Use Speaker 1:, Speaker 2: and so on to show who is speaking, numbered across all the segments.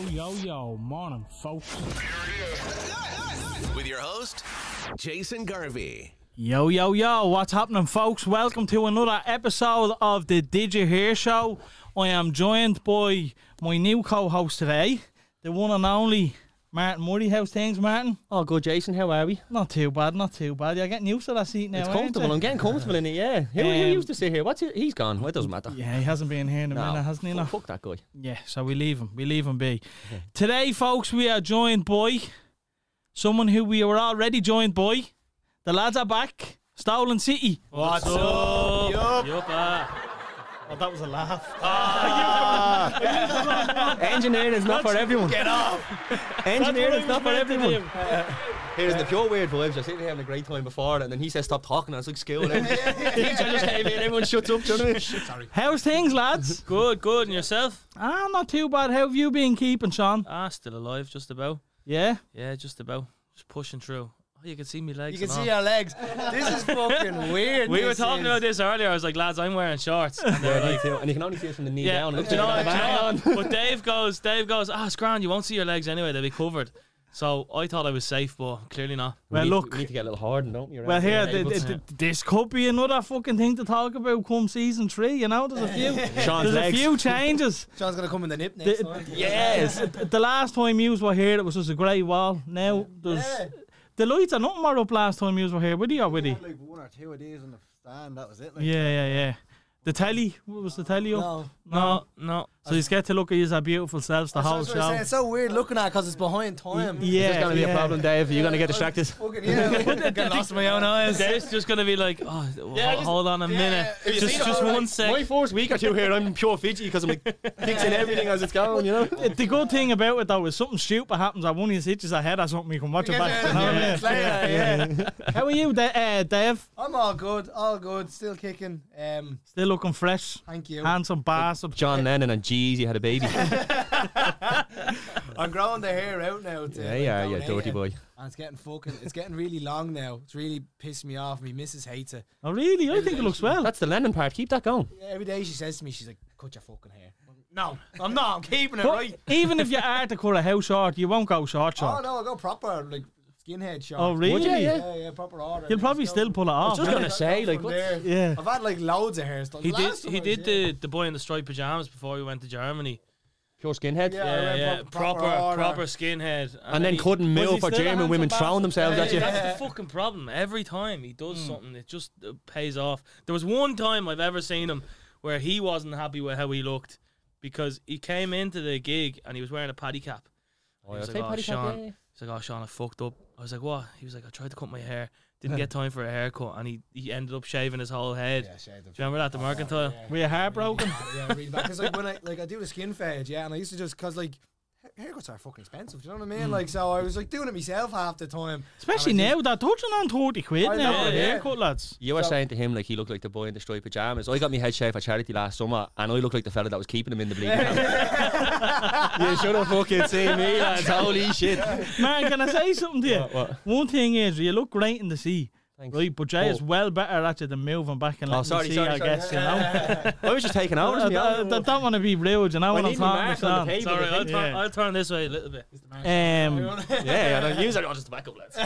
Speaker 1: Yo, yo, yo, morning, folks.
Speaker 2: with your host, Jason Garvey.
Speaker 1: Yo, yo, yo, what's happening, folks? Welcome to another episode of the Did You Hear Show. I am joined by my new co host today, the one and only Martin Murray. How's things, Martin?
Speaker 3: Oh, good, Jason. How are we?
Speaker 1: Not too bad, not too bad. You're getting used to that seat now.
Speaker 3: it's
Speaker 1: aren't
Speaker 3: comfortable.
Speaker 1: you?
Speaker 3: I'm getting comfortable in it. Yeah. Who, who
Speaker 1: Um,
Speaker 3: used to sit here? What's it? He's gone. Well, it doesn't matter.
Speaker 1: Yeah, he hasn't been here in a
Speaker 3: No.
Speaker 1: minute, hasn't he?
Speaker 3: Fuck-
Speaker 1: No.
Speaker 3: Fuck that guy.
Speaker 1: Yeah, so we leave him. We leave him be. Today, folks, we are joined by someone who we were already joined by. The lads are back. Stolen City. What's, up? Yup. Oh, that was a laugh. Ah.
Speaker 3: Engineering is not for everyone. Get off. Engineering is
Speaker 1: That's
Speaker 3: not
Speaker 1: what
Speaker 3: for
Speaker 1: I was meant to
Speaker 3: everyone. Here's the pure weird vibes. I was sitting here having a great time before, and then he says, "Stop talking." I was like, "School." Teacher just came in. Everyone shuts up. Do you know what I mean?
Speaker 1: do. How's things, lads?
Speaker 4: Good, good. And yourself?
Speaker 1: ah, not too bad. How have you been keeping, Sean?
Speaker 4: Ah, still alive, just about.
Speaker 1: Yeah.
Speaker 4: Yeah, just about. Just pushing through. Oh, you can see me legs.
Speaker 5: You can
Speaker 4: and all.
Speaker 5: see our legs. This is fucking weird.
Speaker 4: We were
Speaker 5: this
Speaker 4: talking
Speaker 5: is.
Speaker 4: about this earlier. I was like, lads, I'm wearing shorts. And they were
Speaker 3: Yeah, me
Speaker 4: like,
Speaker 3: too. And you can only see it from the knee
Speaker 4: yeah.
Speaker 3: down.
Speaker 4: do
Speaker 3: Look,
Speaker 4: you know,
Speaker 3: hang
Speaker 4: do you know-
Speaker 3: on.
Speaker 4: But Dave goes, Dave goes, ah, it's grand. You won't see your legs anyway. They'll be covered. So I thought I was safe, but clearly not.
Speaker 3: We
Speaker 1: Well,
Speaker 3: need-
Speaker 1: look.
Speaker 3: we need to get a little hardened, don't we?
Speaker 1: Well, here, th-
Speaker 4: able
Speaker 1: th-
Speaker 4: to-
Speaker 1: th- this could be another fucking thing to talk about come season three. You know, there's a few,
Speaker 3: Sean's
Speaker 1: there's a
Speaker 3: legs.
Speaker 1: few changes.
Speaker 5: John's gonna come in the nip next
Speaker 1: The-
Speaker 5: time.
Speaker 3: Yes.
Speaker 1: the last time yous were here, it was just a grey wall. Now there's
Speaker 5: Yeah.
Speaker 1: the lights are not more up. Last time yous were here, with you or with you?
Speaker 6: had, like one or two of these on the stand. That was it. Like,
Speaker 1: Yeah, yeah, yeah. The telly, what was the telly up?
Speaker 5: No.
Speaker 4: No, no.
Speaker 1: So you get to look at our beautiful selves the
Speaker 5: That's
Speaker 1: whole
Speaker 5: what I'm saying.
Speaker 1: show.
Speaker 5: It's so weird looking at because it's behind time.
Speaker 1: Yeah,
Speaker 3: It's gonna be
Speaker 1: yeah.
Speaker 3: a problem, Dave. You're gonna get distracted.
Speaker 5: Fucking yeah. Get lost in my own eyes.
Speaker 4: Dave's just going to be like, oh, ho- hold on a minute.
Speaker 5: If you
Speaker 4: Just,
Speaker 5: see that,
Speaker 4: just
Speaker 5: I'm
Speaker 4: one
Speaker 5: like,
Speaker 4: sec.
Speaker 3: My first week or two here, I'm pure Fiji because I'm like fixing everything as it's going. You know.
Speaker 1: The- The good thing about it though is something stupid happens. I won't even hit you ahead or something. You can watch it back. Oh, you know what I mean?
Speaker 5: It's later, yeah.
Speaker 1: How are you, De- uh, Dave?
Speaker 5: I'm all good, all good, still kicking. Um,
Speaker 1: Still looking fresh,
Speaker 5: thank you.
Speaker 1: handsome bastard.
Speaker 3: John Lennon and Jeezy had a baby.
Speaker 5: I'm growing the hair out now. To
Speaker 3: Yeah, yeah, yeah,
Speaker 5: donate
Speaker 3: dirty
Speaker 5: it.
Speaker 3: boy.
Speaker 5: And it's getting fucking, it's getting really long now. It's really pissed me off. Me missus hates it.
Speaker 1: Oh really? I think it looks well.
Speaker 3: That's the Lennon part. Keep that going.
Speaker 5: Every day she says to me, she's like, "Cut your fucking hair." No, I'm not. I'm keeping it
Speaker 1: But
Speaker 5: right.
Speaker 1: even if you are to cut a how short, you won't go short
Speaker 5: Oh
Speaker 1: short.
Speaker 5: no, I'll go proper like skinhead shot.
Speaker 1: Oh, really?
Speaker 3: Would you? Yeah.
Speaker 5: Yeah, yeah, proper order.
Speaker 1: You'll probably
Speaker 5: Just
Speaker 1: still
Speaker 5: go-
Speaker 1: pull it off.
Speaker 3: just
Speaker 1: yeah.
Speaker 3: gonna say,
Speaker 5: go
Speaker 3: like,
Speaker 5: from
Speaker 3: what's-
Speaker 5: there.
Speaker 1: Yeah.
Speaker 5: I've had like loads of hairstyles.
Speaker 4: He did,
Speaker 5: Last time
Speaker 4: he
Speaker 5: I
Speaker 4: did
Speaker 5: was-
Speaker 4: the, the boy in the striped pajamas before we went to Germany.
Speaker 3: Pure skinhead.
Speaker 5: Yeah, I
Speaker 4: Yeah,
Speaker 5: went
Speaker 4: yeah, proper, proper,
Speaker 5: order.
Speaker 4: skinhead.
Speaker 3: And then
Speaker 4: he-
Speaker 3: couldn't
Speaker 1: Was he
Speaker 3: mill for
Speaker 1: still a
Speaker 3: German women
Speaker 1: handsome
Speaker 3: throwing themselves at you.
Speaker 5: Yeah.
Speaker 4: That's the fucking problem. Every time he does
Speaker 1: Hmm.
Speaker 4: something, it just uh, pays off. There was one time I've ever seen him where he wasn't happy with how he looked because he came into the gig and he was wearing a paddy cap.
Speaker 3: yeah,
Speaker 4: he was
Speaker 3: say
Speaker 4: like, oh,
Speaker 3: paddy cap,
Speaker 4: Sean,
Speaker 3: yeah, yeah."
Speaker 4: he's like, oh, Sean, I fucked up. I was like, what? He was like, I tried to cut my hair, didn't get time for a haircut, and he, he ended up shaving his whole head.
Speaker 5: Yeah, shaved
Speaker 4: Do you remember that,
Speaker 1: Oh,
Speaker 4: the mercantile?
Speaker 1: Were you heartbroken?
Speaker 5: yeah, really bad. Because like when I like I do the skin fade, yeah, and I used to just because like ha- haircuts are fucking expensive. Do you know what I mean? Like so, I was like doing it myself half the time.
Speaker 1: Especially
Speaker 5: And I
Speaker 1: now, that touching on 30 quid
Speaker 5: I
Speaker 1: now
Speaker 5: know,
Speaker 1: for a
Speaker 5: yeah.
Speaker 1: haircut, lads.
Speaker 3: You were saying to him like he looked like the boy in the striped pajamas. I got my head shaved for charity last summer, and I looked like the fella that was keeping him in the bleeding. you should have fucking seen me, lads. Holy shit!
Speaker 1: Man, can I say something to you?
Speaker 3: What, what?
Speaker 1: One thing is, you look great in the sea.
Speaker 3: Thanks.
Speaker 1: Right, but Jay is
Speaker 3: Oh.
Speaker 1: well better at you than moving back and
Speaker 3: Oh,
Speaker 1: letting the
Speaker 3: sorry,
Speaker 1: sea,
Speaker 3: sorry,
Speaker 1: I
Speaker 3: sorry.
Speaker 1: guess, you know?
Speaker 3: I was just taking out.
Speaker 1: I, I- I don't want to be rude, you know
Speaker 3: I
Speaker 1: what I'm
Speaker 3: need my
Speaker 1: talking Um,
Speaker 3: mark on
Speaker 1: about?
Speaker 3: the
Speaker 4: It's all
Speaker 3: table.
Speaker 4: right, I'll, turn,
Speaker 1: Yeah.
Speaker 4: I'll turn this way a little bit.
Speaker 1: Um,
Speaker 3: Yeah, I don't use it. I'll just tobacco, lads.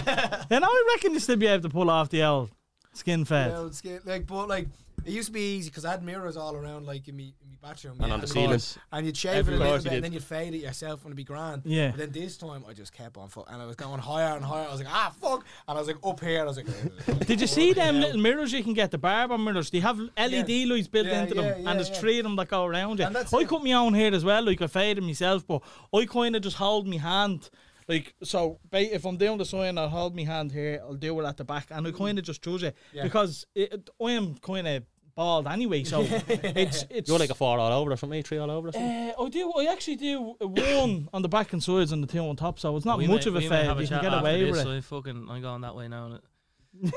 Speaker 1: and I reckon you still be able to pull off the old skin
Speaker 5: did
Speaker 1: fed.
Speaker 5: the old skin- like, but like it used to be easy because I had mirrors all around, like in me in my bathroom, yeah,
Speaker 3: And on the ceiling.
Speaker 5: like, and you'd shave
Speaker 3: Every
Speaker 5: it a
Speaker 3: course you
Speaker 5: little bit,
Speaker 3: did.
Speaker 5: and then you'd fade it yourself, and it'd be grand.
Speaker 1: Yeah.
Speaker 5: But then this time, I just kept on, fuck, and I was going higher and higher. I was like, ah, fuck, and I was like up here. I was like,
Speaker 1: Did you see them little mirrors you can get, the barber mirrors? They have LED lights built
Speaker 5: Yeah,
Speaker 1: into
Speaker 5: yeah,
Speaker 1: them,
Speaker 5: yeah,
Speaker 1: and there's
Speaker 5: yeah.
Speaker 1: three of them that go around you.
Speaker 5: And that's
Speaker 1: I
Speaker 5: it.
Speaker 1: cut my own hair as well, like I faded myself, but I kind of just hold my hand. Like, so ba- if I'm down the sign, I'll hold my hand here, I'll do it at the back, and I kind of just choose it
Speaker 5: Yeah.
Speaker 1: because it, it- I am kind of bald anyway, so it's. it's
Speaker 3: You're like a four all over or something, a three all over or something.
Speaker 1: uh, I do. I actually do uh, one on the back and sides and the two on top, so it's not
Speaker 4: We
Speaker 1: much
Speaker 4: may-
Speaker 1: of a
Speaker 4: we may
Speaker 1: fade.
Speaker 4: have
Speaker 1: You can
Speaker 4: chat
Speaker 1: get
Speaker 4: after
Speaker 1: away
Speaker 4: this,
Speaker 1: with it.
Speaker 4: so I fucking, I'm going that way now.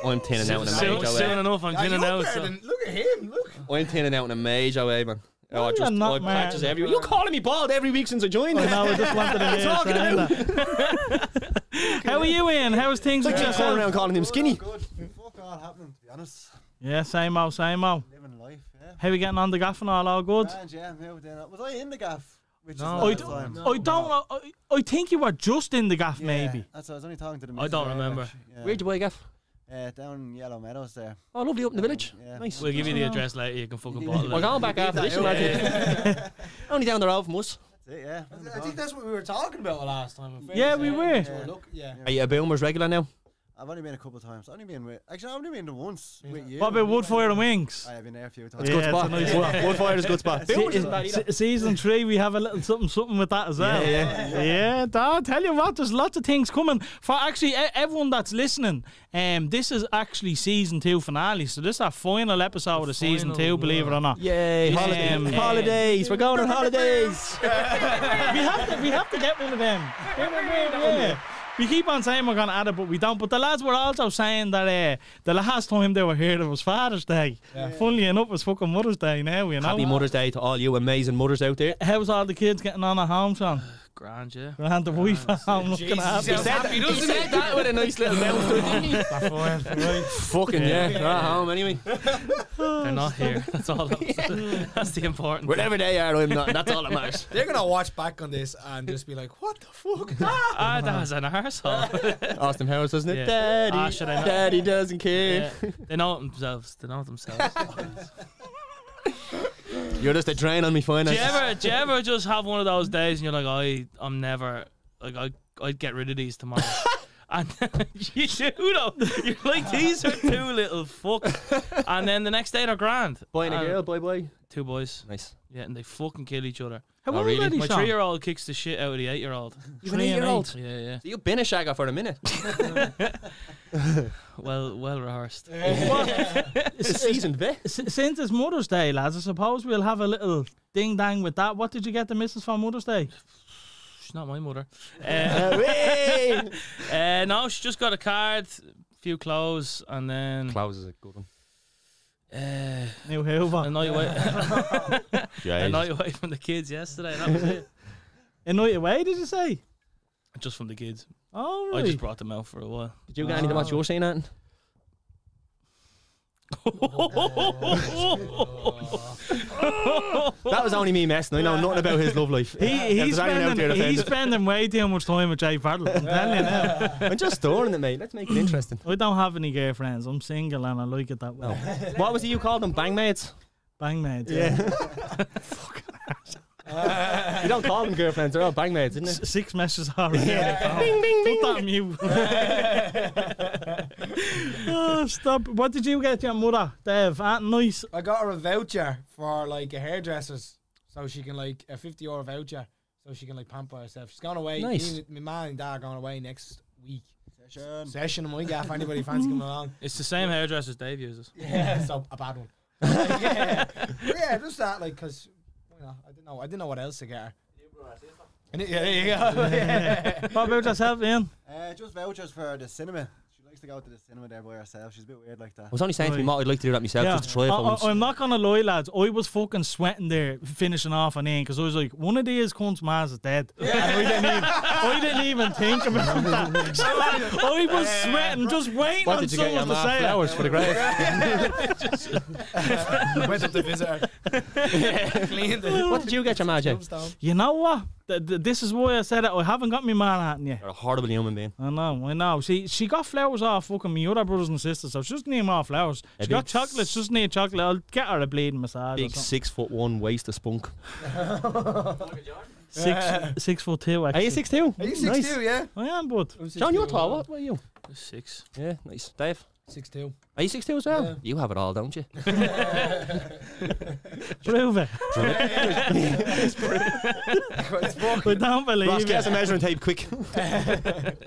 Speaker 3: I'm tinning out in a
Speaker 4: Soon,
Speaker 3: major
Speaker 4: soon
Speaker 3: way.
Speaker 4: enough, I'm
Speaker 5: Ah,
Speaker 4: turning
Speaker 5: you're
Speaker 4: out.
Speaker 5: better
Speaker 4: so-
Speaker 5: than- Look at him. Look.
Speaker 3: I'm tinning out in a major way, man. Oh, I
Speaker 1: you're
Speaker 3: just
Speaker 1: not,
Speaker 3: I patches
Speaker 1: man.
Speaker 3: everywhere. You calling me bald every week since I joined?
Speaker 1: I know, I Oh, just wanted to hear
Speaker 3: Talking
Speaker 1: saying that. How are you, Ian? How's things with
Speaker 3: Just going
Speaker 1: yourself?
Speaker 3: around calling him skinny.
Speaker 6: Good. Fuck all happening, to be honest.
Speaker 1: Yeah, same old, same old.
Speaker 6: Living life, yeah.
Speaker 3: Uh,
Speaker 1: How are we getting on the gaff and all? All good?
Speaker 6: Grand, yeah, I'm out there. Was I in the gaff? Which
Speaker 5: No.
Speaker 4: Oh,
Speaker 6: is
Speaker 1: I don't-
Speaker 6: not the time.
Speaker 1: I don't know. I, I think you were just in the gaff,
Speaker 6: Yeah,
Speaker 1: maybe.
Speaker 6: That's what I was only talking to the
Speaker 4: I don't
Speaker 6: missus
Speaker 4: remember.
Speaker 6: actually. Yeah.
Speaker 3: Where'd you buy a gaff?
Speaker 6: Uh, down in Yellow Meadows there.
Speaker 3: Oh, lovely up in the village.
Speaker 6: Yeah.
Speaker 3: Nice.
Speaker 4: We'll give you the address later. You can fucking bottle
Speaker 3: We're
Speaker 4: it.
Speaker 3: going back after this,
Speaker 6: Yeah,
Speaker 3: imagine.
Speaker 6: yeah.
Speaker 3: Only down the road from us.
Speaker 6: That's it, yeah. Round the
Speaker 5: I think
Speaker 6: corner.
Speaker 5: that's what we were talking about last time. I'm afraid.
Speaker 1: Yeah, we were.
Speaker 5: Yeah. Look, yeah.
Speaker 3: Are you a boomers regular now?
Speaker 6: I've only been a couple of times. I've only been with. Actually, I've only been to once with you.
Speaker 1: What about Woodfire and Wings?
Speaker 6: I have been there a few times.
Speaker 3: It's a good
Speaker 1: Yeah, it's a
Speaker 3: spot.
Speaker 1: nice
Speaker 3: Wood- Woodfire is a good spot. Boomers isn't bad either.
Speaker 1: Se- season three, we have a little something something with that as well.
Speaker 3: Yeah, yeah.
Speaker 1: yeah. Dad, tell you what, there's lots of things coming for actually e- everyone that's listening. Um, this is actually season two finale, so this is our final episode of season
Speaker 4: final,
Speaker 1: two. Believe it or not,
Speaker 3: Yay, holidays.
Speaker 1: Um,
Speaker 3: holidays. We're going on holidays.
Speaker 1: we have to we have to get rid of them. Get rid of them, yeah. We keep on saying we're gonna add it, but we don't. But the lads were also saying that uh, the last time they were here, it was Father's Day. Funnily enough, it's fucking Mother's Day now. You know.
Speaker 3: Happy Mother's Day to all you amazing mothers out there.
Speaker 1: How's all the kids getting on at home, son?
Speaker 4: Grand, yeah.
Speaker 1: Grand the wife at home looking at
Speaker 4: Ah, Jesus. Happy, doesn't he?
Speaker 3: that with a nice little mouth, didn't he? Fucking yeah. They're at home anyway.
Speaker 4: They're not here. That's all. That was, that's the important. thing.
Speaker 3: Wherever they are, I'm not. That's all that matters.
Speaker 5: They're gonna watch back on this and just be like, "What the fuck?" That?
Speaker 4: Ah, that was an arsehole.
Speaker 3: Austin Powers, doesn't it?
Speaker 4: Yeah.
Speaker 3: Daddy.
Speaker 4: Ah, should I not-
Speaker 3: Daddy doesn't care.
Speaker 4: yeah. They know it themselves. They know it themselves.
Speaker 3: You're just a drain on me
Speaker 4: do you
Speaker 3: finances.
Speaker 4: ever, do you ever just have one of those days and you're like, I, I'm never, like, I, I'd get rid of these tomorrow. And you do though. You're like these are two little fucks, and then the next day they're grand.
Speaker 3: Boy and a
Speaker 4: And
Speaker 3: girl, boy, boy.
Speaker 4: two boys,
Speaker 3: Nice.
Speaker 4: yeah, and they fucking kill each other.
Speaker 1: How
Speaker 3: Oh,
Speaker 1: old
Speaker 3: really?
Speaker 1: are they,
Speaker 4: My
Speaker 1: Sean?
Speaker 4: three-year-old kicks the shit out of the eight-year-old.
Speaker 3: You're an
Speaker 1: Three and
Speaker 3: eight-year-old.
Speaker 4: Yeah, yeah.
Speaker 3: You've been a shagger for a minute.
Speaker 4: Well, well rehearsed.
Speaker 1: Eh.
Speaker 3: It's a seasoned vet.
Speaker 1: S- Since it's Mother's Day, lads, I suppose we'll have a little ding dang with that. What did you get the missus for Mother's Day?
Speaker 4: She's not my mother. Uh,
Speaker 3: Hey!
Speaker 4: uh, no, she just got a card, few clothes, and then
Speaker 3: Klaus is a good one.
Speaker 4: uh,
Speaker 1: New
Speaker 4: a
Speaker 1: Hoover.
Speaker 4: night away, a
Speaker 3: Yeah.
Speaker 4: night away from the kids yesterday. That was it.
Speaker 1: A night away, did you say?
Speaker 4: Just from the kids.
Speaker 1: Oh,
Speaker 4: I
Speaker 1: really?
Speaker 4: just brought them out for a while.
Speaker 3: Did you get any of the match you were saying, Anton? That was only me messing. I know nothing about his love life.
Speaker 1: he,
Speaker 3: If
Speaker 1: he's,
Speaker 3: there's anyone out there
Speaker 1: spending, he's
Speaker 3: offended,
Speaker 1: spending way too much time with Jay Paddle. I'm telling you now.
Speaker 3: I'm just storing it, mate. Let's make it interesting.
Speaker 1: I don't have any girlfriends. I'm single and I like it that way.
Speaker 3: What was it you called them? Bang mates?
Speaker 1: Bang mate. Yeah.
Speaker 3: You don't call them girlfriends. They're all bang mates, isn't it?
Speaker 1: S- Six messages already.
Speaker 3: Bing, bing,
Speaker 1: Put that on mute. oh, stop. What did you get your mother, Dev? Aunt Nice.
Speaker 5: I got her a voucher for like a hairdresser's, so she can like a fifty euro voucher, so she can like pamper herself. She's gone away.
Speaker 3: Nice.
Speaker 5: Me and- My man and dad are going away next week.
Speaker 6: Session.
Speaker 5: Session in my gaff. Anybody fancy coming along?
Speaker 4: It's the same hairdresser as Dave uses.
Speaker 5: Yeah, so a bad one. yeah. yeah, just that, like, cause you know, I didn't know, I didn't know what else to get her. And it- yeah, there you go. Yeah.
Speaker 1: What about yourself, Ian?
Speaker 6: Uh, just vouchers for the cinema. She likes to go to the cinema there by herself. She's a bit weird like
Speaker 4: Oh,
Speaker 6: that.
Speaker 3: I was only saying to me, Mark, I'd like to do that myself just to try it
Speaker 1: I,
Speaker 3: for once.
Speaker 1: am not gonna lie, lads. I was fucking sweating there finishing off an end because I was like, one of these cunts' man's is dead. And I didn't even, I didn't even think about that. So I, I was sweating, just waiting
Speaker 3: What
Speaker 1: on
Speaker 3: did you get your
Speaker 1: someone to
Speaker 3: man?
Speaker 1: say it.
Speaker 3: Flowers for the grave.
Speaker 5: Went up to visit her. Cleaned it.
Speaker 3: what did you get your man, Jay?
Speaker 5: Tombstone.
Speaker 1: You know what? Th- th- this is why I said it. I haven't got me man hat yet.
Speaker 3: You're a horrible human being.
Speaker 1: I know, I know. She she got flowers off fucking me other brothers and sisters, so she doesn't need more flowers.
Speaker 3: A
Speaker 1: She got
Speaker 3: big
Speaker 1: chocolates, she doesn't need chocolate. I'll get her a bleeding massage. or
Speaker 3: Big
Speaker 1: something.
Speaker 3: six foot one waist of spunk.
Speaker 1: six, six foot two.
Speaker 3: Are
Speaker 1: Actually.
Speaker 3: you six two?
Speaker 5: Are you six
Speaker 3: nice.
Speaker 5: two? Yeah.
Speaker 1: I am, bud.
Speaker 5: I'm six
Speaker 3: John, you're
Speaker 5: two.
Speaker 3: tall. What? What are you?
Speaker 4: Six.
Speaker 3: Yeah, nice. Dave,
Speaker 5: Six two.
Speaker 3: are you six two as well?
Speaker 5: Yeah.
Speaker 3: You have it all, don't you?
Speaker 1: Prove it.
Speaker 5: It's broken.
Speaker 1: I don't believe it.
Speaker 3: a measuring tape, quick.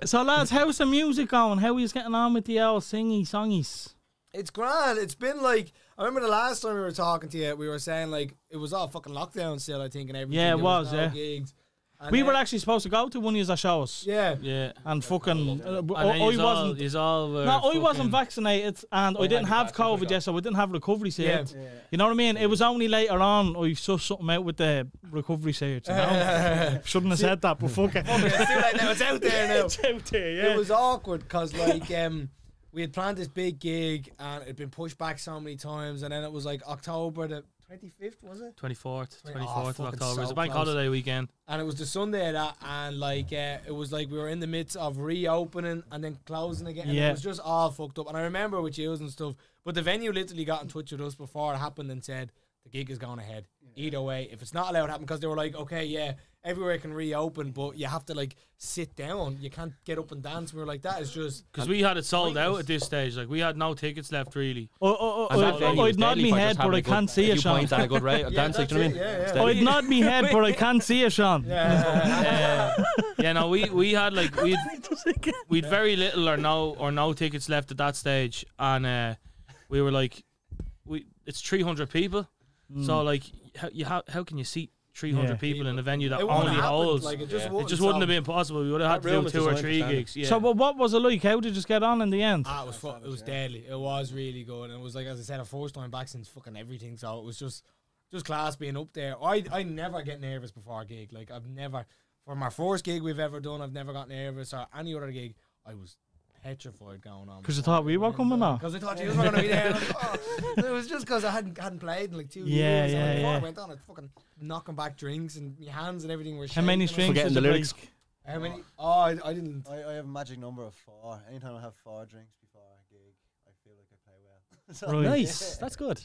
Speaker 1: So lads, how's the music going? How are you getting on with the old singy songies?
Speaker 5: It's grand. It's been like I remember the last time we were talking to you, we were saying like it was all fucking lockdown still. I think and everything.
Speaker 1: Yeah, it
Speaker 5: There
Speaker 1: was,
Speaker 5: no
Speaker 1: yeah.
Speaker 5: gigs. And
Speaker 1: We
Speaker 5: then-
Speaker 1: were actually supposed to go to one of your shows,
Speaker 5: Yeah.
Speaker 4: Yeah.
Speaker 1: and fucking,
Speaker 5: er
Speaker 1: uh, b-
Speaker 4: And
Speaker 1: I,
Speaker 4: then
Speaker 1: I
Speaker 4: yous all-
Speaker 1: wasn't.
Speaker 4: yous all were
Speaker 1: No, I
Speaker 4: fucking-
Speaker 1: wasn't vaccinated, and I, didn't have COVID yet, so I didn't have recovery
Speaker 5: Yeah.
Speaker 1: surge. You know what I mean? It was only later on I saw something out with the recovery surge. You know? Shouldn't have said that, but fuck it.
Speaker 5: it's too late now. It's out there now.
Speaker 1: It's out there,
Speaker 5: It
Speaker 1: yeah.
Speaker 5: was awkward because like um, we had planned this big gig and it had been pushed back so many times, and then it was like October the 25th, was it?
Speaker 4: 24th, 24th
Speaker 5: Oh,
Speaker 4: of
Speaker 5: fucking
Speaker 4: October. it's
Speaker 5: so
Speaker 4: a bank
Speaker 5: close.
Speaker 4: holiday weekend.
Speaker 5: And it was the Sunday of that, and like uh, it was like we were in the midst of reopening and then closing again. And
Speaker 1: Yeah.
Speaker 5: it was just all fucked up. And I remember with you and stuff, but the venue literally got in touch with us before it happened and said the gig is going ahead. Either way, if it's not allowed to happen, because they were like, okay, yeah, everywhere can reopen, but you have to like sit down. You can't get up and dance. We were like, that is just
Speaker 4: Because we had it sold out at this stage. Like, we had no tickets left, really.
Speaker 1: Oh, oh,
Speaker 3: And
Speaker 1: oh,
Speaker 3: that venue
Speaker 1: I-
Speaker 3: was
Speaker 1: I'd nod
Speaker 3: deadly
Speaker 1: me
Speaker 3: for just
Speaker 1: head, but
Speaker 3: having
Speaker 1: I
Speaker 3: a good-
Speaker 1: can't see
Speaker 3: a
Speaker 1: you,
Speaker 3: few
Speaker 1: Sean.
Speaker 3: points and a good rate of dance, like, do you know what I mean?
Speaker 6: yeah,
Speaker 3: It's
Speaker 6: yeah.
Speaker 3: deadly.
Speaker 1: I'd nod me head, but I can't see you, Sean.
Speaker 4: Yeah, no, we, we had like we'd we'd very little or no or no tickets left at that stage, and uh, we were like, we it's three hundred people,
Speaker 3: Hmm.
Speaker 4: so like how, you, how how can you seat three hundred
Speaker 1: Yeah.
Speaker 4: people in a venue that
Speaker 5: it wouldn't
Speaker 4: only
Speaker 5: happen.
Speaker 4: holds?
Speaker 5: Like it just,
Speaker 3: Yeah. It
Speaker 5: wouldn't,
Speaker 4: it just wouldn't
Speaker 5: so-
Speaker 4: have been possible. We would have had
Speaker 3: That
Speaker 4: to
Speaker 3: room
Speaker 4: do
Speaker 3: is
Speaker 4: two or
Speaker 3: designed for
Speaker 4: three
Speaker 3: standing.
Speaker 4: gigs. Yeah.
Speaker 1: So, but what was it like? How did you get on in the end?
Speaker 5: Ah, it was fu- it was deadly. It was really good, and it was like as I said, a first time back since fucking everything. So it was just just class being up there. I I never get nervous before a gig. Like I've never for my first gig we've ever done. I've never got nervous or any other gig. I was petrified going on
Speaker 1: Because you thought we were coming on.
Speaker 5: because I thought you were going to be there. and I was like, "Oh." It was just because I hadn't hadn't played in like two
Speaker 1: Yeah,
Speaker 5: years.
Speaker 1: yeah,
Speaker 5: and
Speaker 1: yeah.
Speaker 5: I went on it fucking knocking back drinks and my hands and everything were.
Speaker 1: How many
Speaker 5: shaking.
Speaker 1: strings?
Speaker 3: Forgetting
Speaker 1: did
Speaker 3: the
Speaker 1: you
Speaker 3: lyrics.
Speaker 1: break?
Speaker 5: How many? Oh, I, I didn't.
Speaker 6: I, I have a magic number of four. Anytime I have four drinks before a gig, I feel like I play well. so,
Speaker 1: Right.
Speaker 3: Nice. That's good.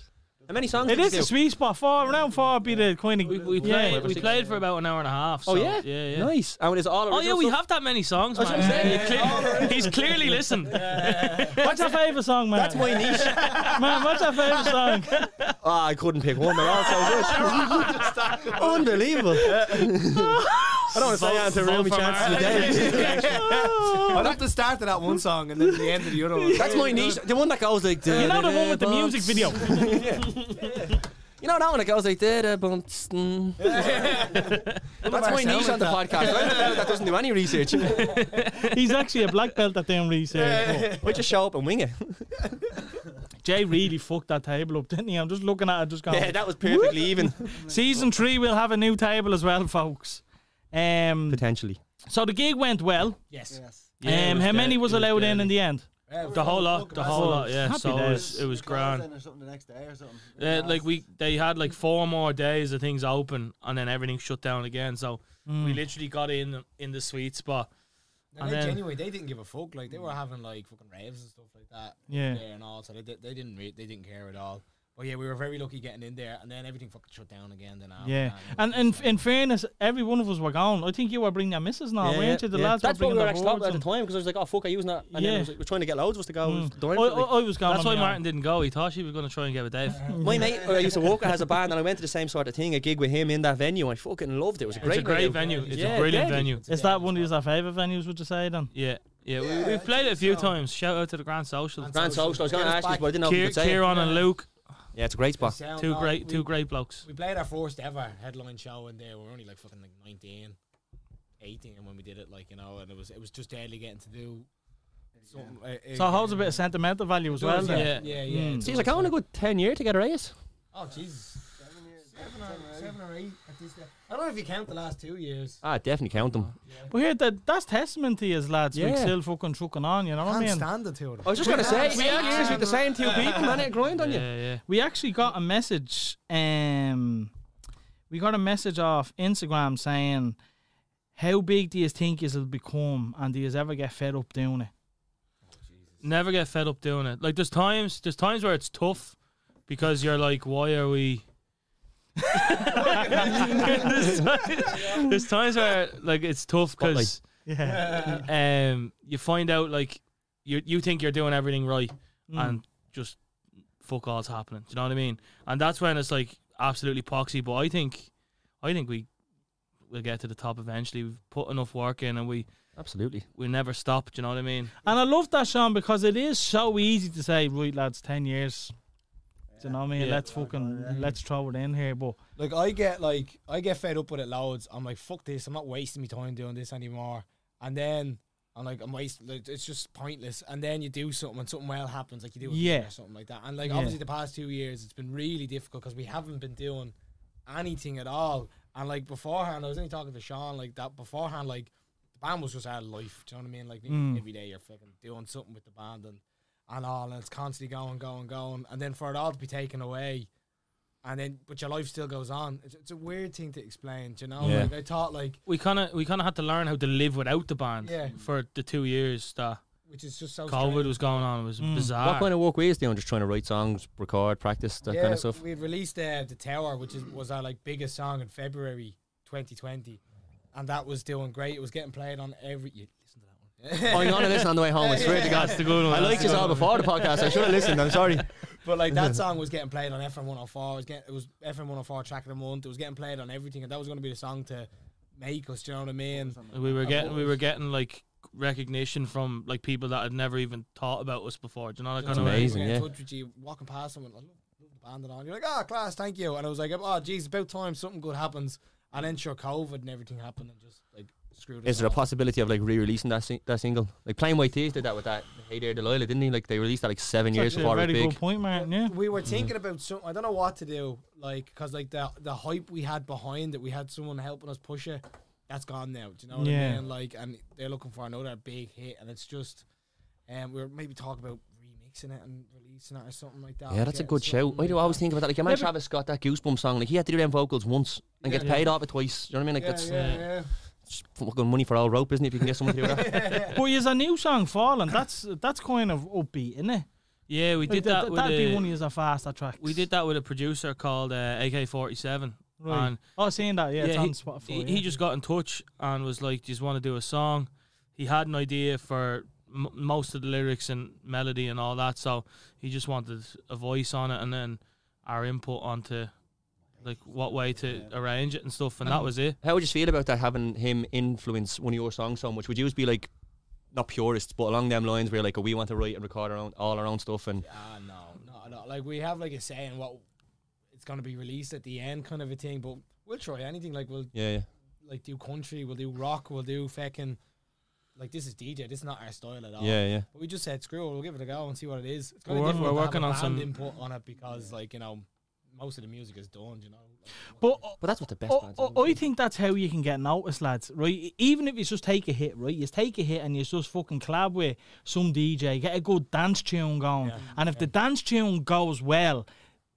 Speaker 3: How many songs?
Speaker 1: It
Speaker 3: did
Speaker 1: is
Speaker 3: you
Speaker 1: a
Speaker 3: do?
Speaker 1: sweet spot. Four round four would be the kind of.
Speaker 4: we, we
Speaker 1: yeah.
Speaker 4: played we played for about an hour and a half.
Speaker 3: Oh
Speaker 4: so-
Speaker 3: yeah?
Speaker 4: yeah, yeah.
Speaker 3: Nice. And it's all
Speaker 4: Oh yeah,
Speaker 3: original
Speaker 4: we
Speaker 3: stuff?
Speaker 4: have that many songs,
Speaker 3: That's
Speaker 4: man.
Speaker 3: what I'm saying.
Speaker 4: He cle- he's clearly listened.
Speaker 1: What's your favourite song, man?
Speaker 3: That's my niche.
Speaker 1: man. What's your favourite song?
Speaker 3: Ah, I couldn't pick one. They're all so good. Unbelievable. I don't want to say that to ruin my
Speaker 4: for
Speaker 3: chances
Speaker 4: Mark.
Speaker 3: today.
Speaker 5: I'd have to start to that one song and then the end of the other one.
Speaker 3: That's my niche. The one that goes like.
Speaker 1: You know the one with the music video.
Speaker 3: You know that one that goes like. "Da-da, bum, tss, mm." That's my niche on the podcast. I'm the fella that doesn't do any research.
Speaker 1: He's actually a black belt at them research.
Speaker 3: We just show up and wing it.
Speaker 1: Jay really fucked that table up, didn't he? I'm just looking at it, just going.
Speaker 3: Yeah, that was perfectly even.
Speaker 1: Season three, we'll have a new table as well, folks. Um,
Speaker 3: Potentially.
Speaker 1: so the gig went well.
Speaker 5: Yes.
Speaker 6: yes.
Speaker 4: Yeah, it
Speaker 1: um,
Speaker 4: was
Speaker 1: how many
Speaker 4: dead.
Speaker 1: was
Speaker 4: It was
Speaker 1: allowed in
Speaker 4: dead.
Speaker 1: in the end?
Speaker 4: The whole lot, the whole lot, yeah.
Speaker 1: Happy
Speaker 4: So Oh, it was,
Speaker 1: days.
Speaker 4: it was
Speaker 6: Close
Speaker 4: grand.
Speaker 6: then Or something the next day or something.
Speaker 4: Uh, like we, they had like four more days of things open, and then everything shut down again. So
Speaker 1: Hmm. Mm.
Speaker 4: we literally got in the- in the sweet spot.
Speaker 5: And
Speaker 4: And
Speaker 5: they
Speaker 4: then-
Speaker 5: genuinely, they didn't give a fuck. Like they were having like fucking raves and stuff like that.
Speaker 1: Mm. Yeah.
Speaker 5: there and all. So they, did- they didn't re- they didn't care at all. But yeah, we were very lucky getting in there, and then everything fucking shut down again. Then
Speaker 4: Oh,
Speaker 5: after
Speaker 1: Yeah,
Speaker 5: that,
Speaker 1: and in, in fairness, every one of us were gone. I think you were bringing your missus now, weren't you? Oh, The lads
Speaker 3: That's
Speaker 1: were
Speaker 3: what we
Speaker 1: bringing
Speaker 3: were
Speaker 1: their
Speaker 3: actually talking about at
Speaker 1: boards
Speaker 3: the time because I was like, oh fuck, I using that. And then
Speaker 1: Yeah. Hmm.
Speaker 3: I was like, we're trying to get loads of us to go. I was dying
Speaker 1: and-
Speaker 3: for it,
Speaker 1: Mm. I,
Speaker 3: like-
Speaker 1: I, I was gone. on
Speaker 4: That's
Speaker 1: my
Speaker 4: why
Speaker 1: own.
Speaker 4: Martin didn't go. He thought she was going to try and get with Dave.
Speaker 3: My mate, who I used to work with, has a band, and I went to the same sort of thing, a gig with him in that venue. I fucking loved it. It was a
Speaker 4: It's
Speaker 3: great,
Speaker 4: a great venue. It's a brilliant venue.
Speaker 1: Is that one of your favourite venues? Would you say then?
Speaker 4: Yeah, yeah. we, we've played it a few times. Shout out to the Grand Social.
Speaker 3: Grand Social. I was going to
Speaker 5: Get us
Speaker 3: ask you,
Speaker 5: back.
Speaker 3: but I didn't know if you
Speaker 4: Kier,
Speaker 3: could say. it.
Speaker 4: Kieran and Luke,
Speaker 3: Yeah, it's a great spot.
Speaker 5: Sound
Speaker 4: two
Speaker 5: off,
Speaker 4: great,
Speaker 5: we,
Speaker 4: two great blokes.
Speaker 5: We played our first ever headline show in there. We were only like fucking like 19, 18 when we did it. Like you know, and it was it was just deadly getting to do. Something, uh, uh,
Speaker 1: So it holds a bit of sentimental value as well.
Speaker 5: yeah,
Speaker 1: Then.
Speaker 5: yeah, yeah.
Speaker 1: Mm.
Speaker 5: it's
Speaker 3: Seems like I want a good 10 year to get a raise.
Speaker 5: Oh Jesus. Seven years. Seven or, seven or eight at this day. I don't know if you count the last two years.
Speaker 3: Ah, definitely count them.
Speaker 1: But here, that, that's testament to you, lads. Yeah.
Speaker 3: Yeah.
Speaker 1: still fucking trucking on. You know what I mean?
Speaker 5: the two
Speaker 3: I was just going to say, eight years with the same two people, man, it grind on you.
Speaker 4: Yeah, yeah.
Speaker 1: We actually got a message. Um, we got a message off Instagram saying, "How big do you think you'll become, and do you ever get fed up doing it?"
Speaker 4: Never get fed up doing it. Like there's times, there's times where it's tough because you're like, why are we? there's, ti- there's times where like it's tough because
Speaker 1: Yeah,
Speaker 4: um you find out like you you think you're doing everything right and just fuck all's happening. Do you know what I mean? And that's when it's like absolutely poxy. But I think I think we we'll get to the top eventually. We've put enough work in and we
Speaker 3: Absolutely.
Speaker 4: we never stop. Do you know what I mean?
Speaker 1: and I love that, Sean, because it is so easy to say, "Right, lads, ten years." Do you know what I mean?
Speaker 4: Yeah.
Speaker 1: Let's fucking let's throw it in here, but
Speaker 5: Like I get like I get fed up with it loads. I'm like, fuck this. I'm not wasting my time doing this anymore. And then I'm like, I'm wasting. Like, it's just pointless. And then you do something, and something well happens, like you do a gig
Speaker 1: Yeah.
Speaker 5: or something like that. And like
Speaker 1: Yeah.
Speaker 5: obviously the past two years, it's been really difficult because we haven't been doing anything at all. And like beforehand, I was only talking to Sean like that beforehand. Like the band was just our life. Do you know what I mean? Like
Speaker 1: Mm.
Speaker 5: every day you're fucking doing something with the band and and all, and it's constantly going, going, going. And then for it all to be taken away and then but your life still goes on. It's, it's a weird thing to explain, do you know.
Speaker 3: Yeah.
Speaker 5: Like I thought, like
Speaker 4: We kind of we kind of had to learn how to live without the band
Speaker 5: Yeah.
Speaker 4: for the two years that
Speaker 5: which is just so
Speaker 4: COVID
Speaker 5: strange.
Speaker 4: was going on. It was bizarre.
Speaker 3: Mm. What kind of work we is doing? Just trying to write songs, record, practice, that
Speaker 5: yeah,
Speaker 3: kind of stuff.
Speaker 5: We had released uh, the Tower, which is, was our like biggest song in February 2020, and that was doing great. It was getting played on every. You listen to that one.
Speaker 3: oh, you're gonna listen on the way home. I swear to God,
Speaker 4: That's the good one.
Speaker 3: I liked you all before the podcast. I should have listened. I'm sorry.
Speaker 5: But like that song was getting played on FM 104. It was, getting, it was FM 104 track of the month. It was getting played on everything, and that was going to be the song to make us. Do you know what I mean?
Speaker 4: We were getting we were getting like recognition from like people that had never even thought about us before. Do you know that kind of way?
Speaker 3: amazing.
Speaker 5: Getting in
Speaker 3: yeah.
Speaker 5: touch with you, walking past someone, like, love, love the band and all. You're like, oh, class, thank you. And I was like, oh, geez, about time something good happens. And then sure, COVID and everything happened, and just like screwed.
Speaker 3: Is
Speaker 5: us
Speaker 3: there a
Speaker 5: up.
Speaker 3: possibility of like re-releasing that sing- that single? Like Plain White Tees did that with that Hey There Delilah, didn't he? Like they released that like seven years
Speaker 1: Actually, a
Speaker 3: before it was
Speaker 1: very
Speaker 3: big.
Speaker 1: good point, Martin. Yeah.
Speaker 5: we
Speaker 3: Mm-hmm.
Speaker 5: were thinking about something. I don't know what to do, like because like the the hype we had behind it, we had someone helping us push it. That's gone now. Do you know what
Speaker 1: Yeah.
Speaker 5: I mean? Like, and they're looking for another big hit, and it's just, um, we are maybe talking about remixing it and releasing it or something like that.
Speaker 3: Yeah, that's a
Speaker 5: getting
Speaker 3: good shout.
Speaker 5: something
Speaker 3: I do
Speaker 5: like
Speaker 3: always
Speaker 5: that.
Speaker 3: think about that. Like, your man Travis Scott, that Goosebumps song, like, he had to do them vocals once and
Speaker 5: Yeah.
Speaker 3: gets paid off it twice. You know what I mean? Like, that's
Speaker 5: Yeah, yeah,
Speaker 3: it's fucking money for all rope, isn't it? If you can get someone to do that.
Speaker 1: But is a new song falling? That's that's kind of upbeat, isn't it?
Speaker 4: Yeah, we
Speaker 1: Like,
Speaker 4: did that.
Speaker 1: that
Speaker 4: with
Speaker 1: would be
Speaker 4: a-
Speaker 1: one of his faster tracks.
Speaker 4: We did that with a producer called uh, AK47.
Speaker 1: Right.
Speaker 4: And
Speaker 1: oh, seeing that, yeah, it's
Speaker 4: yeah,
Speaker 1: on
Speaker 4: he,
Speaker 1: Spotify.
Speaker 4: he,
Speaker 1: yeah.
Speaker 4: he just got in touch and was like, "Do you want to do a song?" He had an idea for m- most of the lyrics and melody and all that, so he just wanted a voice on it and then our input onto like what way to arrange it and stuff, and that was it.
Speaker 3: How would you feel about that, having him influence one of your songs so much? Would you just be like, not purists, but along them lines where, like, we want to write and record our own, all our own stuff? And
Speaker 5: Ah, no, not at all. Like we have like a saying what it's gonna be released at the end, kind of a thing. But we'll try anything. Like we'll
Speaker 3: yeah, yeah.
Speaker 5: like do country, we'll do rock, we'll do fucking. Like this is DJ. This is not our style at all.
Speaker 3: Yeah, yeah.
Speaker 5: But we just said, screw it, we'll give it a go and see what it is. It's
Speaker 4: We're-
Speaker 5: kind of
Speaker 4: we're
Speaker 5: working
Speaker 4: working on
Speaker 5: on some
Speaker 4: some-
Speaker 5: input on it because, like, you know, most of the music is done, you know. Like,
Speaker 1: But
Speaker 3: But that's what the best
Speaker 1: Oh,
Speaker 3: bands
Speaker 1: oh, I think that's how you can get noticed, lads. Right? E, Even if you just take a hit, right? You take a hit and you just fucking collab with some DJ, get a good dance tune going, and if the dance tune goes well,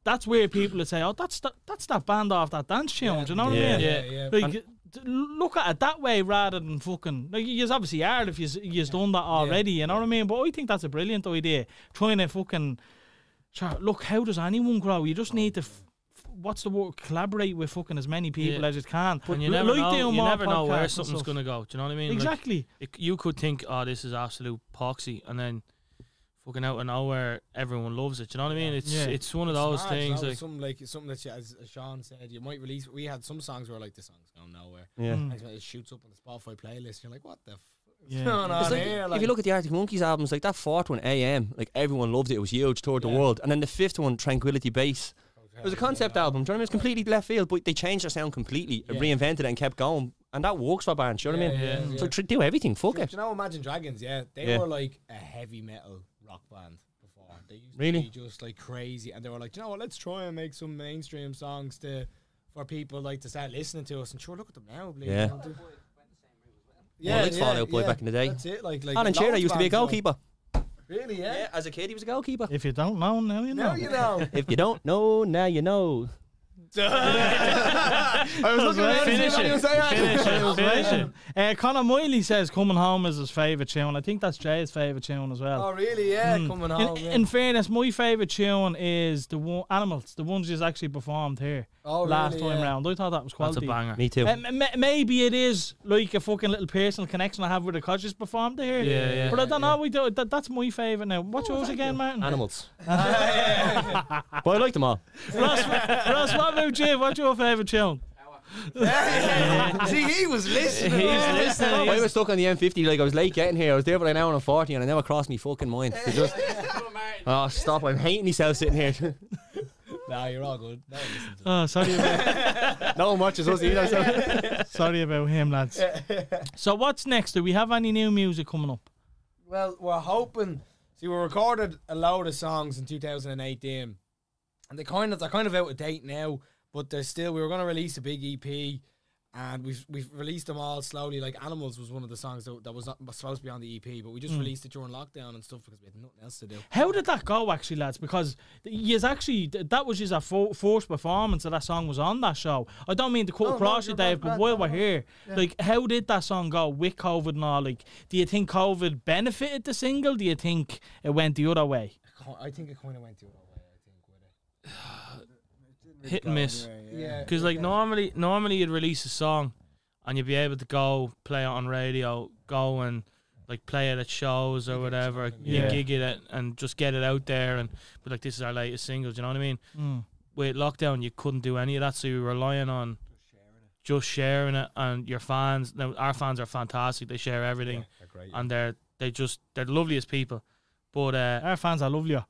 Speaker 1: that's where people would say, "Oh, that's that, that's that band off that dance tune." Do you know
Speaker 3: Yeah.
Speaker 1: what I mean?
Speaker 5: Yeah, yeah.
Speaker 1: Like, d- look at it that way rather than fucking. Like, you obviously are if you you've done that already. You know what I mean? But I think that's a brilliant idea. Trying to fucking try, look, how does anyone grow? You just need to. F- f- What's the word? Collaborate with fucking as many people
Speaker 4: Oh. Yeah.
Speaker 1: as you can.
Speaker 4: And you
Speaker 1: L-
Speaker 4: never
Speaker 1: like
Speaker 4: know,
Speaker 1: doing
Speaker 4: you
Speaker 1: more
Speaker 4: never know
Speaker 1: podcasts
Speaker 4: where
Speaker 1: and
Speaker 4: something's
Speaker 1: stuff.
Speaker 4: going to go. Do you know what I mean? Like,
Speaker 1: Exactly.
Speaker 4: it, you could think, oh, this is absolute poxy, and then fucking out of nowhere, everyone loves it. Do you know what I mean? It's
Speaker 1: Yeah.
Speaker 4: it's one of those
Speaker 5: smart, you know,
Speaker 4: things.
Speaker 5: it's
Speaker 4: Like,
Speaker 5: something like something that, you, as as Sean said, you might release. We had some songs where like the song's going nowhere.
Speaker 3: Yeah.
Speaker 5: And
Speaker 1: Mm.
Speaker 5: It shoots up on the Spotify playlist. You're like, what the? F- is
Speaker 1: Yeah.
Speaker 5: going
Speaker 3: It's
Speaker 5: on
Speaker 3: like,
Speaker 5: here?
Speaker 3: if you look at the Arctic Monkeys albums, like that fourth one, AM, like everyone loved it. It was huge, toured the world. And then the fifth one, Tranquility Base. It was a concept album. Do you know what I mean? It's completely left field, but they changed their sound completely, and reinvented it, and kept going. And that works for bands. You know what I mean?
Speaker 5: Yeah, yeah,
Speaker 3: So tr- do everything. Fuck
Speaker 5: Do
Speaker 3: it.
Speaker 5: you know Imagine Dragons? Yeah, they
Speaker 3: Yeah.
Speaker 5: were like a heavy metal rock band before. They used
Speaker 3: Really?
Speaker 5: to be just like crazy, and they were like, "Do you know what? Let's try and make some mainstream songs to for people like to start listening to us. And sure, look at them now. Believe
Speaker 3: Yeah.
Speaker 5: It or not.
Speaker 3: Yeah, like Fall Out Boy back in the day.
Speaker 5: That's it. Like, like
Speaker 3: Alan Shearer
Speaker 5: loads
Speaker 3: used to be a
Speaker 5: bands are-
Speaker 3: goalkeeper.
Speaker 5: Really? Yeah.
Speaker 3: Yeah, as a kid, he was a goalkeeper.
Speaker 1: If you don't know, now you know.
Speaker 6: Oh,
Speaker 5: Now you know.
Speaker 3: if you don't know, now you know.
Speaker 5: I was looking
Speaker 1: around to see
Speaker 4: if anyone
Speaker 5: say
Speaker 4: finish it, finish it.
Speaker 1: Uh, Connor Miley says "Coming Home" is his favourite tune. I think that's Jay's favourite tune as well.
Speaker 5: Oh, really? Yeah,
Speaker 3: Hmm.
Speaker 5: coming home.
Speaker 1: in,
Speaker 5: Oh, yeah.
Speaker 1: in fairness, my favourite tune is the one Animals, the ones he's actually performed here
Speaker 5: Oh,
Speaker 1: last
Speaker 5: really,
Speaker 1: time
Speaker 5: yeah.
Speaker 1: round. I thought that was
Speaker 4: that's a
Speaker 1: quality.
Speaker 4: banger.
Speaker 3: Me too.
Speaker 1: Uh, m- m- maybe it is like a fucking little personal connection I have with the coaches performed here.
Speaker 4: Yeah, yeah.
Speaker 1: But I don't know. We do that, That's my favourite now. What's yours again, Martin?
Speaker 3: Animals. but I like them all.
Speaker 1: Ross, Ross, what about you? What's your favourite tune?
Speaker 5: See, he was listening.
Speaker 4: He's listening.
Speaker 3: I
Speaker 4: he's-
Speaker 3: was stuck on the M50, like I was late getting here. I was there for an hour and 40, and I never crossed me fucking mind. They just- oh, stop. I'm hating myself sitting here.
Speaker 5: nah, you're all good. No, listen to
Speaker 1: Oh, sorry about
Speaker 3: no one watches us either. So.
Speaker 1: Sorry about him, lads. so what's next? Do we have any new music coming up?
Speaker 5: Well, we're hoping. See, we recorded a load of songs in 2018, and they kind of they're kind of out of date now. But they're still. We were going to release a big EP, E and we've we've released them all slowly. Like Animals was one of the songs that, that was not was supposed to be on the EP, but we just released it during lockdown and stuff because we had nothing else to do.
Speaker 1: How did that go, actually, lads? Because yes, actually, th- that was just a fo- forced performance that that song was on that show. I don't mean to cut across you, Dave, but while we're here, like, how did that song go with COVID and all? Like, do you think COVID benefited the single? Do you think it went the other way?
Speaker 5: Ki- I think it kind of went the other way. I think with
Speaker 4: Hit and miss.
Speaker 5: it. Yeah,
Speaker 4: Because like normally, normally you'd release a song, and you'd be able to go play it on radio, go and like play it at shows or whatever,
Speaker 1: Yeah.
Speaker 4: you gig it at, and just get it out there. And but like this is our latest single. Do you know what I mean?
Speaker 1: Mm.
Speaker 4: With lockdown, you couldn't do any of that, so you were relying on just sharing it and your fans. Now our fans are fantastic; they share everything,
Speaker 5: they're great.
Speaker 4: and they're they just they're the loveliest people. But uh,
Speaker 1: Our fans, I love you.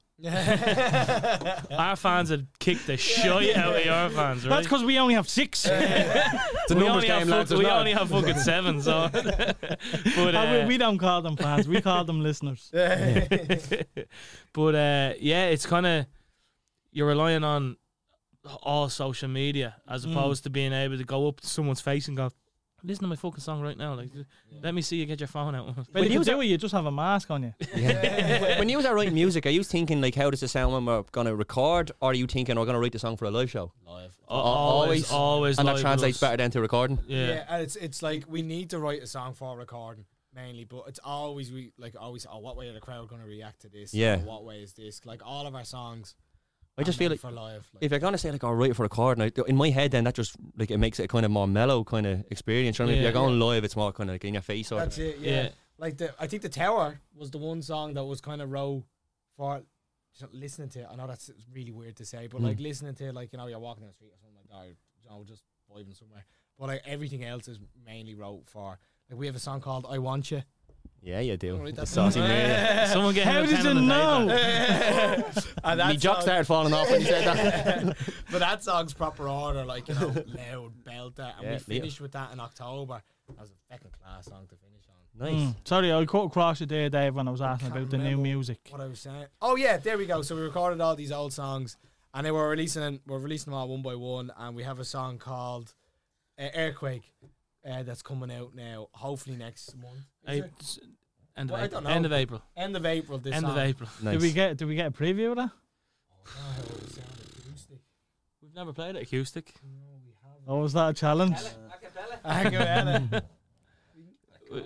Speaker 4: our fans had kicked the shit out of your fans, right?
Speaker 1: That's because we only have six.
Speaker 3: It's a
Speaker 4: we
Speaker 3: numbers
Speaker 4: only, have
Speaker 3: game, lads.
Speaker 4: fuck-
Speaker 3: there's
Speaker 4: we
Speaker 3: not-
Speaker 4: only have fucking seven, so. but
Speaker 1: And we-
Speaker 4: uh,
Speaker 1: we don't call them fans. We call them listeners.
Speaker 4: but uh, yeah, it's kind of you're relying on all social media as
Speaker 1: Mm.
Speaker 4: opposed to being able to go up to someone's face and go, "Listen to my fucking song right now." Like, let me see you get your phone out.
Speaker 1: When,
Speaker 3: When
Speaker 1: you
Speaker 3: you
Speaker 1: do it, you just have a mask on you.
Speaker 3: when you was out writing music, are you thinking like, how does it sound when we're gonna record, or are you thinking we're gonna write the song for a live show?
Speaker 4: Al- always,
Speaker 3: always.
Speaker 4: always,
Speaker 3: and that
Speaker 4: live with
Speaker 3: translates
Speaker 4: us.
Speaker 3: better than to recording.
Speaker 4: Yeah.
Speaker 5: Yeah, and it's it's like we need to write a song for recording mainly, but it's always we like always oh what way are the crowd gonna react to this?
Speaker 3: Yeah.
Speaker 5: Or what way is this? Like all of our songs
Speaker 3: I just
Speaker 5: are
Speaker 3: feel like
Speaker 5: made for live. Like,
Speaker 3: if you're gonna say like, I'll write it for recording, I, in my head, then that just like it makes it a kind of more mellow kind of experience. You know what I mean?
Speaker 4: Yeah.
Speaker 3: if you're going live, it's more kind of like in your face. Or
Speaker 5: that's it, yeah.
Speaker 4: Yeah.
Speaker 5: Like the I think the tower was the one song that was kinda row for just listening to it. I know that's it's really weird to say, but
Speaker 3: Hmm.
Speaker 5: like listening to like, you know, you're walking down the street or something like that, or, you know, just vibing somewhere. But like everything else is mainly wrote for like we have a song called I Want You.
Speaker 3: yeah, you do.
Speaker 5: Right,
Speaker 3: The
Speaker 5: that's-
Speaker 3: saucy man.
Speaker 4: Someone get him
Speaker 1: How
Speaker 4: a
Speaker 1: did
Speaker 4: pen
Speaker 1: you
Speaker 4: and a
Speaker 1: know?
Speaker 4: paper.
Speaker 5: And
Speaker 3: My
Speaker 5: that
Speaker 3: jock
Speaker 5: song-
Speaker 3: started falling off when you said that.
Speaker 5: but that song's proper order, like you know, loud belter, and
Speaker 3: Yeah,
Speaker 5: we
Speaker 3: Leo.
Speaker 5: finished with that in October. That was a second class song to finish on.
Speaker 3: nice.
Speaker 1: Mm. Sorry, I cut across you there, Dave, when I was asking
Speaker 5: can't
Speaker 1: about the new
Speaker 5: remember
Speaker 1: music.
Speaker 5: What I was saying. Oh yeah, there we go. So we recorded all these old songs, and then we're releasing we're releasing them all one by one, and we have a song called uh, Earthquake. Uh, that's coming out now, hopefully next month. Is
Speaker 4: Ap-
Speaker 5: it?
Speaker 4: End of
Speaker 5: Well, I
Speaker 4: April.
Speaker 5: don't know.
Speaker 4: End of April.
Speaker 5: End of April. This
Speaker 4: End of
Speaker 5: song.
Speaker 4: April.
Speaker 3: Nice.
Speaker 1: Did we get? Did we get a preview of that?
Speaker 5: Oh, it would sound acoustic.
Speaker 4: We've never played it acoustic.
Speaker 1: Or was that a challenge?
Speaker 5: I go at it.
Speaker 4: Uh,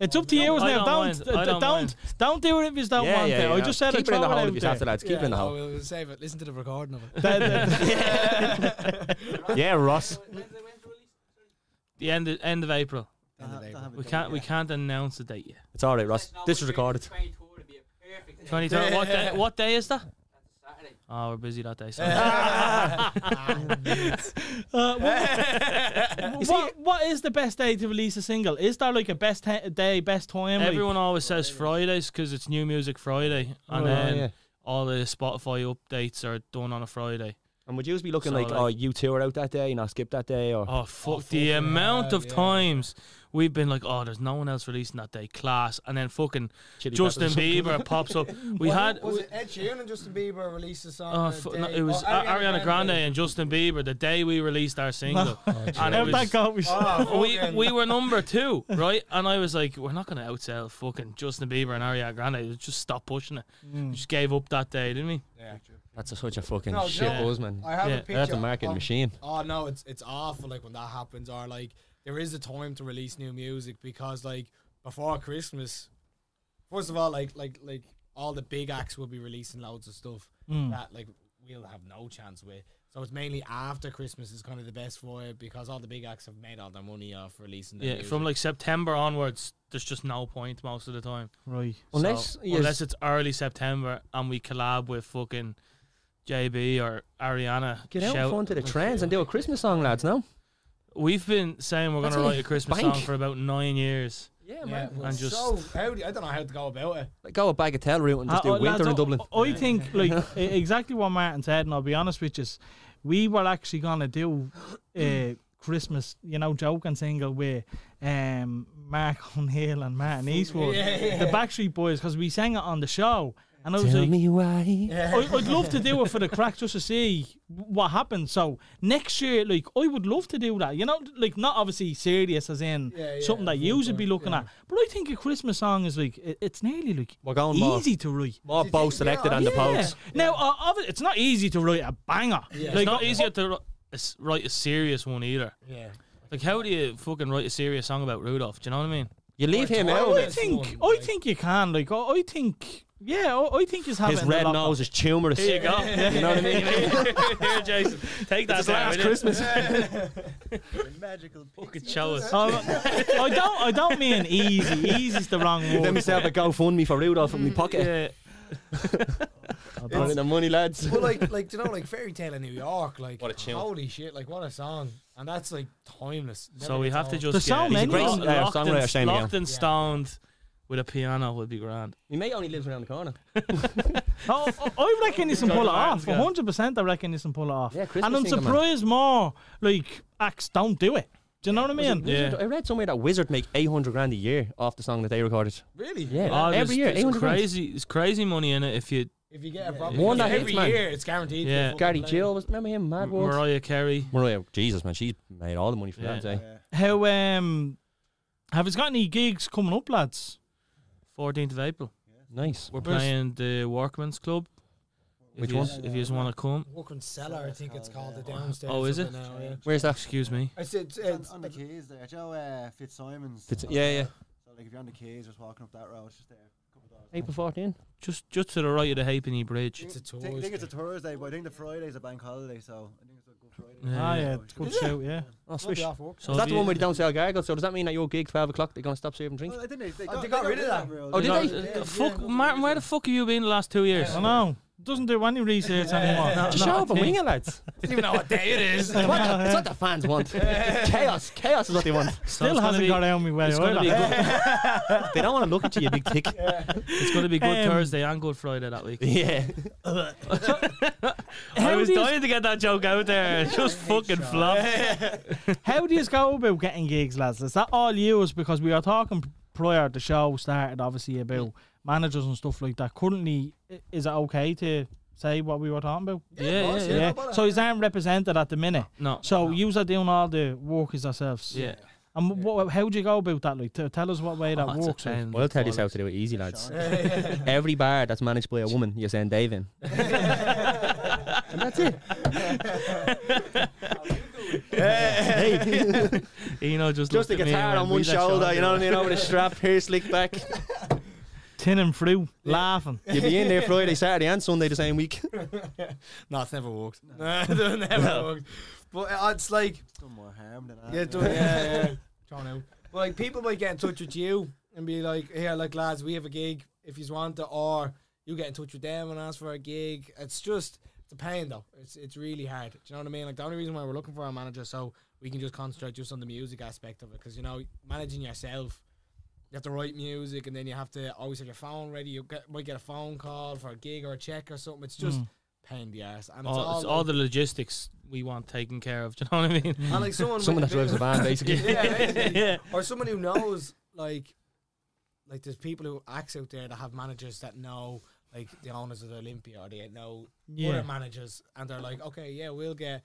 Speaker 1: It's up to you
Speaker 4: I
Speaker 1: now.
Speaker 4: don't
Speaker 1: Don't
Speaker 4: mind.
Speaker 1: d-
Speaker 4: I
Speaker 1: don't
Speaker 4: don't
Speaker 1: don't,
Speaker 4: mind.
Speaker 1: do it if you don't
Speaker 3: yeah,
Speaker 1: want
Speaker 3: yeah,
Speaker 1: to.
Speaker 3: yeah.
Speaker 1: I just said
Speaker 3: keep
Speaker 1: I
Speaker 3: it in the
Speaker 1: throw
Speaker 3: hole if
Speaker 1: it
Speaker 3: you
Speaker 1: out
Speaker 3: have to,
Speaker 1: there.
Speaker 3: lads. Keep it in the
Speaker 5: Oh,
Speaker 3: hole.
Speaker 5: we'll save it. Listen to the recording of it.
Speaker 1: That- that-
Speaker 3: Yeah, Ross.
Speaker 4: the end of, end of April. We can't we
Speaker 6: We
Speaker 4: can't announce the date yet.
Speaker 3: It's all right, Ross. This was recorded.
Speaker 4: Twenty third. What day? What day is that? Oh, we're busy that day. Sorry.
Speaker 1: uh, what, what what is the best day to release a single? Is there like a best te- day, best time? like-
Speaker 4: Everyone always says Fridays because it's New Music Friday,
Speaker 3: Oh,
Speaker 4: and then
Speaker 3: yeah.
Speaker 4: all the Spotify updates are done on a Friday.
Speaker 3: And would you be looking
Speaker 4: So,
Speaker 3: like,
Speaker 4: like-
Speaker 3: oh, you two are out that day and I skip that day? Or
Speaker 4: Oh fuck! the amount of times we've been like, oh, there's no one else releasing that day. Class, and then fucking
Speaker 3: Chili
Speaker 4: Justin
Speaker 3: Peppers.
Speaker 4: Bieber pops up. We had
Speaker 5: was it Ed Sheeran and Justin Bieber released a song?
Speaker 4: Oh,
Speaker 5: on a
Speaker 4: fu-
Speaker 5: day?
Speaker 4: no, it was
Speaker 5: Oh,
Speaker 4: A- Ariana Grande and Justin Bieber the day we released our single, and it
Speaker 1: How'd that
Speaker 4: was,
Speaker 1: go? We-
Speaker 5: Oh,
Speaker 4: we
Speaker 5: fucking-
Speaker 4: we were number two, right? And I was like, we're not going to outsell fucking Justin Bieber and Ariana Grande. Just stop pushing it.
Speaker 3: Mm.
Speaker 4: We just gave up that day, didn't we?
Speaker 3: That's a- such a fucking
Speaker 5: No,
Speaker 3: shit
Speaker 5: no.
Speaker 3: buzz, man.
Speaker 5: I have
Speaker 4: Yeah,
Speaker 5: a picture.
Speaker 3: That's a marketing
Speaker 5: of-
Speaker 3: machine.
Speaker 5: Oh no, it's it's awful. Like when that happens, or like there is a time to release new music because like before Christmas, first of all, like like like all the big acts will be releasing loads of stuff
Speaker 4: Mm.
Speaker 5: that like we'll have no chance with. So it's mainly after Christmas is kind of the best for it because all the big acts have made all their money off releasing. Their
Speaker 4: Yeah,
Speaker 5: music.
Speaker 4: from like September onwards, there's just no point most of the time.
Speaker 1: Right.
Speaker 3: Unless,
Speaker 4: So,
Speaker 3: yes.
Speaker 4: unless it's early September and we collab with fucking JB or Ariana.
Speaker 3: Get out
Speaker 4: Shout-
Speaker 3: in front of the trends and do a Christmas song, lads, no?
Speaker 4: We've been saying we're going to
Speaker 3: That's
Speaker 4: write
Speaker 3: it.
Speaker 4: a Christmas
Speaker 3: Bank.
Speaker 4: song for about nine years.
Speaker 3: Yeah,
Speaker 5: yeah,
Speaker 4: And
Speaker 5: just
Speaker 4: just-
Speaker 5: so how do, I don't know how to go about it.
Speaker 3: Like, go a bagatelle route and just
Speaker 1: Uh,
Speaker 3: do
Speaker 1: uh,
Speaker 3: winter
Speaker 1: lads,
Speaker 3: in Dublin.
Speaker 1: I, I think like e- exactly what Martin said, and I'll be honest with you, we were actually gonna do uh, Christmas, you know, joke and single with um, Mark O'Neill and Martin Eastwood, the Backstreet Boys, because we sang it on the show. And I was like,
Speaker 3: why.
Speaker 1: I, I'd love to do it for the crack just to see what happens. So next year, like I would love to do that. You know, like not obviously serious as in
Speaker 5: Yeah, yeah,
Speaker 1: something that
Speaker 5: full
Speaker 1: you would be
Speaker 5: time,
Speaker 1: looking
Speaker 5: yeah.
Speaker 1: at, but I think a Christmas song is like it, it's nearly like
Speaker 3: We're going more,
Speaker 1: easy to write.
Speaker 3: more bow selected
Speaker 5: yeah,
Speaker 3: on the
Speaker 1: Yeah.
Speaker 3: posts.
Speaker 1: Now, uh, obvi- it's not easy to write a banger.
Speaker 5: Yeah.
Speaker 1: Like,
Speaker 4: It's not easier to wri- s- write a serious one either.
Speaker 5: Yeah.
Speaker 4: Like, how do you fucking write a serious song about Rudolph? Do you know what I mean?
Speaker 3: You leave him
Speaker 5: Well,
Speaker 3: out.
Speaker 1: I
Speaker 5: That's
Speaker 1: think
Speaker 5: one,
Speaker 1: I
Speaker 5: like-
Speaker 1: think you can. Like, I, I think, yeah, I, I think he's having
Speaker 3: His red nose is tumorous.
Speaker 4: There you go. you know what I mean? Here, Jason, take that. down, will you?
Speaker 6: Magical
Speaker 4: Fucking
Speaker 6: pixie.
Speaker 4: show us.
Speaker 1: Um, I don't. I don't mean easy. Easy's the wrong
Speaker 3: Let
Speaker 1: word.
Speaker 3: myself a GoFundMe for Rudolph in my pocket.
Speaker 4: Yeah.
Speaker 3: Running the money, lads.
Speaker 5: Well, like, like do you know, like Fairy Tale in New York, like
Speaker 3: What a tune.
Speaker 5: holy shit, like what a song, and that's like timeless.
Speaker 4: So we have to just
Speaker 1: There's so
Speaker 4: get
Speaker 1: many
Speaker 4: locked-
Speaker 1: of them.
Speaker 3: Yeah,
Speaker 4: locked,
Speaker 3: songwriter,
Speaker 4: and,
Speaker 3: Shane McGowan.
Speaker 4: locked and stoned with a piano would be grand.
Speaker 3: My mate only lives around the corner.
Speaker 1: Oh, I- I reckon you can pull it off.
Speaker 4: Yeah.
Speaker 1: 100. percent I reckon you can pull it off.
Speaker 3: Yeah, Christmas
Speaker 1: and I'm
Speaker 3: thing, man.
Speaker 1: surprised more like acts don't do it. Do you know what I mean?
Speaker 4: Yeah.
Speaker 3: Wizard- I read somewhere that Wizard make 800 grand a year off the song that they recorded.
Speaker 5: really,
Speaker 3: Yeah,
Speaker 4: Oh,
Speaker 3: every
Speaker 4: there's-
Speaker 3: year,
Speaker 4: there's
Speaker 3: 800 grand.
Speaker 4: crazy. It's crazy money in it if you
Speaker 5: If you get a proper
Speaker 3: One that
Speaker 5: every
Speaker 3: hits, man.
Speaker 5: year, it's guaranteed. to
Speaker 4: Yeah.
Speaker 5: fucking
Speaker 3: Gary
Speaker 5: play.
Speaker 3: Jill, was, remember him? Mad World?
Speaker 4: Mariah Carey.
Speaker 3: Mariah, Jesus, man, she's made all the money from
Speaker 4: Yeah.
Speaker 3: that day.
Speaker 1: How um, have you got any gigs coming up, lads?
Speaker 4: 14th of April.
Speaker 3: Nice.
Speaker 4: We're
Speaker 1: Where's-
Speaker 4: playing the Workman's Club.
Speaker 3: Which
Speaker 4: if
Speaker 3: one?
Speaker 4: yous- If you just want to come.
Speaker 5: Walking cellar, I think it's called the downstairs.
Speaker 4: Oh, is
Speaker 5: of
Speaker 4: it?
Speaker 5: Now, yeah.
Speaker 3: Where's that?
Speaker 4: Excuse me.
Speaker 5: It's, it's,
Speaker 6: On,
Speaker 5: it's,
Speaker 6: on the keys there, Joe uh, Fitzsimons.
Speaker 3: It's, yeah, yeah.
Speaker 6: So like if you're on the keys, just walking up that road, it's just there. a couple of doors.
Speaker 3: April Oh, 14.
Speaker 4: Just just to the right of the Halfpenny Bridge.
Speaker 5: it's a
Speaker 6: I think, I think it's a
Speaker 5: tourist.
Speaker 6: Thursday, but I think the Friday's a bank holiday, so I think it's a good Friday.
Speaker 4: Yeah.
Speaker 1: Ah, yeah, good show. Yeah.
Speaker 3: Oh, swish. Is
Speaker 5: off work.
Speaker 4: So
Speaker 3: that
Speaker 4: if
Speaker 3: the
Speaker 4: you-
Speaker 3: one where they don't sell gargles? So does that mean at your gig, 12 o'clock, they're going to stop serving drinks?
Speaker 6: Well, I think they, they,
Speaker 5: Oh,
Speaker 6: got,
Speaker 5: they got rid of that.
Speaker 6: rule.
Speaker 3: Oh, did
Speaker 4: No,
Speaker 3: they?
Speaker 4: uh,
Speaker 5: Yeah,
Speaker 4: fuck,
Speaker 5: yeah.
Speaker 4: Martin, where the fuck have you been the last two years?
Speaker 1: I know. Doesn't do any research anymore. No,
Speaker 3: Just
Speaker 1: no.
Speaker 3: show up and wing it, lads.
Speaker 5: Didn't even know what day it is.
Speaker 3: It's what, the, it's what the fans want. It's chaos. Chaos is what they want.
Speaker 4: So
Speaker 1: Still
Speaker 4: it's gonna
Speaker 1: hasn't
Speaker 4: be-
Speaker 1: got out my way.
Speaker 4: It's going to
Speaker 1: either.
Speaker 4: be good,
Speaker 3: They don't want to look at you, you big tick.
Speaker 4: it's gonna be good
Speaker 1: Um,
Speaker 4: Thursday and Good Friday that week.
Speaker 3: Yeah.
Speaker 4: I
Speaker 1: How
Speaker 4: was
Speaker 1: do yous-
Speaker 4: dying to get that joke out there. It just fucking flopped.
Speaker 1: How do you go about getting gigs, lads? Is that all yours? Because we are talking prior the show started, obviously, about managers and stuff like that. Currently, i- is it okay to say what we were talking about?
Speaker 4: Yeah, yeah, yeah.
Speaker 1: So he's aren't represented at the minute.
Speaker 4: No.
Speaker 1: So you are doing all the work is yourselves.
Speaker 4: yeah.
Speaker 1: And what, how do you go about that? Like, t- tell us what way that
Speaker 4: Oh, it's a
Speaker 1: works.
Speaker 4: pain in
Speaker 3: Well, I'll
Speaker 4: the
Speaker 3: tell you how
Speaker 4: bollocks.
Speaker 3: to do it easy, lads. Every bar that's managed by a woman, you send Dave in. and that's it. hey.
Speaker 4: Eno just
Speaker 3: Just a
Speaker 4: looked at me and
Speaker 3: guitar
Speaker 4: went,
Speaker 3: on one
Speaker 4: "Read that
Speaker 3: shoulder, you know what I mean? Over the strap, hair slick back.
Speaker 1: Tin and through, laughing.
Speaker 3: You'll be in there Friday, Saturday, and Sunday the same week.
Speaker 5: No, it's never worked. No, it never worked. But uh, it's like,
Speaker 6: Done more harm than
Speaker 5: yeah,
Speaker 6: harm.
Speaker 5: don't, yeah, yeah. Thrown out. But like, people might get in touch with you and be like, here, like, lads, we have a gig if you want it, or you get in touch with them and ask for a gig. It's just, it's a pain, though. It's it's really hard. Do you know what I mean? Like, the only reason why we're looking for a manager is so we can just concentrate just on the music aspect of it. Because, you know, managing yourself, you have to write music and then you have to always have your phone ready. You get, might get a phone call for a gig or a check or something. It's just pain in the ass. And it's
Speaker 4: all,
Speaker 5: all,
Speaker 4: it's all
Speaker 5: like-
Speaker 4: the logistics we want taken care of. Do you know what I mean?
Speaker 5: and like someone
Speaker 3: Someone that
Speaker 5: with
Speaker 3: drives
Speaker 5: a bit-
Speaker 3: a van, basically.
Speaker 5: yeah, basically.
Speaker 4: yeah.
Speaker 5: or someone who knows like like there's people who acts out there that have managers that know like the owners of the Olympia or they know
Speaker 1: Yeah.
Speaker 5: other managers and they're like, okay, yeah, we'll get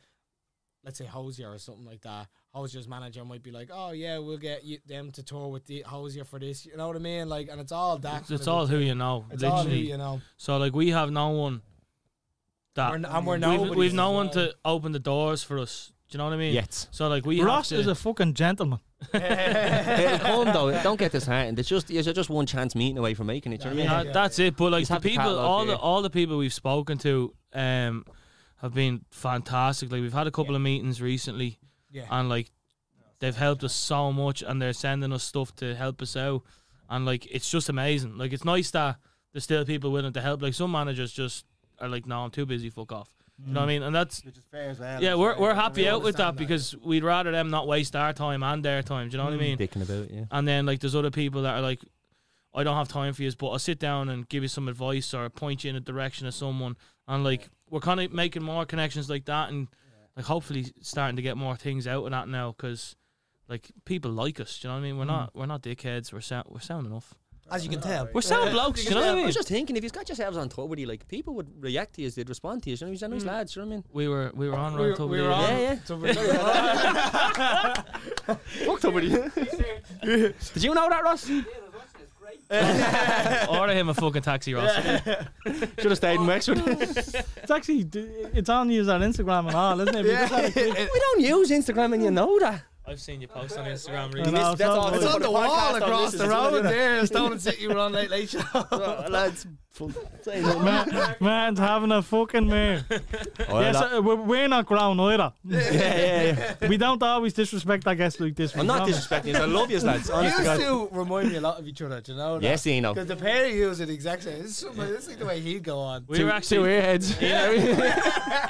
Speaker 5: let's say Hosier or something like that. Hosier's manager might be like, oh yeah, we'll get you, them to tour with the Hosier for this. You know what I mean? Like, and it's all that.
Speaker 4: It's,
Speaker 5: kind
Speaker 4: it's
Speaker 5: of-
Speaker 4: all who you know.
Speaker 5: It's all
Speaker 4: literally.
Speaker 5: who you know.
Speaker 4: So like we have no one that
Speaker 5: We're n- and we're
Speaker 4: we've,
Speaker 5: nobodies
Speaker 4: we've no
Speaker 5: as
Speaker 4: one
Speaker 5: well.
Speaker 4: to open the doors for us. Do you know what I mean?
Speaker 3: Yet.
Speaker 4: So like we
Speaker 1: Ross
Speaker 4: have
Speaker 1: is
Speaker 4: to,
Speaker 3: eh,
Speaker 1: a fucking gentleman.
Speaker 3: It'll come, though. Don't get disheartened. It's just, it's just one chance meeting away from making it. Do you know what I mean?
Speaker 4: Yeah, that's it. But like
Speaker 3: Just
Speaker 4: the
Speaker 3: have the
Speaker 4: people,
Speaker 3: catalogue
Speaker 4: all
Speaker 3: here.
Speaker 4: the all the people we've spoken to, um, have been fantastic. Like we've had a couple of meetings recently,
Speaker 5: Yeah.
Speaker 4: and like they've helped us so much, and they're sending us stuff to help us out, and like it's just amazing. Like it's nice that there's still people willing to help. Like some managers just are like, no, I'm too busy. Fuck off. You know what I mean? And that's
Speaker 6: Which is fair as well.
Speaker 4: Mm. Yeah,
Speaker 6: it's
Speaker 4: we're,
Speaker 6: fair.
Speaker 4: we're happy
Speaker 5: we
Speaker 4: out with that
Speaker 5: understand that,
Speaker 4: because we'd rather them not waste our time and their time. Do you know what I mean?
Speaker 3: Dicking about, yeah.
Speaker 4: And then like there's other people that are like, I don't have time for you, but I'll sit down and give you some advice or point you in a direction of someone. And like we're kind of making more connections like that, and like hopefully starting to get more things out of that now because like people like us. Do you know what I mean? We're not we're not dickheads. We're sound we're sound enough.
Speaker 5: Mm. As you can tell.
Speaker 4: We're sound blokes, you know what I
Speaker 3: I
Speaker 4: mean?
Speaker 3: was just thinking, if you've got yourselves on Tubbity, like people would react to you, they'd respond to you. You know, he's a nice
Speaker 4: Mm.
Speaker 3: lad. You know what I mean?
Speaker 4: We were we were on
Speaker 5: We
Speaker 4: road
Speaker 5: were,
Speaker 4: to
Speaker 5: we were on.
Speaker 3: Yeah, yeah.
Speaker 5: So we're yeah.
Speaker 3: Fuck Tubbity. Did you know that, Ross? Should
Speaker 4: Order him a fucking taxi, Ross.
Speaker 3: have stayed in Wexford.
Speaker 1: It's actually it's on you on Instagram and all, isn't it? yeah.
Speaker 3: we don't use Instagram, and you know that.
Speaker 4: I've seen you post on Instagram
Speaker 1: I
Speaker 4: recently.
Speaker 1: know, so
Speaker 5: It's
Speaker 1: annoying.
Speaker 5: on the wall across the road there. Stone City were on late late show.
Speaker 3: Lads, full.
Speaker 1: Ma- Man's having a fucking man. Yes, uh, we're, we're not grown either.
Speaker 3: yeah, yeah, yeah.
Speaker 1: we don't always disrespect our guests like this.
Speaker 3: I'm not disrespecting you. I love you, lads. Honest to
Speaker 5: You
Speaker 3: God.
Speaker 5: two remind me a lot of each other, do you know?
Speaker 3: Yes, Eno.
Speaker 5: Because the pair of you is the exact same. This is, this is the way he'd go on.
Speaker 4: We were
Speaker 3: Two
Speaker 4: actually,
Speaker 3: earheads.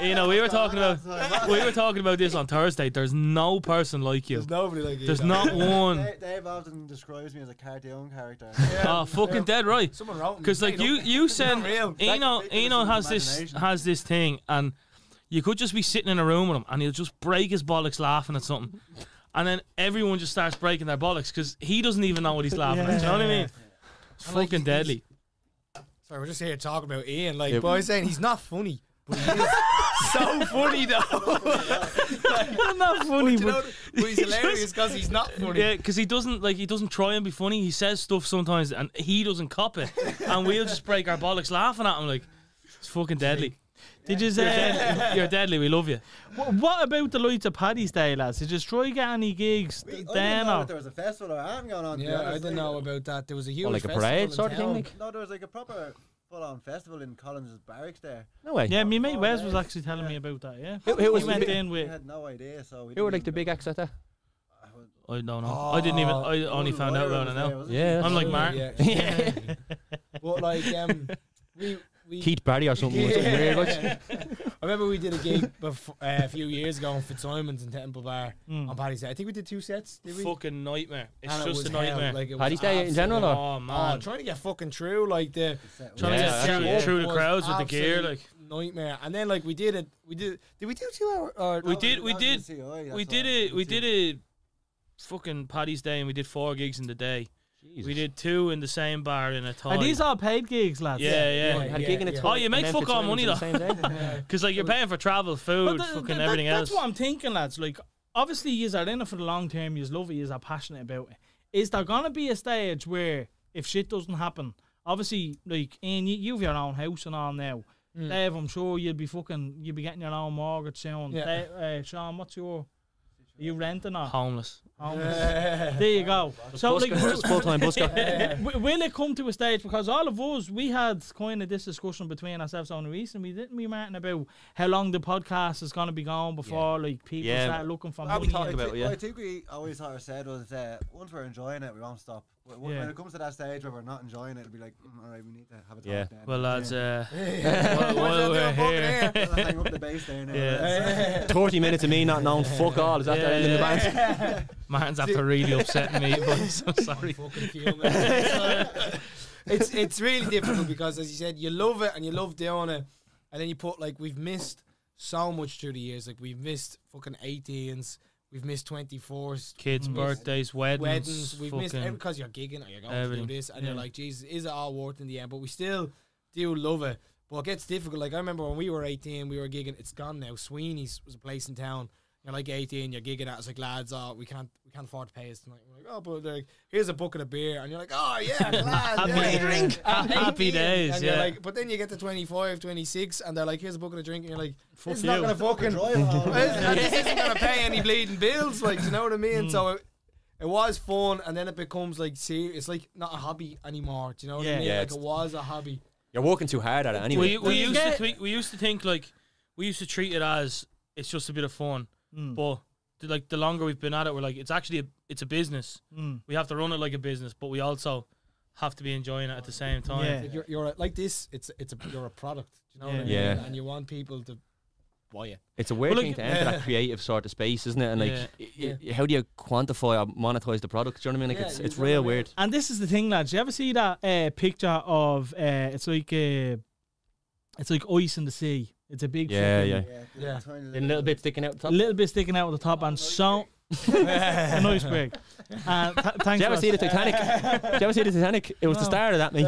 Speaker 4: you know, we were talking about uh, we were talking about this on Thursday. There's no person like you.
Speaker 5: There's nobody like you.
Speaker 4: There's
Speaker 5: though.
Speaker 4: not one.
Speaker 6: Dave, Dave often describes me as a cartoon character.
Speaker 4: Oh, fucking dead right.
Speaker 5: Someone wrote
Speaker 4: Because like you, you send
Speaker 5: real.
Speaker 4: Eno,
Speaker 6: That-
Speaker 4: Eno has this
Speaker 6: imagination.
Speaker 4: has this thing, and you could just be sitting in a room with him, and he'll just break his bollocks laughing at something, and then everyone just starts breaking their bollocks because he doesn't even know what he's laughing at. Do you know what I mean? It's
Speaker 5: like,
Speaker 4: fucking
Speaker 5: he's-
Speaker 4: deadly.
Speaker 5: Sorry, we're just here talking about Ian. Like,
Speaker 3: Yeah.
Speaker 5: boy, saying he's not funny, but he is so funny though.
Speaker 1: not funny,
Speaker 5: you know,
Speaker 1: but
Speaker 5: but he's hilarious because he's not funny.
Speaker 4: Yeah, because he doesn't like he doesn't try and be funny. He says stuff sometimes, and he doesn't cop it, and we'll just break our bollocks laughing at him. Like it's fucking deadly.
Speaker 1: did you
Speaker 4: You're
Speaker 1: say?
Speaker 4: deadly. You're deadly. We love you.
Speaker 1: Wha- What about the lights of Paddy's Day, lads? Did you try get any gigs
Speaker 6: I didn't
Speaker 1: then?
Speaker 6: know
Speaker 1: Or?
Speaker 6: that there was a festival or anything going on. to be
Speaker 5: Yeah, I
Speaker 6: honest.
Speaker 5: didn't know about that. There was a huge
Speaker 3: Or like a
Speaker 5: festival
Speaker 3: parade
Speaker 5: in
Speaker 3: sort of thing,
Speaker 5: town.
Speaker 3: like?
Speaker 6: No, there was like a proper full-on festival in Collins's barracks there.
Speaker 3: No way.
Speaker 1: Yeah, me mate Wes was
Speaker 6: yeah.
Speaker 1: actually telling me about that. Yeah,
Speaker 3: Who, who
Speaker 1: he
Speaker 3: was
Speaker 1: went
Speaker 3: who,
Speaker 1: in
Speaker 6: We
Speaker 1: with.
Speaker 6: had no idea, so we
Speaker 3: who were
Speaker 6: didn't
Speaker 3: like the
Speaker 6: even
Speaker 3: big acts at that?
Speaker 4: I don't know. I didn't even. I
Speaker 6: know.
Speaker 4: only found out
Speaker 6: Lyra
Speaker 4: about it
Speaker 6: was
Speaker 4: now.
Speaker 6: there, wasn't
Speaker 3: Yeah,
Speaker 6: she?
Speaker 4: I'm like
Speaker 5: Yeah,
Speaker 4: Mark.
Speaker 5: yeah.
Speaker 3: Yeah.
Speaker 5: But like, um, we we.
Speaker 3: Keith Barry or something. was it weird, like?
Speaker 5: I remember we did a gig before, uh, a few years ago in Fitzsimons and Temple Bar on Paddy's Day. I think we did two sets. Did we?
Speaker 4: Fucking nightmare. Hmm. It's
Speaker 5: And it
Speaker 4: just
Speaker 5: was
Speaker 4: a
Speaker 5: hell,
Speaker 4: nightmare.
Speaker 5: like, it was
Speaker 3: Paddy's Day in
Speaker 5: absolute-
Speaker 3: general, or?
Speaker 4: oh
Speaker 5: Oh,
Speaker 4: man.
Speaker 5: trying to get fucking through, like the
Speaker 6: Yeah.
Speaker 4: Trying to
Speaker 3: Yeah,
Speaker 4: get through,
Speaker 3: yeah.
Speaker 4: through the
Speaker 5: was
Speaker 4: crowds with the gear,
Speaker 5: absolute
Speaker 4: like
Speaker 5: nightmare. And then like we did it, we did. Did we do two hour? Or
Speaker 4: we
Speaker 6: That
Speaker 4: did,
Speaker 6: was-
Speaker 4: we
Speaker 6: that was in
Speaker 4: did,
Speaker 6: COI,
Speaker 4: we
Speaker 6: that's
Speaker 4: did
Speaker 6: all.
Speaker 4: it. We
Speaker 6: That's
Speaker 4: did it. Fucking Paddy's Day, and we did four gigs in the day. We did two in the same bar in a time.
Speaker 1: And these are paid gigs, lads.
Speaker 4: yeah, yeah.
Speaker 5: yeah.
Speaker 3: Had a gig in a
Speaker 5: yeah.
Speaker 3: toilet
Speaker 4: Oh, you
Speaker 3: and
Speaker 4: make
Speaker 3: then
Speaker 4: fuck all
Speaker 3: Fitzsimons
Speaker 4: money,
Speaker 3: on the
Speaker 4: though.
Speaker 3: same day.
Speaker 4: Because like you're paying for travel, food,
Speaker 1: But th-
Speaker 4: fucking
Speaker 1: th- that-
Speaker 4: everything
Speaker 1: That's
Speaker 4: else.
Speaker 1: what I'm thinking, lads. Like, obviously, yous are in it for the long term. Yous love it. Yous are passionate about it. Is there gonna be a stage where if shit doesn't happen, obviously, like, and you, you've your own house and all now.
Speaker 4: Mm.
Speaker 1: Dave, I'm sure you'll be fucking, you'll be getting your own mortgage soon.
Speaker 5: Yeah.
Speaker 1: Dave, uh, Sean, what's your, are you renting or?
Speaker 4: Homeless.
Speaker 1: Home. there you go. So, like,
Speaker 3: Busker, just full time busker.
Speaker 1: W- will it come to a stage because all of us we had kind of this discussion between ourselves on the recently didn't we Martin about how long the podcast is going to be going before like people
Speaker 3: Yeah.
Speaker 1: start looking for
Speaker 3: I'll be
Speaker 1: money
Speaker 3: talking
Speaker 1: and-
Speaker 3: about it, yeah.
Speaker 6: I think we always sort of said was uh, once we're enjoying it, we won't stop. But when,
Speaker 1: Yeah.
Speaker 6: when it comes to that stage where we're not enjoying it, it'll be like, mm, all right, we need to have a talk.
Speaker 3: Yeah.
Speaker 6: Then.
Speaker 4: Well, lads,
Speaker 6: Yeah.
Speaker 4: uh, while, while we're here,
Speaker 6: Let's hang up the bass there now.
Speaker 4: Yeah.
Speaker 3: Thirty minutes of me not knowing fuck all. Is that the end of the
Speaker 4: Yeah.
Speaker 3: band?
Speaker 4: Martin's after really upsetting me. But I'm so sorry.
Speaker 5: fucking fuming. it's it's really difficult because, as you said, you love it and you love doing it, and then you put like we've missed so much through the years. Like we've missed fucking 18s, we've missed 24s,
Speaker 4: Kids'
Speaker 5: we've missed
Speaker 4: birthdays, weddings,
Speaker 5: weddings. We've missed
Speaker 4: fucking-
Speaker 5: because you're gigging or you're going
Speaker 4: everything.
Speaker 5: to do this, and
Speaker 1: Yeah.
Speaker 5: you're like, Jesus, is it all worth in the end? But we still do love it. But it gets difficult. Like I remember when we were 18, we were gigging. It's gone now. Sweeney's was a place in town. You're like 18, you're gigging at. It's like lads, oh, we can't, we can't afford to pay us tonight. We're like, oh, but like, here's a bucket of beer, and you're like, oh yeah, lads, yeah.
Speaker 1: drink.
Speaker 5: At
Speaker 4: Happy
Speaker 5: 18,
Speaker 4: days,
Speaker 5: and you're
Speaker 4: yeah.
Speaker 5: like, but then you get to 25, 26, and they're like, here's a bucket of drink, and you're like, this is
Speaker 1: you.
Speaker 5: not gonna fucking and this isn't gonna pay any bleeding bills, like you know what I
Speaker 3: Mm.
Speaker 5: mean? So it, it was fun, and then it becomes like serious. It's like not a hobby anymore. Do you know what
Speaker 1: Yeah.
Speaker 5: I mean?
Speaker 3: Yeah,
Speaker 5: like
Speaker 3: it's-
Speaker 5: it was a hobby.
Speaker 3: You're working too hard at it anyway.
Speaker 4: We, we
Speaker 1: you
Speaker 4: used
Speaker 1: get-
Speaker 4: to think, we used to think like we used to treat it as it's just a bit of fun,
Speaker 5: Hmm.
Speaker 4: but the, like the longer we've been at it, we're like it's actually a, it's a business.
Speaker 5: Hmm.
Speaker 4: We have to run it like a business, but we also have to be enjoying it at the same time.
Speaker 1: Yeah.
Speaker 5: Like you're, you're a- like this. It's it's a, you're a product. Do you know what I mean?
Speaker 3: Yeah. Yeah.
Speaker 5: And you want people to buy it.
Speaker 3: It's a weird
Speaker 4: Well,
Speaker 3: thing
Speaker 4: like-
Speaker 3: to enter that creative sort of space, isn't it? And like,
Speaker 4: Yeah.
Speaker 3: y- y- how do you quantify or monetize the product? Do you know what I mean? Like,
Speaker 5: Yeah,
Speaker 3: it's
Speaker 5: you
Speaker 3: it's
Speaker 5: do what I
Speaker 3: real
Speaker 5: mean.
Speaker 3: weird.
Speaker 1: and this is the thing lads you ever see that uh, picture of uh, it's like uh, it's like ice in the sea it's a big
Speaker 3: Yeah,
Speaker 1: fucking-
Speaker 3: yeah.
Speaker 5: Yeah.
Speaker 6: Yeah.
Speaker 3: And a little bit sticking out the top.
Speaker 1: little bit sticking out at the top and so an iceberg. Uh, th-
Speaker 3: Did
Speaker 1: thanks
Speaker 3: you ever
Speaker 1: for
Speaker 3: see the Titanic? Did you ever see the Titanic? It was the
Speaker 1: No.
Speaker 3: star of that, mate.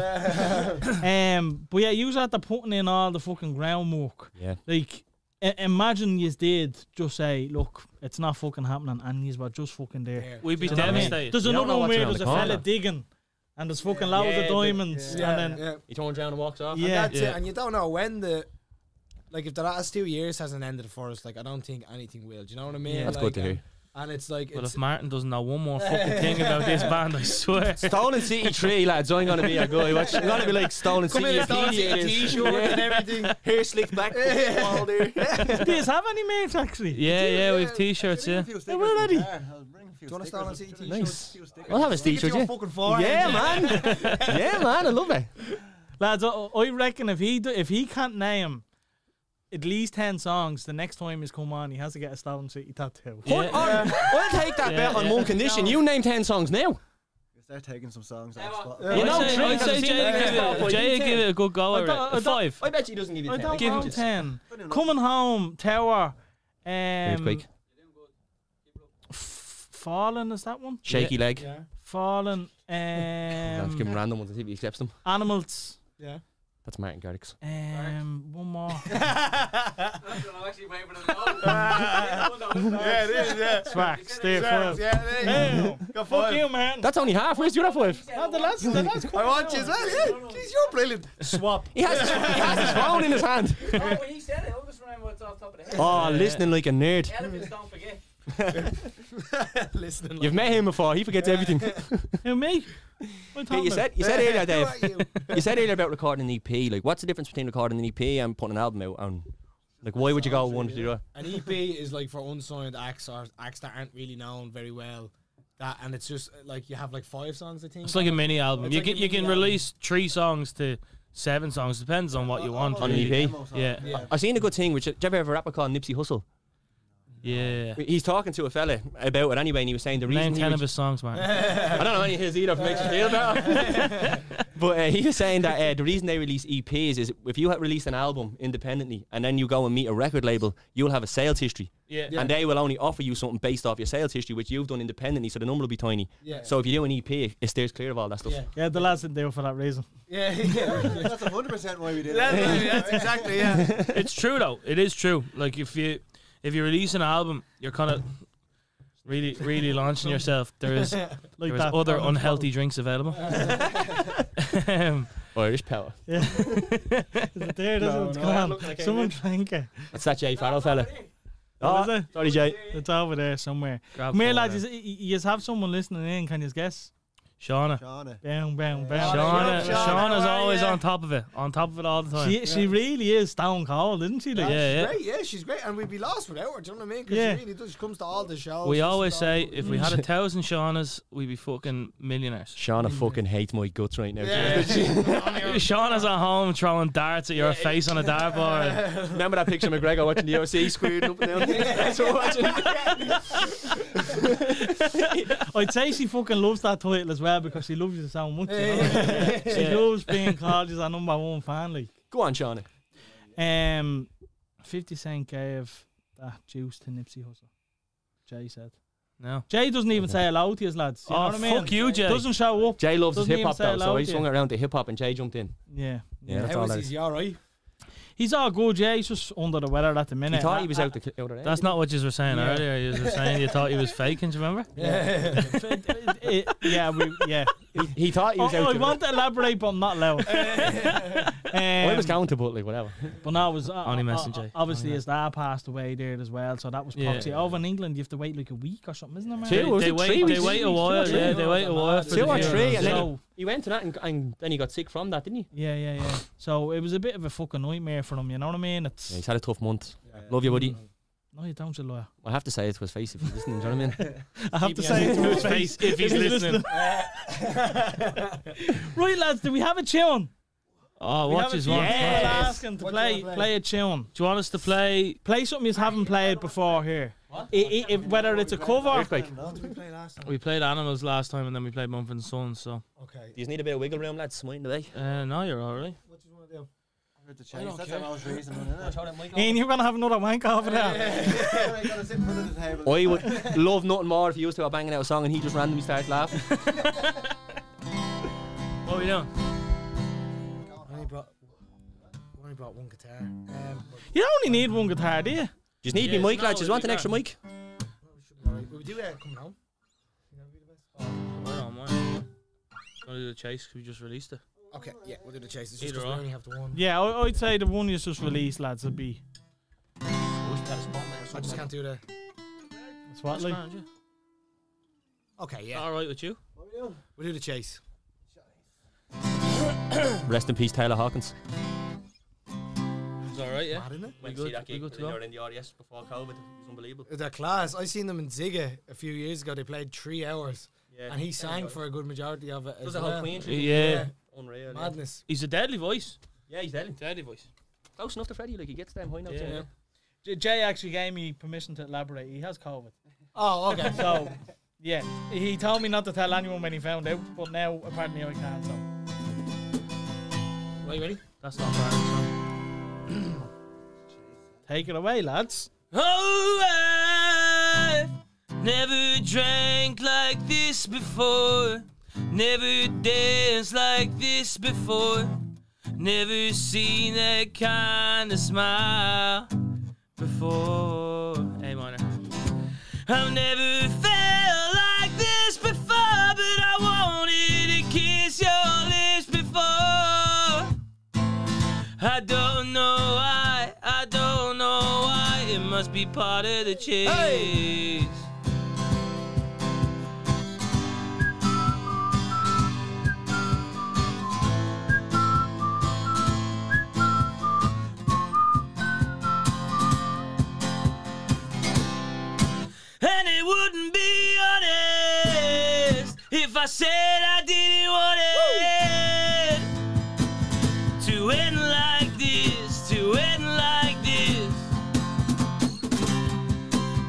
Speaker 1: Um, but yeah, you was after putting in all the fucking groundwork.
Speaker 3: Yeah.
Speaker 1: Like, i- imagine you did just say, look, it's not fucking happening, and you were just fucking there.
Speaker 5: There.
Speaker 4: We'd be
Speaker 1: You know what I mean?
Speaker 4: devastated.
Speaker 1: There's
Speaker 3: You don't
Speaker 1: another
Speaker 3: know
Speaker 1: one
Speaker 3: what's
Speaker 1: where
Speaker 3: around
Speaker 1: there's a
Speaker 3: the
Speaker 1: fella
Speaker 3: corner.
Speaker 1: digging, and there's fucking loads
Speaker 4: Yeah,
Speaker 1: of
Speaker 4: the-
Speaker 1: diamonds, and then
Speaker 5: yeah.
Speaker 3: He turns around and walks off.
Speaker 1: yeah.
Speaker 5: That's
Speaker 4: Yeah.
Speaker 5: it. And you don't know when the like if the last two years hasn't ended for us, like I don't think anything will. Do you know what I mean?
Speaker 1: Yeah.
Speaker 3: That's
Speaker 5: like,
Speaker 3: good to hear.
Speaker 5: And it's like
Speaker 4: Well,
Speaker 5: it's,
Speaker 4: if Martin doesn't know one more fucking thing about this band, I swear.
Speaker 3: Stolen City 3, lads. I'm going to be a guy. Watch, I'm going to be like Stolen
Speaker 5: Come
Speaker 3: City.
Speaker 5: in, Stolen City
Speaker 3: it is.
Speaker 5: t-shirt and everything.
Speaker 3: Hair slicked back. Folder.
Speaker 1: Do you have any merch actually?
Speaker 4: Yeah, yeah, we have t-shirts. Yeah,
Speaker 1: already.
Speaker 6: Do you want to
Speaker 5: start on
Speaker 6: CT?
Speaker 3: Nice. I'll have a t-shirt, yeah.
Speaker 6: fucking forehead.
Speaker 3: Yeah, man. Yeah, man. I love it.
Speaker 1: lads. I, I reckon if he do, if he can't name at least ten songs, the next time he's come on, he has to get a Stalin City tattoo.
Speaker 4: Yeah.
Speaker 3: I'll- I'll, I'll take that
Speaker 4: Yeah,
Speaker 3: bet on
Speaker 4: yeah.
Speaker 3: one condition. You name 10 songs now.
Speaker 6: They're taking some songs out of
Speaker 3: You
Speaker 6: Spotify.
Speaker 3: know,
Speaker 4: I'd say,
Speaker 3: Trey
Speaker 4: I'd say
Speaker 3: hasn't seen
Speaker 4: Jay
Speaker 3: that
Speaker 4: give
Speaker 3: yet.
Speaker 4: it,
Speaker 3: Boy,
Speaker 4: Jay
Speaker 3: give
Speaker 4: give
Speaker 3: it
Speaker 4: it a good go.
Speaker 1: don't-
Speaker 4: I
Speaker 1: I
Speaker 4: reckon. A
Speaker 1: don't-
Speaker 4: five.
Speaker 3: I bet you doesn't give you
Speaker 1: I
Speaker 3: 10.
Speaker 1: don't
Speaker 4: Give him
Speaker 1: know
Speaker 4: just-
Speaker 1: ten.
Speaker 6: Funny
Speaker 1: Coming home, Tower, um,
Speaker 3: Earthquake.
Speaker 1: Fallen is that one?
Speaker 3: Shaky leg.
Speaker 5: yeah,
Speaker 1: Fallen,
Speaker 3: I'll give
Speaker 1: um,
Speaker 3: him random ones and see if he accepts them.
Speaker 1: Animals,
Speaker 5: yeah.
Speaker 3: That's Martin Garrix.
Speaker 1: um, one more.
Speaker 5: Yeah, it is, yeah.
Speaker 1: Swack, stay
Speaker 5: Sharks,
Speaker 1: full.
Speaker 5: yeah, there you go. Got
Speaker 1: Fuck
Speaker 5: five.
Speaker 1: you, man.
Speaker 3: That's only half. Where's the other five?
Speaker 1: No, the lads, the lads
Speaker 5: I want you as well. Yeah, Jeez, you're brilliant.
Speaker 1: swap.
Speaker 3: He has, his, he has his phone in his hand. Oh, listening like a nerd.
Speaker 5: Listening.
Speaker 3: You've met him before. He forgets everything.
Speaker 1: Who me? What are you
Speaker 3: Pete,
Speaker 1: talking
Speaker 3: you
Speaker 1: about?
Speaker 3: said you said earlier, Dave.
Speaker 5: like you.
Speaker 3: You said earlier about recording an EP. Like, what's the difference between recording an EP and putting an album out? And like, why would you go one to the other?
Speaker 5: An EP is like for unsigned acts or acts that aren't really known very well. That and it's just uh, like you have like five songs, I think.
Speaker 4: It's like a mini album.
Speaker 5: It's
Speaker 4: You
Speaker 5: like
Speaker 4: can
Speaker 5: a
Speaker 4: you can
Speaker 5: mini album.
Speaker 4: release three songs to seven songs. Depends on what you
Speaker 5: Oh,
Speaker 4: want.
Speaker 3: On an
Speaker 4: really.
Speaker 3: EP.
Speaker 4: Yeah.
Speaker 5: yeah.
Speaker 3: I seen a good thing. Which did you ever have a rapper called Nipsey Hussle?
Speaker 4: Yeah.
Speaker 3: He's talking to a fella about it anyway, and he was saying the reason
Speaker 4: Name
Speaker 3: he
Speaker 4: ten of
Speaker 3: was-
Speaker 4: his songs, man.
Speaker 3: I don't know any of his either. If it makes you feel better. but uh, he was saying that uh, the reason they release EPs is if you had released an album independently and then you go and meet a record label, you'll have a sales history.
Speaker 4: Yeah.
Speaker 3: and they will only offer you something based off your sales history, which you've done independently, so the number will be tiny.
Speaker 5: Yeah.
Speaker 3: So if you do an EP, it- it stays clear of all that stuff.
Speaker 5: Yeah.
Speaker 1: Yeah, the lads didn't do it for that reason.
Speaker 5: yeah, yeah.
Speaker 6: That's 100% why we did
Speaker 5: That's,
Speaker 6: it.
Speaker 5: that's exactly yeah.
Speaker 4: it's true though. It is true. Like if you if you release an album, you're kind of really really launching yourself. There is there
Speaker 1: Like
Speaker 4: is
Speaker 1: that.
Speaker 4: other
Speaker 1: Alan
Speaker 4: unhealthy drinks available. um,
Speaker 3: Oh, Irish power.
Speaker 1: Fowler. There, that's what it's called. Someone drank it.
Speaker 3: That's that Jay Farrell fella.
Speaker 1: What
Speaker 4: Ah.
Speaker 3: Oh,
Speaker 1: is it?
Speaker 3: sorry, Jay.
Speaker 1: It's over there somewhere.
Speaker 4: grab
Speaker 1: Come here,
Speaker 4: one
Speaker 1: lads.
Speaker 4: of
Speaker 1: You
Speaker 4: them.
Speaker 1: you have someone listening in. Can you guess?
Speaker 4: Shauna.
Speaker 6: Shauna.
Speaker 1: Bang, bang,
Speaker 5: Shauna,
Speaker 4: Shauna,
Speaker 1: bang.
Speaker 5: Shauna,
Speaker 4: Shauna's
Speaker 5: where are
Speaker 4: always
Speaker 5: ya?
Speaker 4: on top of it, on top of it all the time.
Speaker 1: She, she really is stone cold, isn't she? Like,
Speaker 4: yeah, yeah.
Speaker 5: Great, yeah, she's great, and we'd be lost without her. Do you know what I mean? 'Cause
Speaker 1: Yeah.
Speaker 5: she really does. She comes to all the shows.
Speaker 4: We
Speaker 5: she's
Speaker 4: always
Speaker 5: all-
Speaker 4: say if we had a thousand Shaunas, we'd be fucking millionaires.
Speaker 3: Shauna fucking hates my guts right now.
Speaker 5: Yeah.
Speaker 4: Shauna's at home throwing darts at your face on a dartboard.
Speaker 3: Remember that picture of McGregor watching the OC squared up and down? That's what I'm watching.
Speaker 1: I'd say she fucking loves that title as well because she loves you so much. You know? She loves being called as her number one fan. Like,
Speaker 3: Go on, Shauna.
Speaker 1: um, 50 Cent gave that juice to Nipsey Hussle. Jay said.
Speaker 4: No.
Speaker 1: Jay doesn't even say hello to his lads. You know
Speaker 4: Oh,
Speaker 1: what I mean?
Speaker 4: fuck you, Jay.
Speaker 1: Doesn't show up.
Speaker 3: Jay loves
Speaker 1: Doesn't
Speaker 3: his
Speaker 1: even
Speaker 3: hip hop
Speaker 1: say
Speaker 3: though,
Speaker 1: hello
Speaker 3: so he
Speaker 1: to
Speaker 3: swung
Speaker 1: you.
Speaker 3: it around to hip hop and Jay jumped in.
Speaker 1: Yeah.
Speaker 3: Yeah, that's
Speaker 5: How
Speaker 3: all
Speaker 5: is
Speaker 3: that
Speaker 5: he?
Speaker 3: is.
Speaker 5: Is he all right?
Speaker 1: He's all good, yeah. He's just under the weather at the minute.
Speaker 3: He thought he
Speaker 1: I-
Speaker 3: was out the out of
Speaker 4: That's not what you were saying
Speaker 1: Yeah.
Speaker 4: earlier. You were saying you thought he was faking. Do you remember?
Speaker 5: Yeah.
Speaker 1: I- I- yeah, we, yeah.
Speaker 3: He, he thought he
Speaker 1: Oh,
Speaker 3: was out
Speaker 1: I
Speaker 3: the
Speaker 1: want to elaborate, but I'm not allowed.
Speaker 3: I was
Speaker 1: um,
Speaker 3: going to, but like, whatever.
Speaker 1: but no, I was uh,
Speaker 4: Only
Speaker 1: uh,
Speaker 4: messenger.
Speaker 1: uh, Obviously,
Speaker 4: Only
Speaker 1: his dad passed away there as well, so that was
Speaker 4: Yeah.
Speaker 1: proxy. Over in England, you have to wait like a week or something, isn't it, man?
Speaker 3: Two
Speaker 4: They,
Speaker 3: was
Speaker 4: they
Speaker 3: it
Speaker 4: wait.
Speaker 3: three
Speaker 4: They
Speaker 3: weeks?
Speaker 4: wait
Speaker 3: Two
Speaker 4: a
Speaker 3: or
Speaker 4: while.
Speaker 3: three?
Speaker 4: Yeah, they wait a while for
Speaker 3: Two
Speaker 4: the
Speaker 3: or three, and then
Speaker 4: funeral.
Speaker 3: he went to that and, and then he got sick from that, didn't he?
Speaker 1: Yeah, yeah, yeah. So it was a bit of a fucking nightmare for him. You know what I mean? It's
Speaker 3: he's had a tough month. Love you, buddy.
Speaker 1: no, you don't, you liar.
Speaker 3: I have to say it to his face if he's listening. Do you know what I mean?
Speaker 1: I have to say it to
Speaker 4: So-
Speaker 1: his face.
Speaker 4: Face, if he's listening.
Speaker 1: Right, lads, do we have a tune?
Speaker 4: Oh,
Speaker 1: We
Speaker 4: watch
Speaker 1: have
Speaker 4: his
Speaker 1: a
Speaker 4: one.
Speaker 1: tune. I'll
Speaker 4: Do
Speaker 1: ask him to
Speaker 5: What do you
Speaker 1: play,
Speaker 5: wanna play?
Speaker 1: play a tune.
Speaker 4: you want us to play?
Speaker 1: Play something you haven't played before here. I- I- if- whether it's a cover,
Speaker 3: Earthquake.
Speaker 4: We played Animals last time, and then we played Mumford and Sons. So,
Speaker 5: Okay.
Speaker 3: You need a bit of wiggle room, lads. Mind the way.
Speaker 4: uh, no, you're all right.
Speaker 5: What do you want to do?
Speaker 6: Hard to change. That's our most reason, isn't it?
Speaker 1: Ian, you're gonna have another wank over there.
Speaker 6: I gotta sit in front of the table.
Speaker 3: I would love nothing more if he used to have banging out a song and he just randomly starts laughing.
Speaker 4: What are we doing?
Speaker 5: I only brought, I only brought one guitar. Um,
Speaker 1: You only need one guitar, do you?
Speaker 3: Just need me
Speaker 4: Yes,
Speaker 3: mic,
Speaker 4: no,
Speaker 3: lads. Just want an
Speaker 4: it'd be
Speaker 3: extra mic.
Speaker 5: but we do uh, come home.
Speaker 4: Mine on mine. Gonna do the chase 'cause we just released it.
Speaker 5: Okay, yeah, we'll do the chase. It's just
Speaker 4: Either
Speaker 5: 'cause we
Speaker 4: or.
Speaker 5: only have the one.
Speaker 1: Yeah, I, I'd say the one you just released, lads, would be
Speaker 5: I just can't do the.
Speaker 1: Spotlight.
Speaker 4: Grand, yeah.
Speaker 5: Okay, yeah,
Speaker 4: All right with you?
Speaker 5: we'll do the chase.
Speaker 3: Rest in peace, Taylor Hawkins.
Speaker 4: It's all right, yeah.
Speaker 5: Mad, isn't it?
Speaker 4: We good? We good to go?
Speaker 3: in the RDS before COVID. It was unbelievable.
Speaker 5: They're class. I seen them in Zigga a few years ago. They played three hours,
Speaker 3: Yeah.
Speaker 5: and he sang for a good majority of it.
Speaker 3: It was
Speaker 5: as
Speaker 3: a whole
Speaker 5: well.
Speaker 3: Queen tribute.
Speaker 4: Yeah.
Speaker 3: Unreal. yeah.
Speaker 5: Madness.
Speaker 4: He's a deadly voice.
Speaker 3: Yeah, he's deadly.
Speaker 4: Deadly voice.
Speaker 3: Close enough to Freddie, like he gets them high notes.
Speaker 4: Yeah.
Speaker 3: in
Speaker 4: Yeah.
Speaker 3: there.
Speaker 1: J- Jay actually gave me permission to elaborate. He has COVID.
Speaker 5: Oh, okay.
Speaker 1: So, yeah, he told me not to tell anyone when he found out, but now apparently I can. So,
Speaker 5: Are you ready?
Speaker 4: That's not bad. so.
Speaker 1: take it away, lads.
Speaker 4: Oh, I've never drank like this before. Never danced like this before. Never seen that kind of smile before. A minor. I've never felt like this before, but I wanted to kiss your lips before. I don't know why, I don't know why. It must be part of the chase. And it wouldn't be honest if I said I didn't want it to end like this, to end like this.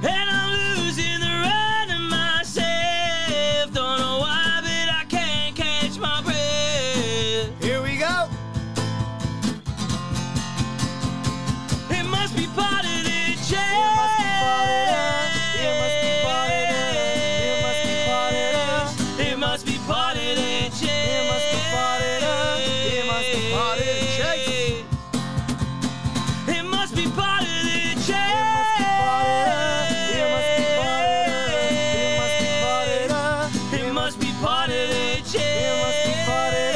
Speaker 4: And I'm losing the run of myself. Don't know why, but I can't catch my breath.
Speaker 5: Here we go.
Speaker 4: It must be part of the change. It must be part of the change. It must be part of the change. It must be part of the change. It must be part of the change.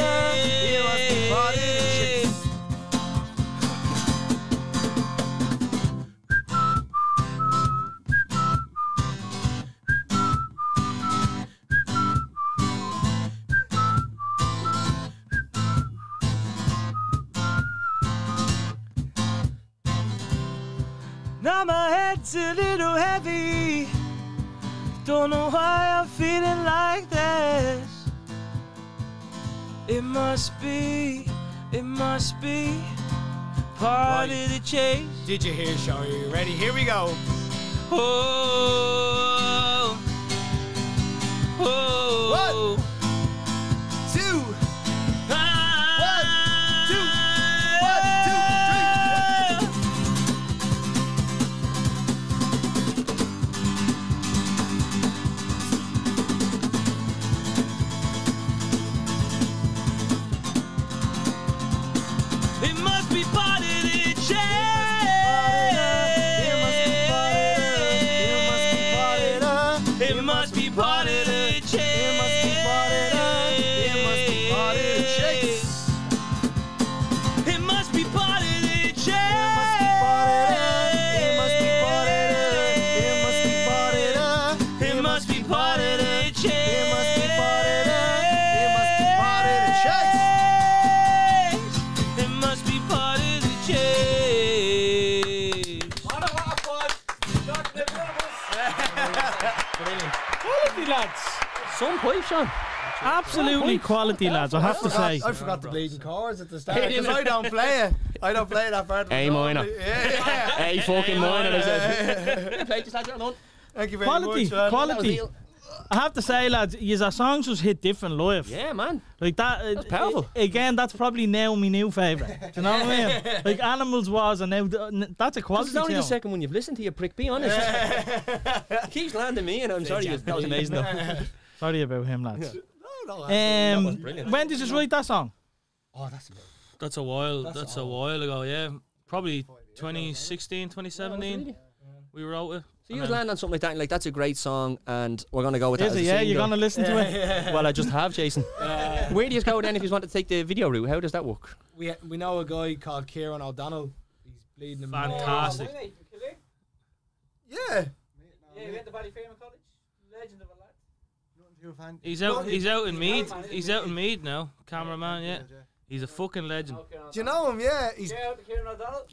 Speaker 4: Now my head's a little heavy. Don't know why I'm feeling like this. It must be, it must be part
Speaker 5: Right.
Speaker 4: of the chase.
Speaker 5: Did you hear, Shaw? Are you ready? Here we go.
Speaker 4: Oh, oh.
Speaker 5: Two.
Speaker 4: Ah.
Speaker 5: two,
Speaker 4: It must be part of the change. It must be part of the chase. It must be part of the. It must be part of the chase. It must be part of the chase. It must be part of the. It must be part of the. It must be part of the chase. It must be part of the. It must be part of the chase. It must be part of the chase.
Speaker 1: Quality, lads.
Speaker 3: Some pipe, Sean.
Speaker 1: Absolutely quality, lads. I have to say.
Speaker 5: I forgot the bleeding chords at the start because I don't play it. I don't play that part. of
Speaker 3: A
Speaker 5: the song.
Speaker 3: minor.
Speaker 5: Yeah.
Speaker 3: Hey, fucking minor. Play just like that,
Speaker 5: Thank you very
Speaker 1: Quality,
Speaker 5: much. man.
Speaker 1: quality. I have to say, lads, your songs just hit different live.
Speaker 3: Yeah, man.
Speaker 1: Like that. That's
Speaker 3: powerful.
Speaker 1: again, that's probably now my new favourite. Do you know what I mean? Like Animals was, and now th- that's a
Speaker 3: This
Speaker 1: quality
Speaker 3: is only the
Speaker 1: tune.
Speaker 3: second one you've listened to, you prick. Be honest. It keeps landing me, and I'm sorry. it was- That was amazing, though.
Speaker 1: Sorry about him, lads.
Speaker 6: no,
Speaker 1: um,
Speaker 3: was brilliant.
Speaker 1: when did you write that song?
Speaker 5: Oh, that's a
Speaker 4: That's a while. That's, a while ago. Yeah, probably 2016, 2017. We wrote it.
Speaker 3: So you was landing on something like that, and like that's a great song, and we're gonna go with that.
Speaker 1: Is
Speaker 3: as
Speaker 1: it?
Speaker 3: a
Speaker 1: Yeah, you're
Speaker 3: single.
Speaker 1: gonna listen to it.
Speaker 3: Well, I just have, Jason. Where do you go then if you want to take the video route? How does that work?
Speaker 5: we we know a guy called Kieran O'Donnell. He's bleeding him.
Speaker 4: Fantastic.
Speaker 6: Yeah.
Speaker 4: He's out. He's out in Mead.
Speaker 7: cameraman, isn't
Speaker 4: He's out in Mead now. Cameraman. Yeah. He's a fucking legend.
Speaker 6: Do you know him? Yeah, he's yeah, he's
Speaker 4: Shout out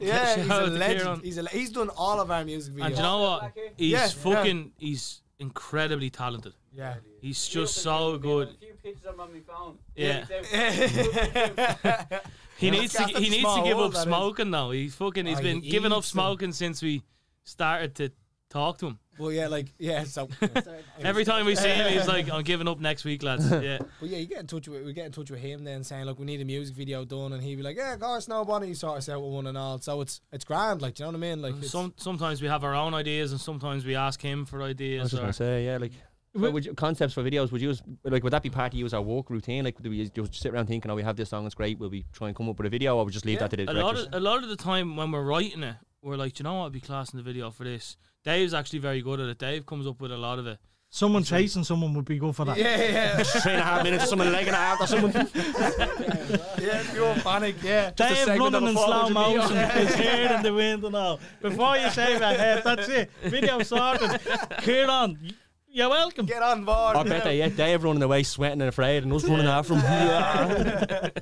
Speaker 6: a
Speaker 4: to Kieran.
Speaker 6: legend. He's a le- he's done all of our music videos.
Speaker 4: And you know what? He's
Speaker 6: Yeah, yeah.
Speaker 4: fucking. He's incredibly talented.
Speaker 5: Yeah.
Speaker 4: He's just so good.
Speaker 7: A few pictures of him on my phone.
Speaker 4: Yeah.
Speaker 7: He's out.
Speaker 4: He needs to.
Speaker 6: That's a
Speaker 4: He needs to
Speaker 6: small
Speaker 4: give
Speaker 6: world,
Speaker 4: up
Speaker 6: that is.
Speaker 4: smoking though. He fucking. He's
Speaker 5: Ah,
Speaker 4: been
Speaker 5: he
Speaker 4: giving up
Speaker 5: eats them.
Speaker 4: smoking since we started to talk to him.
Speaker 5: Well, yeah, like yeah. So, but
Speaker 4: Every time we see him, he's like, "I'm giving up next week, lads." Yeah.
Speaker 5: yeah, you get in touch with we get in touch with him then saying, look, we need a music video done, and he'd be like, yeah, of course, nobody you sort us out with one and all. So it's it's grand, like do you know what I mean? Like it's,
Speaker 4: Mm, Some sometimes we have our own ideas, and sometimes we ask him for
Speaker 3: I was
Speaker 4: ideas.
Speaker 3: just
Speaker 4: Or,
Speaker 3: gonna say, yeah, like. What would you, concepts for videos? Would you use, like? Would that be part of you as our walk routine? Like, do we just sit around thinking, "Oh, we have this song, it's great. Will we try and come up with a video, or we just leave that to the
Speaker 4: a lot
Speaker 3: directors?"
Speaker 4: of a lot of the time when we're writing it, we're like, "Do you know what? I'd be classing the video for this." Dave's actually very good at it. Dave comes up with a lot of it.
Speaker 1: Someone chasing someone would be good for that.
Speaker 3: Three and a half minutes, or someone leg and a half, or someone.
Speaker 6: yeah, pure panic. Yeah,
Speaker 1: Dave
Speaker 3: segment of
Speaker 1: running
Speaker 3: a
Speaker 1: in slow
Speaker 3: 400 video.
Speaker 1: motion, his hair in the wind and all. Before you shave your head, that's it. Video sorted. Kieran, y- you're welcome.
Speaker 6: get on board.
Speaker 3: I bet they, yeah, Dave running away, sweating and afraid, and us running after him.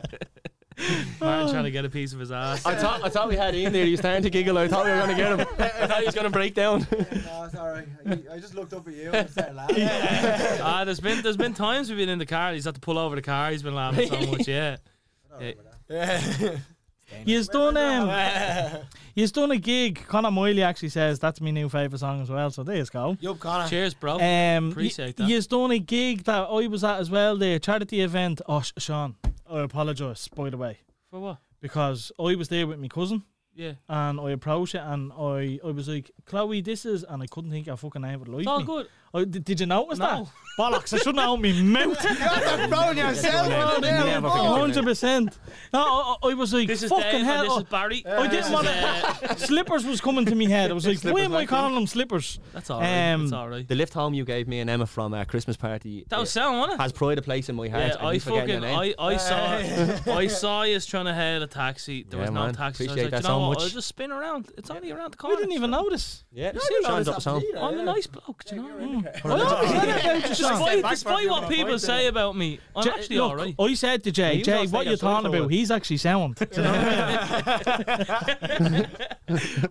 Speaker 4: Martin trying to get a piece of his ass.
Speaker 3: I thought, I thought we had Ian there. He was starting to giggle. I thought we were going to get him. I thought he was going to break down.
Speaker 6: No, sorry. I, I just looked up at you and started laughing.
Speaker 4: Ah, there's been there's been times we've been in the car. He's had to pull over the car. He's been laughing so much. Yeah.
Speaker 1: You've done um, you've done a gig. Conor Moyley actually says that's my new favourite song as well. So there you go.
Speaker 5: Yup,
Speaker 6: Ah.
Speaker 5: Connor.
Speaker 4: Cheers, bro.
Speaker 1: Um,
Speaker 4: Oh, Appreciate that.
Speaker 1: You've done a gig that I was at as well. The charity event. Oh, Sh- Sean, I apologise by the way
Speaker 4: for what?
Speaker 1: because I was there with my cousin
Speaker 4: Yeah.
Speaker 1: and I approached it and I, I was like, Chloe, this is, and I couldn't think of fucking name would like
Speaker 4: It's all
Speaker 1: me.
Speaker 4: good.
Speaker 1: Oh, did, did you notice that?
Speaker 4: No.
Speaker 1: Bollocks! I shouldn't have owned me mouth.
Speaker 3: Never fucking do
Speaker 1: Hundred percent. No, I, I I was like,
Speaker 4: This is
Speaker 1: fucking
Speaker 4: Dave
Speaker 1: hell.
Speaker 4: and this is Barry.
Speaker 1: I didn't want to. slippers was coming to me head. I was like, why am I calling them slippers?
Speaker 4: That's all right.
Speaker 1: Um,
Speaker 4: that's all right.
Speaker 3: The lift home you gave me and Emma from our Christmas party
Speaker 4: That was
Speaker 3: uh,
Speaker 4: sound, wasn't it?
Speaker 3: has pride a place in my heart.
Speaker 4: Yeah,
Speaker 3: and
Speaker 4: I
Speaker 3: you forgetting your
Speaker 4: fucking
Speaker 3: name.
Speaker 4: I, I saw I saw you trying to hail a taxi. There was
Speaker 3: Yeah,
Speaker 4: no
Speaker 3: man.
Speaker 4: taxi.
Speaker 3: Appreciate
Speaker 4: I
Speaker 3: that
Speaker 4: was like, "Do you
Speaker 3: so
Speaker 4: know what?
Speaker 3: much."
Speaker 4: I'll just spin around. It's only around the
Speaker 1: I
Speaker 4: corner.
Speaker 1: didn't even notice.
Speaker 3: yeah, Sean's up song.
Speaker 4: I'm a nice bloke. Do you know? Mm.
Speaker 1: I always said that about you, Sean.
Speaker 4: Despite, despite what people say about me, I'm
Speaker 1: J-
Speaker 4: actually
Speaker 1: look,
Speaker 4: all right.
Speaker 1: I said to Jay,
Speaker 3: you
Speaker 1: Jay,
Speaker 3: must
Speaker 1: what
Speaker 3: think
Speaker 1: you
Speaker 3: I'm sorry
Speaker 1: talking
Speaker 3: for
Speaker 1: about?
Speaker 3: it.
Speaker 1: He's actually sound. Do you know what I mean?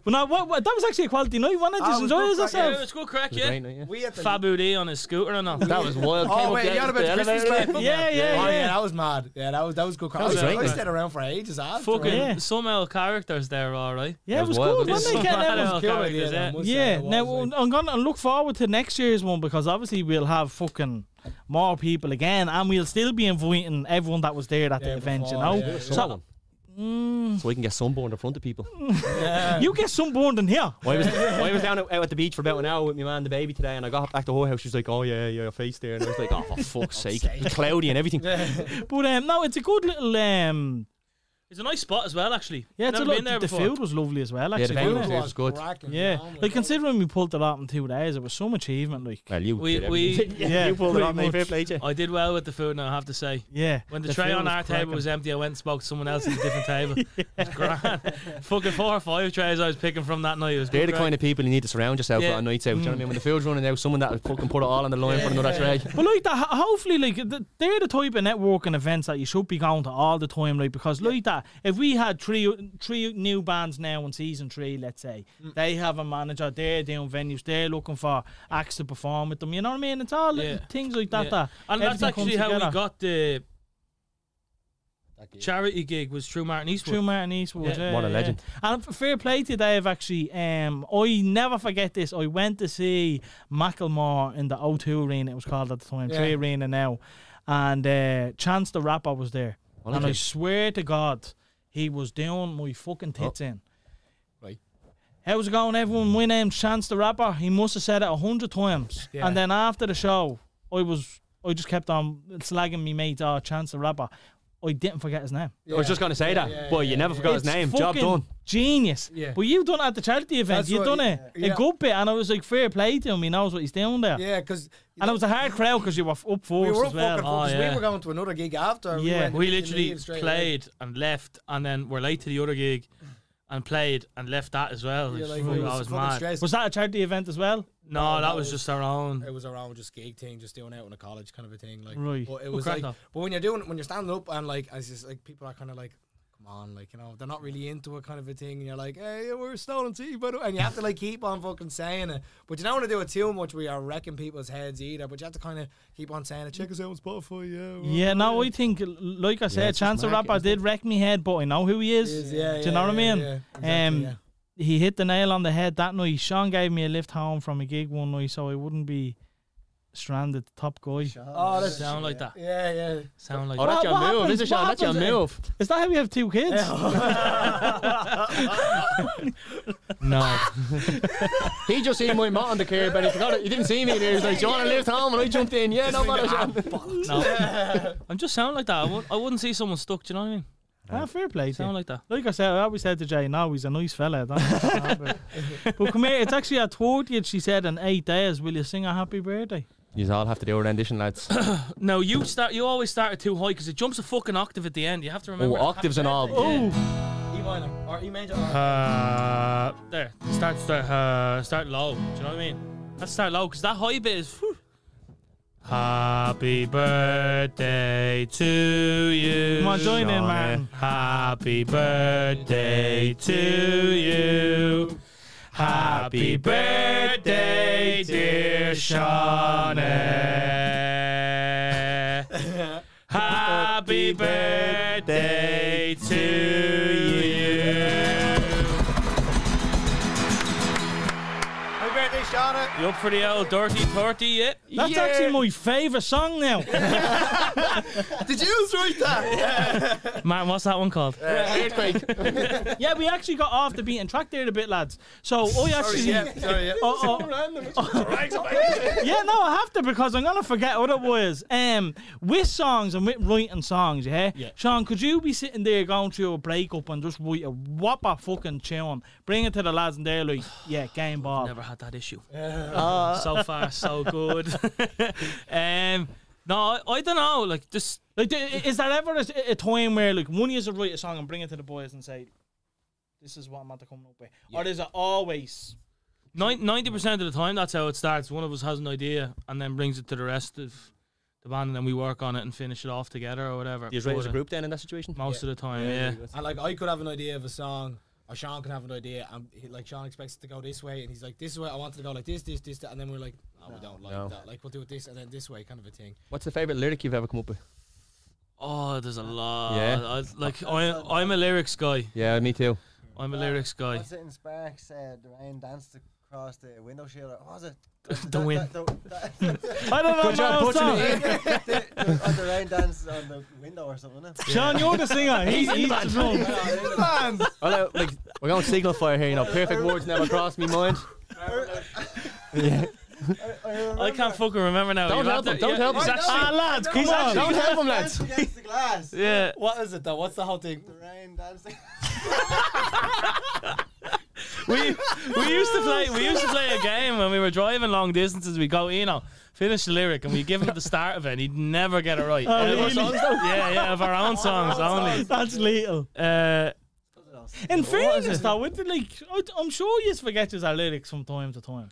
Speaker 1: but no, what, what, that was actually a quality night, wasn't it?
Speaker 4: Oh,
Speaker 6: Ah,
Speaker 1: Just
Speaker 6: it was
Speaker 1: enjoy
Speaker 6: good crack,
Speaker 1: yourself.
Speaker 4: Yeah, it's good crack,
Speaker 3: It was a
Speaker 4: yeah.
Speaker 3: great night, yeah.
Speaker 6: We at the
Speaker 4: Fabu D on his scooter and all.
Speaker 3: That was wild.
Speaker 6: Oh
Speaker 3: Came
Speaker 6: wait,
Speaker 3: up
Speaker 6: you're
Speaker 3: the
Speaker 6: on about the Christmas
Speaker 3: elevator.
Speaker 6: play.
Speaker 1: Yeah, yeah,
Speaker 5: Oh,
Speaker 1: yeah.
Speaker 5: yeah, that was mad. Yeah, that was that was good. That
Speaker 3: was great,
Speaker 5: I
Speaker 3: man.
Speaker 5: stayed around for ages. After
Speaker 4: Fucking
Speaker 5: right?
Speaker 4: some old characters there, all right.
Speaker 1: Yeah, it was
Speaker 3: wild,
Speaker 1: good. Wasn't
Speaker 3: wasn't
Speaker 4: it?
Speaker 1: it? Getting
Speaker 4: Some
Speaker 1: everyone-
Speaker 4: wild
Speaker 5: Killer
Speaker 4: characters,
Speaker 5: idea,
Speaker 4: yeah.
Speaker 5: I must say,
Speaker 1: Yeah,
Speaker 5: it was,
Speaker 1: now
Speaker 5: like-
Speaker 1: I'm gonna look forward to next year's one because obviously we'll have fucking more people again, and we'll still be inviting everyone that was there at the
Speaker 5: Yeah,
Speaker 1: event.
Speaker 5: before,
Speaker 1: you know,
Speaker 5: yeah, yeah.
Speaker 1: so
Speaker 3: So we can get sunburned in front of people.
Speaker 5: Uh,
Speaker 1: you get some bond in here.
Speaker 3: I was, I was down at, out at the beach for about an hour with my man, the baby today, and I got back to her house. She was like, "Oh yeah, yeah, your face there," and I was like, "Oh for fuck's sake, It's cloudy and everything."
Speaker 1: But um, no, it's a good little um.
Speaker 4: It's a nice spot as well, actually.
Speaker 1: Yeah, it's
Speaker 4: Never
Speaker 1: a lot.
Speaker 4: been there
Speaker 1: the
Speaker 4: before.
Speaker 1: food was lovely as well.
Speaker 3: the
Speaker 1: Actually,
Speaker 3: venue
Speaker 1: wasn't
Speaker 3: was
Speaker 1: it?
Speaker 3: It was good.
Speaker 5: cracking,
Speaker 1: yeah.
Speaker 5: man,
Speaker 1: Like considering we pulled it out in two days, it was some achievement. Like,
Speaker 3: Well, you
Speaker 4: We-
Speaker 3: did
Speaker 4: we-
Speaker 3: everything.
Speaker 1: Yeah,
Speaker 3: you pulled it
Speaker 1: pretty
Speaker 3: off my
Speaker 1: much.
Speaker 3: fair play, Jay.
Speaker 4: I did well with the food now, I have to say.
Speaker 1: yeah,
Speaker 4: When the,
Speaker 1: The
Speaker 4: tray
Speaker 1: food
Speaker 4: on
Speaker 1: was
Speaker 4: our
Speaker 1: cracking.
Speaker 4: table was empty, I went and spoke to someone else at a different table. It was grand. Fucking four or five trays I was picking from that night. It was
Speaker 3: They're the
Speaker 4: good
Speaker 3: kind of people you need to surround yourself
Speaker 4: Yeah.
Speaker 3: with on nights out. Do you know what I mean? When the field's running out, someone that will fucking put it all on the line for another tray.
Speaker 1: But like that, ho- hopefully, like th- they're the type of networking events that you should be going to all the time, like because like that. If we had three three new bands now in season three, let's say
Speaker 4: Mm.
Speaker 1: they have a manager, they're doing venues, they're looking for acts to perform with them. You know what I mean? It's all little
Speaker 4: Yeah.
Speaker 1: things like that.
Speaker 4: Yeah.
Speaker 1: That
Speaker 4: And that's
Speaker 1: everything comes
Speaker 4: actually how we
Speaker 1: together.
Speaker 4: got the
Speaker 6: That gig.
Speaker 4: charity gig was through Martin Eastwood.
Speaker 1: True Martin Eastwood.
Speaker 4: Yeah.
Speaker 1: yeah,
Speaker 3: What a
Speaker 1: yeah,
Speaker 3: legend.
Speaker 1: yeah. And f- fair play to Dave, actually. Um, I never forget this. I went to see Macklemore in the O2 Arena, it was called at the time,
Speaker 5: Yeah.
Speaker 1: 3 Arena now. And uh, Chance the Rapper was there.
Speaker 3: Well,
Speaker 1: and I
Speaker 3: okay.
Speaker 1: swear to God, he was doing my fucking
Speaker 3: Oh.
Speaker 1: tits in.
Speaker 5: Right.
Speaker 1: How's it going, everyone? My name's Chance the Rapper. He must have said it a hundred times.
Speaker 5: Yeah.
Speaker 1: And then after the show, I was, I just kept on slagging me mate, oh, Chance the Rapper. I didn't forget his name.
Speaker 3: I was just going to say that, but you never forgot his
Speaker 1: It's
Speaker 3: name. Job
Speaker 1: fucking
Speaker 3: done.
Speaker 1: Genius.
Speaker 5: Yeah.
Speaker 1: But you've done it at the charity event.
Speaker 5: That's
Speaker 1: you've
Speaker 5: what-
Speaker 1: done it
Speaker 5: yeah.
Speaker 1: a good bit, and I was like, fair play to him. He knows what he's doing there.
Speaker 5: Yeah, because
Speaker 1: And it was a hard crowd because you were f- up for
Speaker 5: we were
Speaker 1: as
Speaker 5: up
Speaker 1: well.
Speaker 5: fucking focused.
Speaker 4: yeah.
Speaker 5: We were going to another gig after.
Speaker 1: Yeah.
Speaker 5: went
Speaker 4: We
Speaker 5: in the
Speaker 4: literally
Speaker 5: evening straight away.
Speaker 4: played and left, and then we're late to the other gig, and played and left that as well.
Speaker 5: Yeah,
Speaker 4: It's
Speaker 5: like,
Speaker 4: fucking-
Speaker 5: we
Speaker 4: I
Speaker 5: was
Speaker 4: was
Speaker 5: fucking
Speaker 4: mad.
Speaker 5: stressed.
Speaker 1: was that a charity event as well?
Speaker 4: No,
Speaker 5: No,
Speaker 4: that
Speaker 5: that
Speaker 4: was
Speaker 5: was-
Speaker 4: just our own.
Speaker 5: it was around just gig thing, just doing out in a college kind of a thing. Like,
Speaker 1: Right.
Speaker 5: But it
Speaker 4: Oh,
Speaker 5: was
Speaker 4: crack
Speaker 5: like,
Speaker 4: up.
Speaker 5: but when you're doing, when you're standing up and like, as just like people are kind of like, come on, like you know, they're not really into it kind of a thing, and you're like, hey, we're stolen tea, but and you have to like keep on fucking saying it, but you don't want to do it too much. We are wrecking people's heads either, but you have to kind of keep on saying it. Check us out on Spotify, yeah.
Speaker 1: Yeah, no, I think, l- like I said,
Speaker 3: it's
Speaker 1: Chance the
Speaker 3: just market,
Speaker 1: Rapper
Speaker 3: isn't it?
Speaker 1: did wreck me head, but I know who he is.
Speaker 5: Is, yeah,
Speaker 1: Do you
Speaker 5: yeah,
Speaker 1: know what
Speaker 5: yeah,
Speaker 1: I mean?
Speaker 5: yeah, exactly,
Speaker 1: um,
Speaker 5: yeah.
Speaker 1: He hit the nail on the head that night. Sean gave me a lift home from a gig one night so I wouldn't be stranded. Top guy.
Speaker 6: Uh,
Speaker 5: Oh, that's
Speaker 4: Sound like that.
Speaker 5: yeah, yeah.
Speaker 4: Sound like
Speaker 3: Oh,
Speaker 4: that.
Speaker 3: that's your
Speaker 1: what
Speaker 3: move,
Speaker 1: happens-
Speaker 3: is it, Sean?
Speaker 1: what
Speaker 3: That's your
Speaker 1: happens, eh?
Speaker 3: move.
Speaker 1: Is that how you have two kids?
Speaker 4: No.
Speaker 3: He just seen my mat on the curb and he forgot it. He didn't see me there. He was like, "Do you want to lift home?" And I jumped in. Yeah, no matter. Sean.
Speaker 4: No. I'm just sound like that. I w- I wouldn't see someone stuck. Do you know what I mean?
Speaker 1: Ah, fair play. to you.
Speaker 4: Sound like that.
Speaker 1: Like I said, I always said to Jay, no, he's a nice fella. Don't but, but come here, it's actually at 30th, she said, in eight days, will you sing a happy birthday?
Speaker 3: You all have to do a rendition, lads.
Speaker 4: No, you start. You always start it too high because it jumps a fucking octave at the end. You have to
Speaker 3: Oh,
Speaker 4: remember.
Speaker 3: octaves and all.
Speaker 5: E minor or E major. Or
Speaker 4: Uh, there. Start. Start. Uh, start low. Do you know what I mean? Let's start low because that high bit is. Whew. Happy birthday to you.
Speaker 1: Come on, join in,
Speaker 3: Sean,
Speaker 1: man.
Speaker 4: Happy birthday to you. Happy birthday, dear Shawnee. Happy birthday to
Speaker 5: Happy birthday, Shauna.
Speaker 4: you. You up for the old dirty 30 yet?
Speaker 1: That's actually my favourite song now.
Speaker 5: Did you write that?
Speaker 4: Martin, what's that one called?
Speaker 5: Uh,
Speaker 3: Earthquake.
Speaker 1: yeah, we actually got off the beaten track there a bit, lads. So I actually.
Speaker 5: yeah, sorry, yeah.
Speaker 1: Oh, oh, yeah, no, I have to because I'm gonna forget what it was. Um, with songs and with writing songs, yeah? yeah. Sean, could you be sitting there going through a breakup and just write a whopper fucking tune, bring it to the lads and they're like, yeah, game ball.
Speaker 4: Never had that issue. so far, so good. um, no, I, I don't know. Like, just
Speaker 1: Like, th- is there ever a, a time where like one years to write a song and bring it to the boys and say, "This is what I'm about to come up with," or is it always?
Speaker 4: ninety percent of the time, that's how it starts. One of us has an idea and then brings it to the rest of the band, and then we work on it and finish it off together or whatever.
Speaker 3: You right as a
Speaker 4: But, uh,
Speaker 3: group then in that situation.
Speaker 4: most of the time. Yeah,
Speaker 5: And like I could have an idea of a song, or Sean could have an idea, and he, like Sean expects it to go this way, and he's like, "This is where I want it to go, like this, this, this," that. and then we're like, "No, we don't like
Speaker 3: No.
Speaker 5: that. Like we'll do it this and then this way, kind of a thing."
Speaker 3: What's the favorite lyric you've ever come up with?
Speaker 4: Oh, there's a lot.
Speaker 3: Yeah.
Speaker 4: I, like I, I'm a lyrics guy.
Speaker 3: Yeah, me too.
Speaker 4: I'm a lyrics guy.
Speaker 6: What's it in Sparks? Uh, the rain danced across the window shield. What was it?
Speaker 4: The wind.
Speaker 6: The, the,
Speaker 1: I don't know.
Speaker 3: Good job
Speaker 1: my own
Speaker 3: putting
Speaker 1: song.
Speaker 3: it in.
Speaker 6: the, oh, the rain danced on the window or something. Isn't it?
Speaker 1: Sean, you're the singer. He's, he's the drummer.
Speaker 3: Well, uh, like, we're going signal fire here, you know. Perfect words never crossed me mind.
Speaker 6: I, remember
Speaker 4: I can't fucking remember now.
Speaker 3: Don't
Speaker 4: You'll
Speaker 3: help
Speaker 4: have
Speaker 3: him,
Speaker 4: to-
Speaker 3: don't
Speaker 4: yeah,
Speaker 3: help
Speaker 4: he's
Speaker 3: him.
Speaker 4: actually-
Speaker 1: Ah, lads, come
Speaker 3: He's
Speaker 1: on.
Speaker 3: actually- Don't help him, lads.
Speaker 6: danced against the glass.
Speaker 4: Yeah.
Speaker 5: What is it though? What's the whole thing?
Speaker 6: The rain danced.
Speaker 4: we we used to play we used to play a game when we were driving long distances. We go, you know, finish the lyric and we give him the start of it. and He'd never get it right. Uh,
Speaker 1: really?
Speaker 4: our songs, though? yeah, yeah, of our own songs only.
Speaker 1: That's lethal.
Speaker 4: Uh,
Speaker 1: In fairness, though, with the, like I- I'm sure you forget our lyrics from time to time.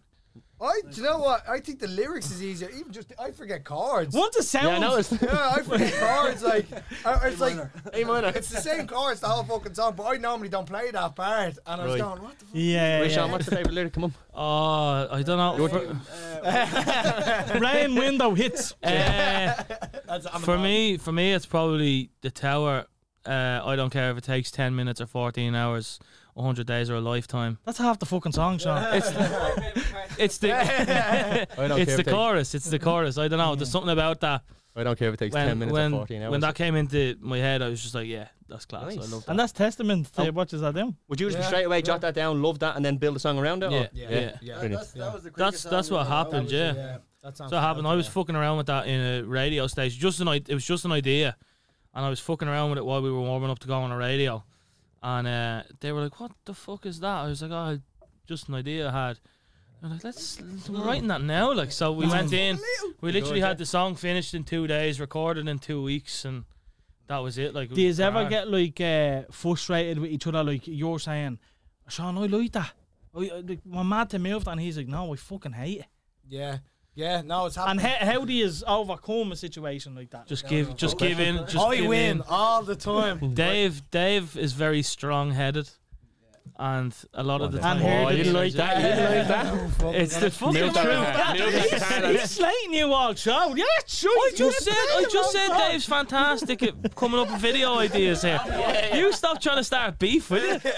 Speaker 5: I, do you know what? I think the lyrics is easier. Even just I forget chords.
Speaker 1: Once it
Speaker 3: Yeah, I
Speaker 1: sounds,
Speaker 3: know. It's
Speaker 5: Yeah, I forget chords. Like I, it's like
Speaker 3: A minor.
Speaker 5: it's the same chords the whole fucking song, but I normally don't play that part. And I was
Speaker 3: Right.
Speaker 5: going, "What the fuck?"
Speaker 1: yeah,
Speaker 3: Wait, Sean,
Speaker 1: yeah.
Speaker 3: what's the favorite lyric? Come on.
Speaker 4: oh, I don't know. For,
Speaker 1: rain window hits.
Speaker 4: uh,
Speaker 5: That's, I'm
Speaker 4: for
Speaker 5: an-
Speaker 4: me, for me, it's probably the tower. uh, I don't care if it takes 10 minutes or 14 hours, 100 days or a lifetime.
Speaker 1: That's half the fucking song, Sean.
Speaker 4: It's the, it's the,
Speaker 3: I don't
Speaker 4: it's
Speaker 3: care
Speaker 4: the
Speaker 3: if it takes-
Speaker 4: chorus. It's the chorus. I don't know. There's something about that.
Speaker 3: I don't care if it takes
Speaker 4: When,
Speaker 3: ten minutes
Speaker 4: when,
Speaker 3: or fourteen hours.
Speaker 4: when that came into my head, I was just like, yeah, that's class.
Speaker 3: Nice.
Speaker 4: I love that.
Speaker 1: And that's testament to what is that them.
Speaker 3: Would you just
Speaker 5: Yeah,
Speaker 3: straight away jot that down, love that, and then build a song around it? or-
Speaker 4: Yeah. Yeah.
Speaker 5: Yeah. Yeah.
Speaker 6: That,
Speaker 3: Brilliant.
Speaker 6: that's, that was the
Speaker 4: That's-
Speaker 6: quickest
Speaker 4: that's
Speaker 6: song
Speaker 4: what
Speaker 6: we wrote.
Speaker 4: happened,
Speaker 6: That was-
Speaker 5: yeah. That sounds
Speaker 4: So it happened.
Speaker 5: out
Speaker 4: I was
Speaker 5: there.
Speaker 4: fucking around with that in a radio station. Just an idea. It was just an idea, and I was fucking around with it while we were warming up to go on a radio, and uh, they were like, "What the fuck is that?" I was like, "Oh, just an idea I had." I'm like, "Let's we're writing that now." Like, so we went in. We literally had the song finished in two days, recorded in two weeks, and that was it. Like, it
Speaker 1: Do
Speaker 4: was
Speaker 1: you ever
Speaker 4: grand.
Speaker 1: get like uh, frustrated with each other? Like you're saying, Sean, I like that. I, I, uh, like, my mad to move, and he's like, no, I fucking hate it.
Speaker 5: Yeah. Yeah. No, it's
Speaker 1: And
Speaker 5: happened.
Speaker 1: how, how do you overcome a situation like that?
Speaker 4: Just give, just give in. Just
Speaker 5: I
Speaker 4: give
Speaker 5: Oh, win
Speaker 4: in.
Speaker 5: all the time.
Speaker 4: Dave, Dave is very strong-headed, and a lot of the
Speaker 1: And
Speaker 4: time,
Speaker 1: here
Speaker 3: Oh,
Speaker 1: did
Speaker 3: you
Speaker 1: like that. you didn't like that.
Speaker 4: it's the fucking
Speaker 1: Milk
Speaker 4: truth.
Speaker 1: that. He's slating you all, Sean. Yeah, sure.
Speaker 4: I Oh, just said, I just said Dave's fantastic at coming up with video ideas here. You stop trying to start beef with it.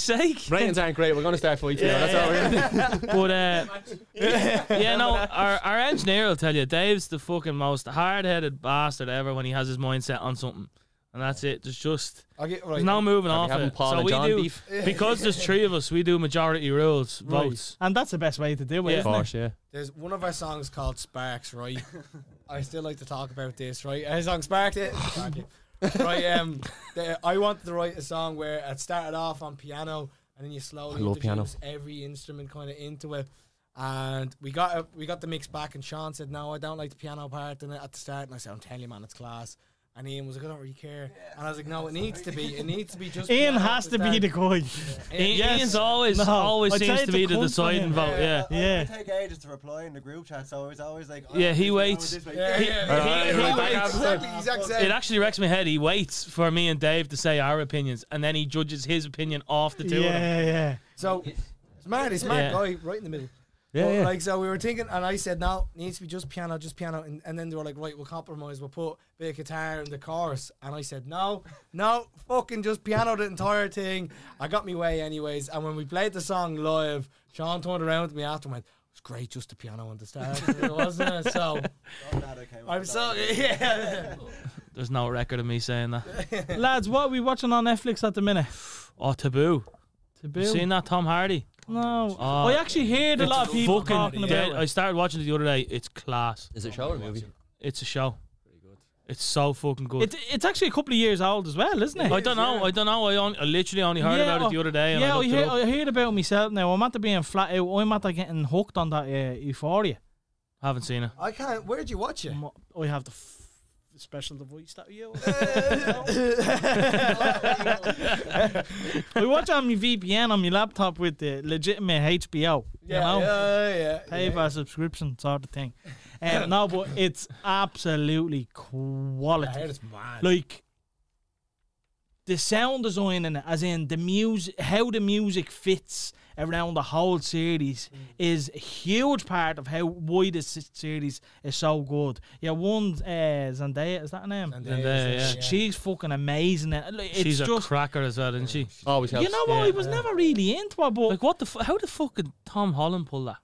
Speaker 4: sake.
Speaker 3: Ratings aren't great. We're going to start fighting. now, That's all we're going to do.
Speaker 4: But uh, yeah, no, our, our engineer will tell you Dave's the fucking most hard-headed bastard ever when he has his mind set on something. And that's it. There's just
Speaker 5: Okay,
Speaker 4: there's
Speaker 5: right.
Speaker 4: no moving off
Speaker 3: having
Speaker 4: it.
Speaker 3: Paul
Speaker 4: so
Speaker 3: and
Speaker 4: we
Speaker 3: John
Speaker 4: do
Speaker 3: beef?
Speaker 4: because there's three of us. We do majority rules votes.
Speaker 1: And that's the best way to do it.
Speaker 4: Yeah.
Speaker 1: Isn't it?
Speaker 3: yeah.
Speaker 5: There's one of our songs called Sparks, right? I still like to talk about this, right? Our song Sparked it. Sparked it. right, um, the, I wanted to write a song where it started off on piano and then you slowly
Speaker 3: I love piano.
Speaker 5: introduce every instrument kind of into it. And we got a, we got the mix back, and Sean said, "No, I don't like the piano part in it at the start." And I said, "I'm telling you, man, it's class." And Ian was like, "I don't really care." And I was like, "No, it needs to be. It needs to be just."
Speaker 1: Ian
Speaker 5: piano at
Speaker 1: has to be
Speaker 5: start."
Speaker 1: the guy.
Speaker 5: Ian-
Speaker 4: Ian- Ian's always
Speaker 1: No,
Speaker 4: always
Speaker 1: I'd say
Speaker 4: seems
Speaker 1: it's
Speaker 4: to
Speaker 1: a
Speaker 4: be the
Speaker 1: cunt for
Speaker 4: deciding
Speaker 1: him.
Speaker 4: vote. Yeah.
Speaker 6: I- I-
Speaker 1: Yeah.
Speaker 6: I take ages to reply in the group chat, so it's always like. oh,
Speaker 4: Yeah, he
Speaker 6: this way, oh,
Speaker 4: waits.
Speaker 6: this way.
Speaker 5: Yeah, yeah,
Speaker 4: He-
Speaker 5: yeah.
Speaker 4: he waits.
Speaker 5: Exactly, exact same.
Speaker 4: It actually wrecks my head. He waits for me and Dave to say our opinions, and then he judges his opinion off the two of them.
Speaker 1: Yeah, yeah.
Speaker 5: So smart, he's smart
Speaker 4: Yeah.
Speaker 5: guy, right in the middle.
Speaker 3: Yeah,
Speaker 5: But,
Speaker 3: yeah.
Speaker 5: Like so, we were thinking, and I said, "No, needs to be just piano, just piano." And, and then they were like, "Right, we'll compromise. We'll put a bit of guitar in the chorus." And I said, "No, no, fucking just piano the entire thing." I got me way, anyways. And when we played the song live, Sean turned around to me after and went, "It was great, just the piano on the start, wasn't it?" So
Speaker 6: I'm glad I came up
Speaker 5: I'm
Speaker 6: with
Speaker 5: so
Speaker 6: that.
Speaker 5: yeah.
Speaker 4: There's no record of me saying that.
Speaker 1: Lads, what are we watching on Netflix at the minute?
Speaker 4: Oh, taboo.
Speaker 1: Taboo.
Speaker 4: You seen that Tom Hardy?
Speaker 1: No.
Speaker 4: Oh,
Speaker 1: I actually heard a lot of people
Speaker 4: fucking
Speaker 1: talking about
Speaker 4: dead. I
Speaker 1: it.
Speaker 4: started watching it the other day. It's class.
Speaker 3: Is it show or movie?
Speaker 4: It's a show. It's so fucking good.
Speaker 1: It's, it's actually a couple of years old as well, isn't it?
Speaker 4: I don't know. I don't know. I, only, I literally only heard
Speaker 1: Yeah,
Speaker 4: about it the
Speaker 1: oh,
Speaker 4: other day. And
Speaker 1: yeah,
Speaker 4: I
Speaker 1: I,
Speaker 4: looked
Speaker 1: hear,
Speaker 4: it up.
Speaker 1: I heard about myself now. I'm after being flat out. I'm after getting hooked on that uh, Euphoria.
Speaker 4: haven't seen it.
Speaker 5: I can't. Where'd you watch it?
Speaker 1: Mo- I have the f- special device that you. uh, I watch on my VPN on my laptop with the legitimate HBO.
Speaker 5: Yeah,
Speaker 1: you know?
Speaker 5: yeah, yeah.
Speaker 1: Pay for a subscription sort of thing. Um, no, but it's absolutely quality.
Speaker 5: I heard it's mad.
Speaker 1: like the sound design in it, as in the music, how the music fits around the whole series
Speaker 5: Mm.
Speaker 1: is a huge part of how why this s- series is so good. Yeah, one uh, Zendaya is that her name?
Speaker 4: And
Speaker 5: And there,
Speaker 4: there, yeah.
Speaker 1: She's fucking amazing. It- like, It's
Speaker 4: She's a
Speaker 1: just
Speaker 4: cracker as well, isn't she?
Speaker 3: Always helps.
Speaker 1: you know what
Speaker 4: Yeah.
Speaker 1: I was never really into it, but
Speaker 4: Like what the? F- how the fuck did Tom Holland pull that?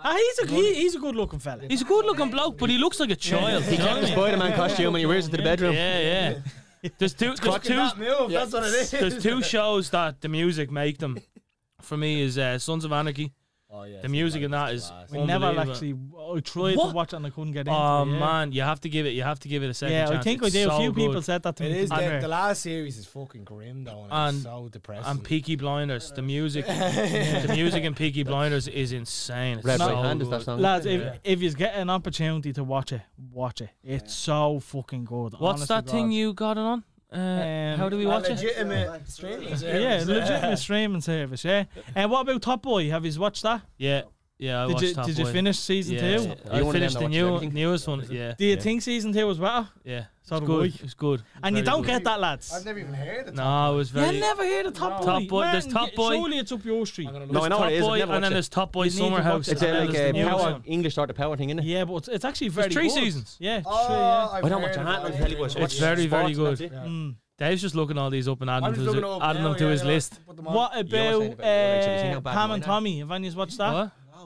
Speaker 1: Ah, he's a he, he's a good looking fella.
Speaker 4: He's a good-looking bloke, but he looks like a child. you know what I mean?
Speaker 3: Spider-Man costume and he wears it to the bedroom.
Speaker 4: Yeah, yeah. There's two. There's
Speaker 5: Fucking
Speaker 4: two.
Speaker 5: that move. That's what it is.
Speaker 4: There's two shows that the music make them. For me, is uh, Sons of Anarchy.
Speaker 6: Oh, yeah,
Speaker 4: The music in that is
Speaker 1: we never
Speaker 4: unbelievable.
Speaker 1: actually I tried to
Speaker 4: What?
Speaker 1: watch it and I couldn't get into
Speaker 4: Oh
Speaker 1: it. yeah.
Speaker 4: man, you have to give it. You have to give it a second
Speaker 1: Yeah,
Speaker 4: chance.
Speaker 1: I think I
Speaker 4: It's
Speaker 1: did. a
Speaker 4: so
Speaker 1: few
Speaker 4: good.
Speaker 1: people said that to
Speaker 5: It
Speaker 1: me.
Speaker 5: is
Speaker 1: And
Speaker 5: the,
Speaker 1: her-
Speaker 5: the last series is fucking grim though, and,
Speaker 4: And-
Speaker 5: it's so depressing.
Speaker 4: And Peaky Blinders, the music, the music in Peaky Blinders is insane. It's
Speaker 3: Red
Speaker 4: so
Speaker 3: Right Hand is
Speaker 4: good.
Speaker 3: that song.
Speaker 1: Lads,
Speaker 4: Yeah.
Speaker 1: if, if you get an opportunity to watch it, watch it. It's so fucking good.
Speaker 4: What's
Speaker 1: honest
Speaker 4: that
Speaker 1: to
Speaker 4: thing
Speaker 1: God.
Speaker 4: you got it on? Uh,
Speaker 1: Um,
Speaker 4: how do we
Speaker 5: A
Speaker 4: watch it?
Speaker 5: legitimate streaming
Speaker 1: Yeah,
Speaker 5: service.
Speaker 1: legitimate streaming service. Yeah. And what about Top Boy? Have you watched that?
Speaker 4: Yeah, yeah. I
Speaker 1: did
Speaker 4: watched
Speaker 1: you
Speaker 4: Top
Speaker 1: Did you
Speaker 4: Boy.
Speaker 1: finish season
Speaker 4: Yeah,
Speaker 1: two?
Speaker 3: Boy. You
Speaker 4: I
Speaker 3: wanna
Speaker 4: finished
Speaker 3: know
Speaker 4: the
Speaker 3: watch
Speaker 4: new
Speaker 3: everything?
Speaker 4: newest one. Yeah,
Speaker 1: Do you think season two was better?
Speaker 4: yeah.
Speaker 1: So
Speaker 4: it's
Speaker 1: do
Speaker 4: good.
Speaker 1: we.
Speaker 4: It's good.
Speaker 1: And you
Speaker 4: Very
Speaker 1: don't
Speaker 4: good.
Speaker 1: get that, lads.
Speaker 5: never even heard of
Speaker 4: No, it was
Speaker 1: You
Speaker 4: very.
Speaker 1: never hear the Top Boy.
Speaker 4: Top Boy-
Speaker 1: Man,
Speaker 4: there's Top
Speaker 1: y-
Speaker 4: Boy.
Speaker 1: Surely it's up your street.
Speaker 3: No, I know what
Speaker 4: Top
Speaker 3: it is. I've
Speaker 4: Boy,
Speaker 3: never
Speaker 4: and then
Speaker 3: watched it.
Speaker 4: there's Top Boy
Speaker 1: You need to
Speaker 4: Summer
Speaker 1: watch
Speaker 4: House.
Speaker 1: it.
Speaker 3: It's
Speaker 1: uh,
Speaker 4: and
Speaker 3: uh,
Speaker 4: then
Speaker 3: like
Speaker 4: there's
Speaker 3: a
Speaker 4: the er new
Speaker 3: power
Speaker 4: one.
Speaker 3: English sort of power thing, isn't it?
Speaker 1: Yeah, but it's, it's actually very
Speaker 4: three
Speaker 1: good.
Speaker 4: seasons.
Speaker 1: Yeah. it's
Speaker 5: Oh,
Speaker 1: true,
Speaker 5: I've
Speaker 3: I don't
Speaker 5: heard
Speaker 3: watch
Speaker 5: of
Speaker 3: that.
Speaker 5: it.
Speaker 3: It's
Speaker 4: very, very
Speaker 3: sports and
Speaker 4: good.
Speaker 3: that's it.
Speaker 1: yeah. Mm.
Speaker 4: Dave's just looking all these up and adding
Speaker 5: I'm
Speaker 4: them
Speaker 5: just
Speaker 4: to his,
Speaker 5: looking up
Speaker 4: adding
Speaker 5: now,
Speaker 4: them to
Speaker 5: yeah,
Speaker 4: his
Speaker 5: yeah,
Speaker 4: list.
Speaker 5: put them on.
Speaker 1: What
Speaker 3: You know what's saying
Speaker 1: about
Speaker 3: about Norwich? Have you seen how
Speaker 1: uh,
Speaker 3: bad
Speaker 1: Pam
Speaker 3: mine
Speaker 1: and
Speaker 3: are?
Speaker 1: Tommy? Have any watched that?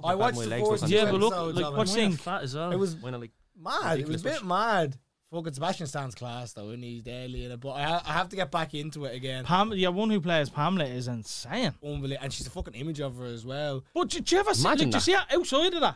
Speaker 4: What?
Speaker 5: I watched
Speaker 3: my
Speaker 5: the
Speaker 3: legs look
Speaker 5: first
Speaker 3: like
Speaker 4: Yeah,
Speaker 5: six
Speaker 4: but look,
Speaker 5: episodes
Speaker 4: like
Speaker 5: of it.
Speaker 4: what's
Speaker 1: Mine are
Speaker 4: thing? Fat as well.
Speaker 5: It was
Speaker 3: When I, like,
Speaker 5: mad. It was
Speaker 3: ridiculous,
Speaker 5: a
Speaker 3: wasn't
Speaker 5: bit mad. Fucking Sebastian Stan's class though, and he's daily in it. But I, ha- I have to get back into it again.
Speaker 1: Pam, yeah, one who plays Pamela is insane.
Speaker 5: Unbelievable, and she's a fucking image of her as well.
Speaker 1: But did you ever see, like,
Speaker 3: Imagine
Speaker 1: did you
Speaker 3: that.
Speaker 1: see her outside of that?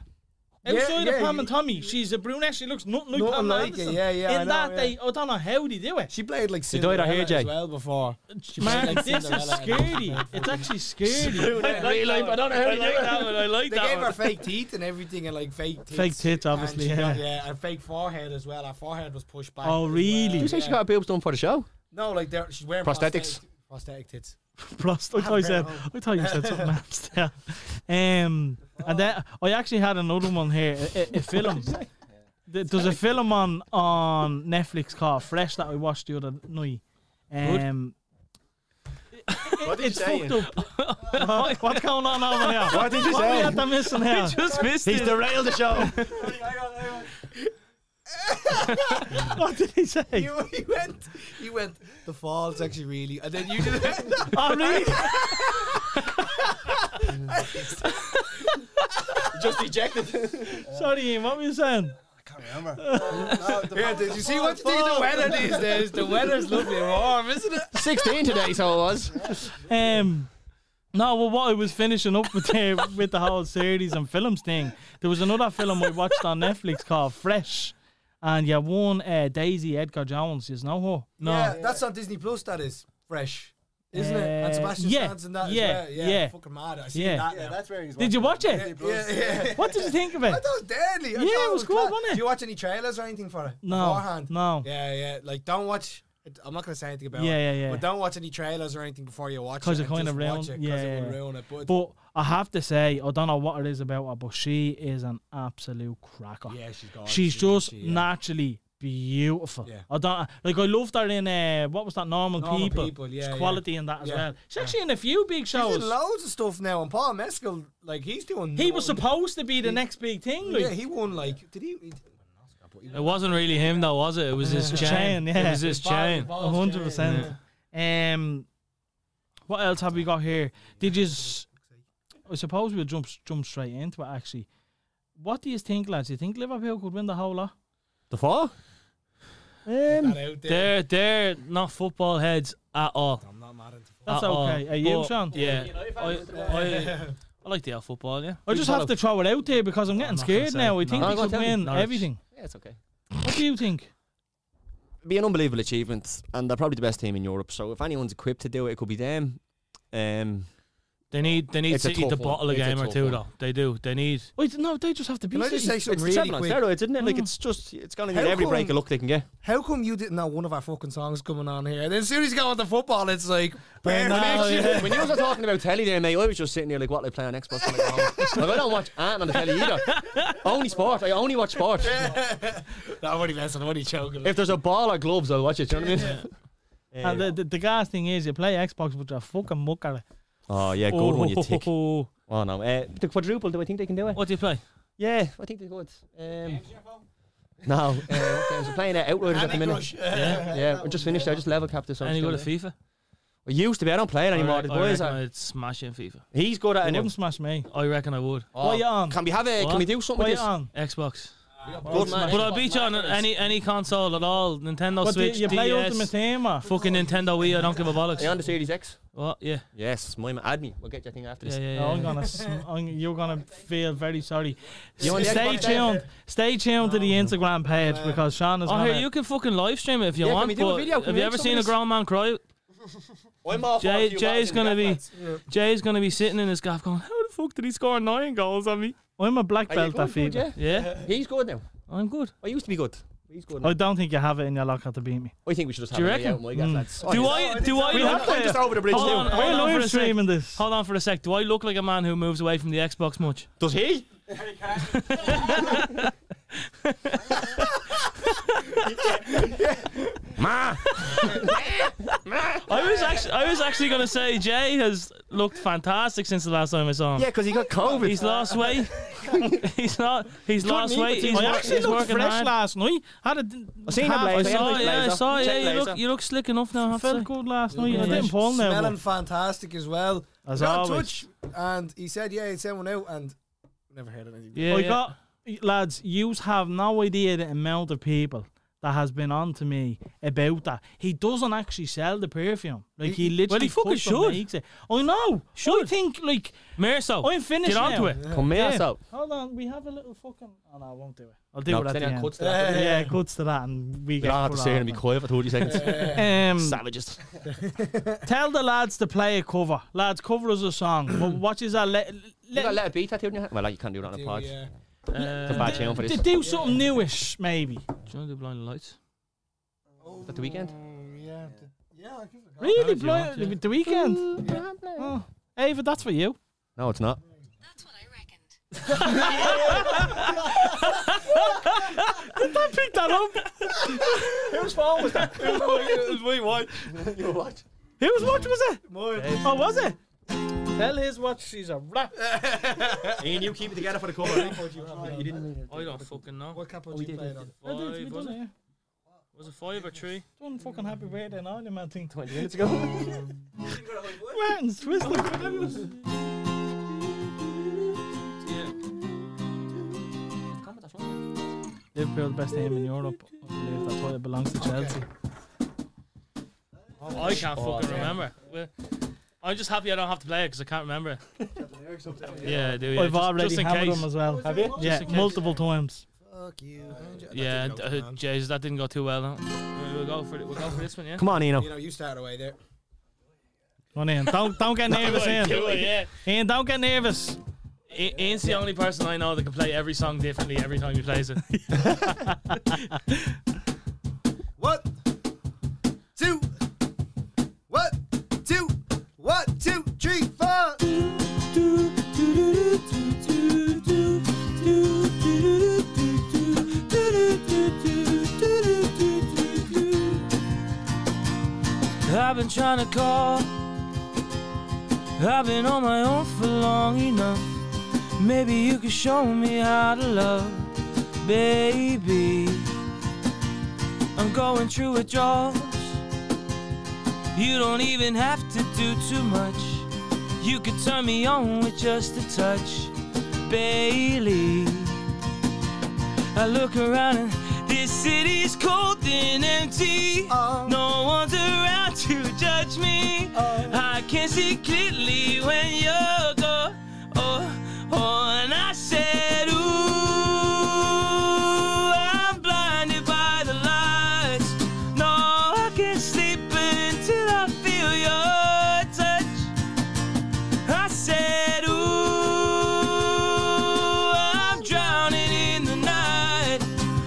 Speaker 5: Yeah,
Speaker 1: Outside
Speaker 5: yeah,
Speaker 1: of Pam
Speaker 5: you-
Speaker 1: and Tommy, she's a brunette. She looks nothing like
Speaker 5: Nothing
Speaker 1: Pam
Speaker 5: like it,
Speaker 1: Anderson.
Speaker 5: yeah, yeah,
Speaker 1: In
Speaker 5: I know,
Speaker 1: that
Speaker 5: yeah.
Speaker 1: day, I don't know how they do it.
Speaker 5: She played like
Speaker 3: dyed her
Speaker 5: Cinderella
Speaker 3: hair,
Speaker 5: as
Speaker 3: Jay.
Speaker 5: well before. She
Speaker 1: Man,
Speaker 5: played, like,
Speaker 1: this is
Speaker 5: Cinderella.
Speaker 1: scary. it's actually scary.
Speaker 4: I like that one. I like that one. I like
Speaker 5: They
Speaker 4: that
Speaker 5: gave her
Speaker 4: one.
Speaker 5: fake teeth and everything, and like fake tits.
Speaker 1: Fake tits, obviously,
Speaker 5: And she got-
Speaker 1: yeah.
Speaker 5: yeah, and fake forehead as well. Her forehead was pushed back.
Speaker 1: Oh,
Speaker 5: as
Speaker 1: really?
Speaker 5: well,
Speaker 1: You
Speaker 3: you say she
Speaker 5: yeah.
Speaker 3: got her boobs done for the show?
Speaker 5: no? Like they're- she's wearing
Speaker 3: Prosthetics.
Speaker 5: prosthetic- prosthetic tits.
Speaker 1: Prost. I thought you said, I thought you said something else there. Um, and then I actually had another one here, a, a- a film. Th- There's a film on on Netflix called Fresh that I watched the other night. Um,
Speaker 3: What
Speaker 1: it's fucked up. What- What's going on over here? What
Speaker 3: did you
Speaker 1: are we at the missing here?
Speaker 4: Just missed it.
Speaker 3: derailed the show.
Speaker 1: What did he say?
Speaker 5: You, he went. He went. The fall's actually really, and then you did.
Speaker 1: Oh, really?
Speaker 3: Just ejected.
Speaker 1: Sorry, Ian, what were you saying?
Speaker 6: I can't remember. No, the
Speaker 5: Yeah,
Speaker 6: ball-
Speaker 5: did you
Speaker 6: the
Speaker 5: see
Speaker 6: ball-
Speaker 5: what you think of the
Speaker 6: ball.
Speaker 5: weather these days? The weather's lovely and warm, isn't it?
Speaker 3: 16 today, so it was.
Speaker 1: Um, no, well, what I was finishing up with the, with the whole series and films thing, there was another film I watched on Netflix called Fresh, and yeah, one uh, Daisy Edgar Jones, you know her? No,
Speaker 5: Yeah, that's on Disney Plus. That is fresh, isn't it?
Speaker 1: Uh,
Speaker 5: And Sebastian
Speaker 1: yeah,
Speaker 5: Stan's in that
Speaker 1: yeah,
Speaker 5: as well. Yeah,
Speaker 1: yeah.
Speaker 5: fucking mad. I seen
Speaker 1: Yeah.
Speaker 5: that.
Speaker 6: Yeah,
Speaker 5: now.
Speaker 6: that's where he's.
Speaker 1: did you watch it?
Speaker 6: Yeah,
Speaker 5: yeah, yeah.
Speaker 1: What did you think of it?
Speaker 5: That was deadly. I
Speaker 1: Yeah,
Speaker 5: thought
Speaker 1: it was good,
Speaker 5: class.
Speaker 1: wasn't it?
Speaker 5: Do you watch any trailers or anything for it?
Speaker 1: No,
Speaker 5: Beforehand?
Speaker 1: no.
Speaker 5: Yeah, yeah. Like, don't watch. I'm not gonna say anything about
Speaker 1: Yeah,
Speaker 5: it.
Speaker 1: yeah, yeah.
Speaker 5: But don't watch any trailers or anything before you watch it.
Speaker 1: 'Cause it
Speaker 5: and
Speaker 1: kinda
Speaker 5: just watch
Speaker 1: ruin-
Speaker 5: it 'cause
Speaker 1: yeah,
Speaker 5: it will
Speaker 1: yeah.
Speaker 5: ruin it. But,
Speaker 1: But I have to say, I don't know what it is about her, but she is an absolute cracker.
Speaker 5: yeah, she's gone.
Speaker 1: She's
Speaker 5: She-
Speaker 1: just
Speaker 5: she, yeah.
Speaker 1: naturally beautiful.
Speaker 5: Yeah.
Speaker 1: I don't like. I loved her in uh, what was that? Normal,
Speaker 5: Normal
Speaker 1: people.
Speaker 5: People, yeah,
Speaker 1: She's
Speaker 5: yeah.
Speaker 1: quality in that as
Speaker 5: Yeah.
Speaker 1: well. She's actually in a few big shows.
Speaker 5: He's in loads of stuff now, and Paul Mescal, like he's doing.
Speaker 1: He was supposed to be the next big thing. Like.
Speaker 5: Yeah, he won. Like, did he? he
Speaker 4: It wasn't really him though, was it? It was his chain.
Speaker 1: chain, yeah.
Speaker 4: It was his chain.
Speaker 1: A hundred percent. Um, what else have we got here? Did you? s- I suppose we'll jump jump straight into it. Actually, what do you think, lads? Do you think Liverpool could win the whole lot?
Speaker 3: The fall?
Speaker 1: Um,
Speaker 5: Not out
Speaker 4: They're
Speaker 5: there.
Speaker 4: they're not football heads at all.
Speaker 5: I'm not mad into
Speaker 1: That's
Speaker 4: At all.
Speaker 1: okay. Are you,
Speaker 4: But,
Speaker 1: Sean?
Speaker 4: Yeah. I, I, I like the old football, yeah.
Speaker 1: I just have to throw it out there because I'm getting
Speaker 4: not gonna
Speaker 1: scared
Speaker 4: say
Speaker 1: now. I
Speaker 4: it.
Speaker 1: think
Speaker 4: No,
Speaker 1: we
Speaker 3: I'm gonna
Speaker 1: could
Speaker 3: tell you.
Speaker 1: win
Speaker 4: Norwich.
Speaker 1: everything.
Speaker 3: Yeah, it's okay.
Speaker 1: What do you think?
Speaker 3: be an unbelievable achievement, and they're probably the best team in Europe. So if anyone's equipped to do it, it could be them. Um,
Speaker 4: They need they need
Speaker 3: It's a
Speaker 4: City
Speaker 3: tough
Speaker 4: to
Speaker 3: one.
Speaker 4: bottle a
Speaker 3: It's a
Speaker 4: game or
Speaker 3: tough
Speaker 4: two
Speaker 3: one.
Speaker 4: though. They do. They need
Speaker 1: Wait, no, they just have to be.
Speaker 5: Can I just say something
Speaker 3: it's
Speaker 5: really
Speaker 3: seven on
Speaker 5: quick?
Speaker 3: steroids, isn't it? Like it's just it's gonna get
Speaker 5: How
Speaker 3: every
Speaker 5: come-
Speaker 3: break of luck they can get.
Speaker 5: How come you didn't know one of our fucking songs coming on here? And then as soon as you got on the football, it's like perfection.
Speaker 3: When you were talking about telly there, mate, I was just sitting there like, what they play on Xbox? When I, go home? like, I don't watch Ant on the telly either. Only sport. I only watch sport.
Speaker 5: No, I'm only messing. I'm only joking.
Speaker 3: If there's a ball or gloves, I'll watch it. Do you know what I mean?
Speaker 4: Eh.
Speaker 1: And the, the, the gas thing is, you play Xbox, but you're fucking muck at it.
Speaker 3: Oh yeah, good one. You tick.
Speaker 1: Oh,
Speaker 3: Oh no, uh, the quadruple. Do I think they can do it?
Speaker 4: What do you play?
Speaker 3: Yeah, I think they're good. Um, no, uh, what games? We're playing uh, Outriders at the minute.
Speaker 4: Yeah.
Speaker 3: Yeah, we just finished. I just level capped this. on
Speaker 4: Any good at
Speaker 3: Sunday.
Speaker 4: FIFA?
Speaker 3: I used to be. I don't play it anymore.
Speaker 4: I,
Speaker 3: the
Speaker 4: re- I
Speaker 3: boys
Speaker 4: reckon
Speaker 3: are-
Speaker 4: I'd smash in FIFA.
Speaker 3: He's good at
Speaker 1: I
Speaker 3: it. now.
Speaker 1: wouldn't smash me.
Speaker 4: I reckon I would.
Speaker 3: Oh,
Speaker 1: What you on?
Speaker 3: Can we have a? Can we do something
Speaker 1: What
Speaker 3: with
Speaker 1: you
Speaker 3: this?
Speaker 1: on?
Speaker 4: Xbox.
Speaker 3: Good man.
Speaker 4: Oh, But I'll beat you on any any console at all. Nintendo
Speaker 1: But
Speaker 4: Switch,
Speaker 1: do you play
Speaker 4: DS,
Speaker 1: Ultimate Team or?
Speaker 4: fucking Nintendo Wii. I don't give a bollocks.
Speaker 3: Are you on the Series X?
Speaker 4: What? Yeah.
Speaker 3: Yes, my man. Add me. We'll get your thing after
Speaker 4: Yeah,
Speaker 3: this.
Speaker 4: yeah, yeah.
Speaker 1: No, Oh, I'm
Speaker 4: yeah.
Speaker 1: gonna, sm- I'm, you're gonna feel very sorry.
Speaker 3: You want the
Speaker 1: stay
Speaker 3: Xbox, Dave?
Speaker 1: tuned. Stay tuned to the Instagram page because Sean is.
Speaker 4: Oh,
Speaker 1: gonna,
Speaker 4: here you can fucking live stream it if you
Speaker 3: Yeah, can
Speaker 4: want.
Speaker 3: we do a
Speaker 4: but
Speaker 3: video? Can
Speaker 4: have
Speaker 3: we
Speaker 4: you
Speaker 3: make
Speaker 4: ever
Speaker 3: some
Speaker 4: seen a
Speaker 3: of this?
Speaker 4: grown man cry?
Speaker 3: I'm off.
Speaker 4: Jay, Jay's gonna be Jay's gonna be sitting in his gaff going, "How the fuck did he score nine goals on me?"
Speaker 1: I'm a black belt at FIFA.
Speaker 3: yeah?
Speaker 4: Yeah,
Speaker 3: He's good now.
Speaker 4: I'm good.
Speaker 3: I used to be good. He's good.
Speaker 1: I
Speaker 3: Now.
Speaker 1: don't think you have it in your locker to beat me.
Speaker 3: I think we should just have
Speaker 4: Do you
Speaker 3: a day
Speaker 4: reckon?
Speaker 3: out, my God, lads. Oh,
Speaker 4: Do
Speaker 3: yeah.
Speaker 4: I? Do I?
Speaker 1: We
Speaker 4: look-
Speaker 1: have to-
Speaker 3: I'm just over the bridge
Speaker 4: Hold
Speaker 3: now.
Speaker 4: on,
Speaker 1: We're
Speaker 4: hold on for
Speaker 1: live
Speaker 4: a sec.
Speaker 1: streaming this.
Speaker 4: Hold on for a sec. Do I look like a man who moves away from the Xbox much?
Speaker 3: Does he?
Speaker 4: I was actually, I was actually gonna say Jay has looked fantastic since the last time I saw him.
Speaker 3: Yeah, because he got COVID.
Speaker 4: He's lost weight. he's not. He's lost
Speaker 1: Couldn't
Speaker 4: weight.
Speaker 1: even-
Speaker 4: He's,
Speaker 1: I
Speaker 4: wor-
Speaker 1: actually
Speaker 4: he's
Speaker 1: looked
Speaker 4: working
Speaker 1: fresh
Speaker 4: hard.
Speaker 1: last night. Had a
Speaker 3: I seen
Speaker 1: half-
Speaker 3: him
Speaker 4: I
Speaker 3: later.
Speaker 4: saw.
Speaker 3: Check
Speaker 4: Yeah, I
Speaker 3: later.
Speaker 4: saw.
Speaker 3: Check
Speaker 4: Yeah, you
Speaker 3: later.
Speaker 4: look, you look slick enough now. I have to
Speaker 1: felt
Speaker 4: say.
Speaker 1: good last night.
Speaker 4: Yeah.
Speaker 1: I didn't pull now.
Speaker 5: Smelling
Speaker 1: but-
Speaker 5: fantastic as well.
Speaker 1: As
Speaker 5: Got in
Speaker 1: always.
Speaker 5: touch, and he said, "Yeah, he'd send one out," and never heard anything.
Speaker 4: Yeah,
Speaker 1: I
Speaker 4: yeah.
Speaker 1: got lads. Yous have no idea the amount of people that has been on to me about that. He doesn't actually sell the perfume. Like he, literally.
Speaker 4: Well, he fucking
Speaker 1: custom
Speaker 4: should.
Speaker 1: makes it. I know. Should I think like
Speaker 4: Merso,
Speaker 1: I'm finished
Speaker 4: Get on
Speaker 1: now.
Speaker 4: to it.
Speaker 3: Come here,
Speaker 1: Yeah.
Speaker 3: so.
Speaker 1: Hold on, we have a little fucking. Oh no, I won't do it. I'll do
Speaker 3: No,
Speaker 1: it at
Speaker 3: then
Speaker 1: the
Speaker 3: I
Speaker 1: end.
Speaker 3: cuts to that.
Speaker 1: yeah, cuts to that, and we
Speaker 3: You
Speaker 1: get.
Speaker 3: don't have to
Speaker 1: cut
Speaker 3: say it
Speaker 1: off
Speaker 3: and be quiet for 30 seconds.
Speaker 1: then.
Speaker 3: Mm.
Speaker 1: Um,
Speaker 3: Savages.
Speaker 1: tell the lads to play a cover. Lads, cover us a song. Wha- what is that? Let,
Speaker 3: You got
Speaker 1: let,
Speaker 3: let it be tattooed on your hand? Well, like, you can't do that on a pod. It's
Speaker 5: Yeah.
Speaker 3: a bad tune for this.
Speaker 1: d- do something newish, maybe.
Speaker 4: Uh, Do you want to do blind lights?
Speaker 3: At the weekend.
Speaker 5: Yeah. Yeah. I give it a go.
Speaker 1: Really,
Speaker 4: if you want,
Speaker 1: blow- the weekend. Oh, Ava, that's for you.
Speaker 3: No, it's not.
Speaker 7: That's what I reckoned.
Speaker 1: Pick that up.
Speaker 3: Whose phone was that?
Speaker 4: Wait, what?
Speaker 3: Your watch.
Speaker 1: Whose watch was it? Oh, was it? Tell his watch she's a rap.
Speaker 3: Ian, you keep it together for the cover. You didn't.
Speaker 4: I don't fucking know.
Speaker 5: What cup would you play it on?
Speaker 4: Five,
Speaker 1: We've
Speaker 4: was,
Speaker 1: done
Speaker 4: it?
Speaker 1: it.
Speaker 4: was it five or three?
Speaker 1: Done fucking happy birthday and all your man thing.
Speaker 3: Twenty minutes ago.
Speaker 1: Martin's twisted.
Speaker 4: Yeah.
Speaker 1: Liverpool, best team in Europe. I believe that's why it belongs to Chelsea.
Speaker 4: I can't fucking remember. Well, I'm just happy I don't have to play it because I can't remember. it. yeah, I do. Yeah.
Speaker 1: I've
Speaker 4: just,
Speaker 1: already
Speaker 4: just in
Speaker 1: hammered
Speaker 4: case.
Speaker 1: them as well. Have
Speaker 5: you?
Speaker 1: Yeah,
Speaker 4: in case.
Speaker 1: multiple times.
Speaker 5: Fuck you.
Speaker 4: Yeah, and, uh, Jesus, that didn't go too well. Huh? We'll go for it. We'll go for this one. Yeah.
Speaker 3: Come on, Eno.
Speaker 5: You know, you start away there.
Speaker 1: Come on in. Don't don't get nervous,
Speaker 4: Do it,
Speaker 1: Ian.
Speaker 4: yeah.
Speaker 1: Ian, don't get nervous.
Speaker 4: I- Ian's the only person I know that can play every song differently every time he plays it.
Speaker 5: One, two, one, two, one, two, three, four.
Speaker 4: I've been trying to call. I've been on my own for long enough. Maybe you could show me how to love, baby. I'm going through withdrawals. You don't even have to do too much. You could turn me on with just a touch, Bailey. I look around and this city's cold and empty.
Speaker 5: Oh.
Speaker 4: No one's around to judge me. I can see clearly when you're gone. Oh, oh, and I said, Ooh, I'm blinded by the lights. No, I can't sleep until I feel your touch. I said, Ooh, I'm drowning in the night.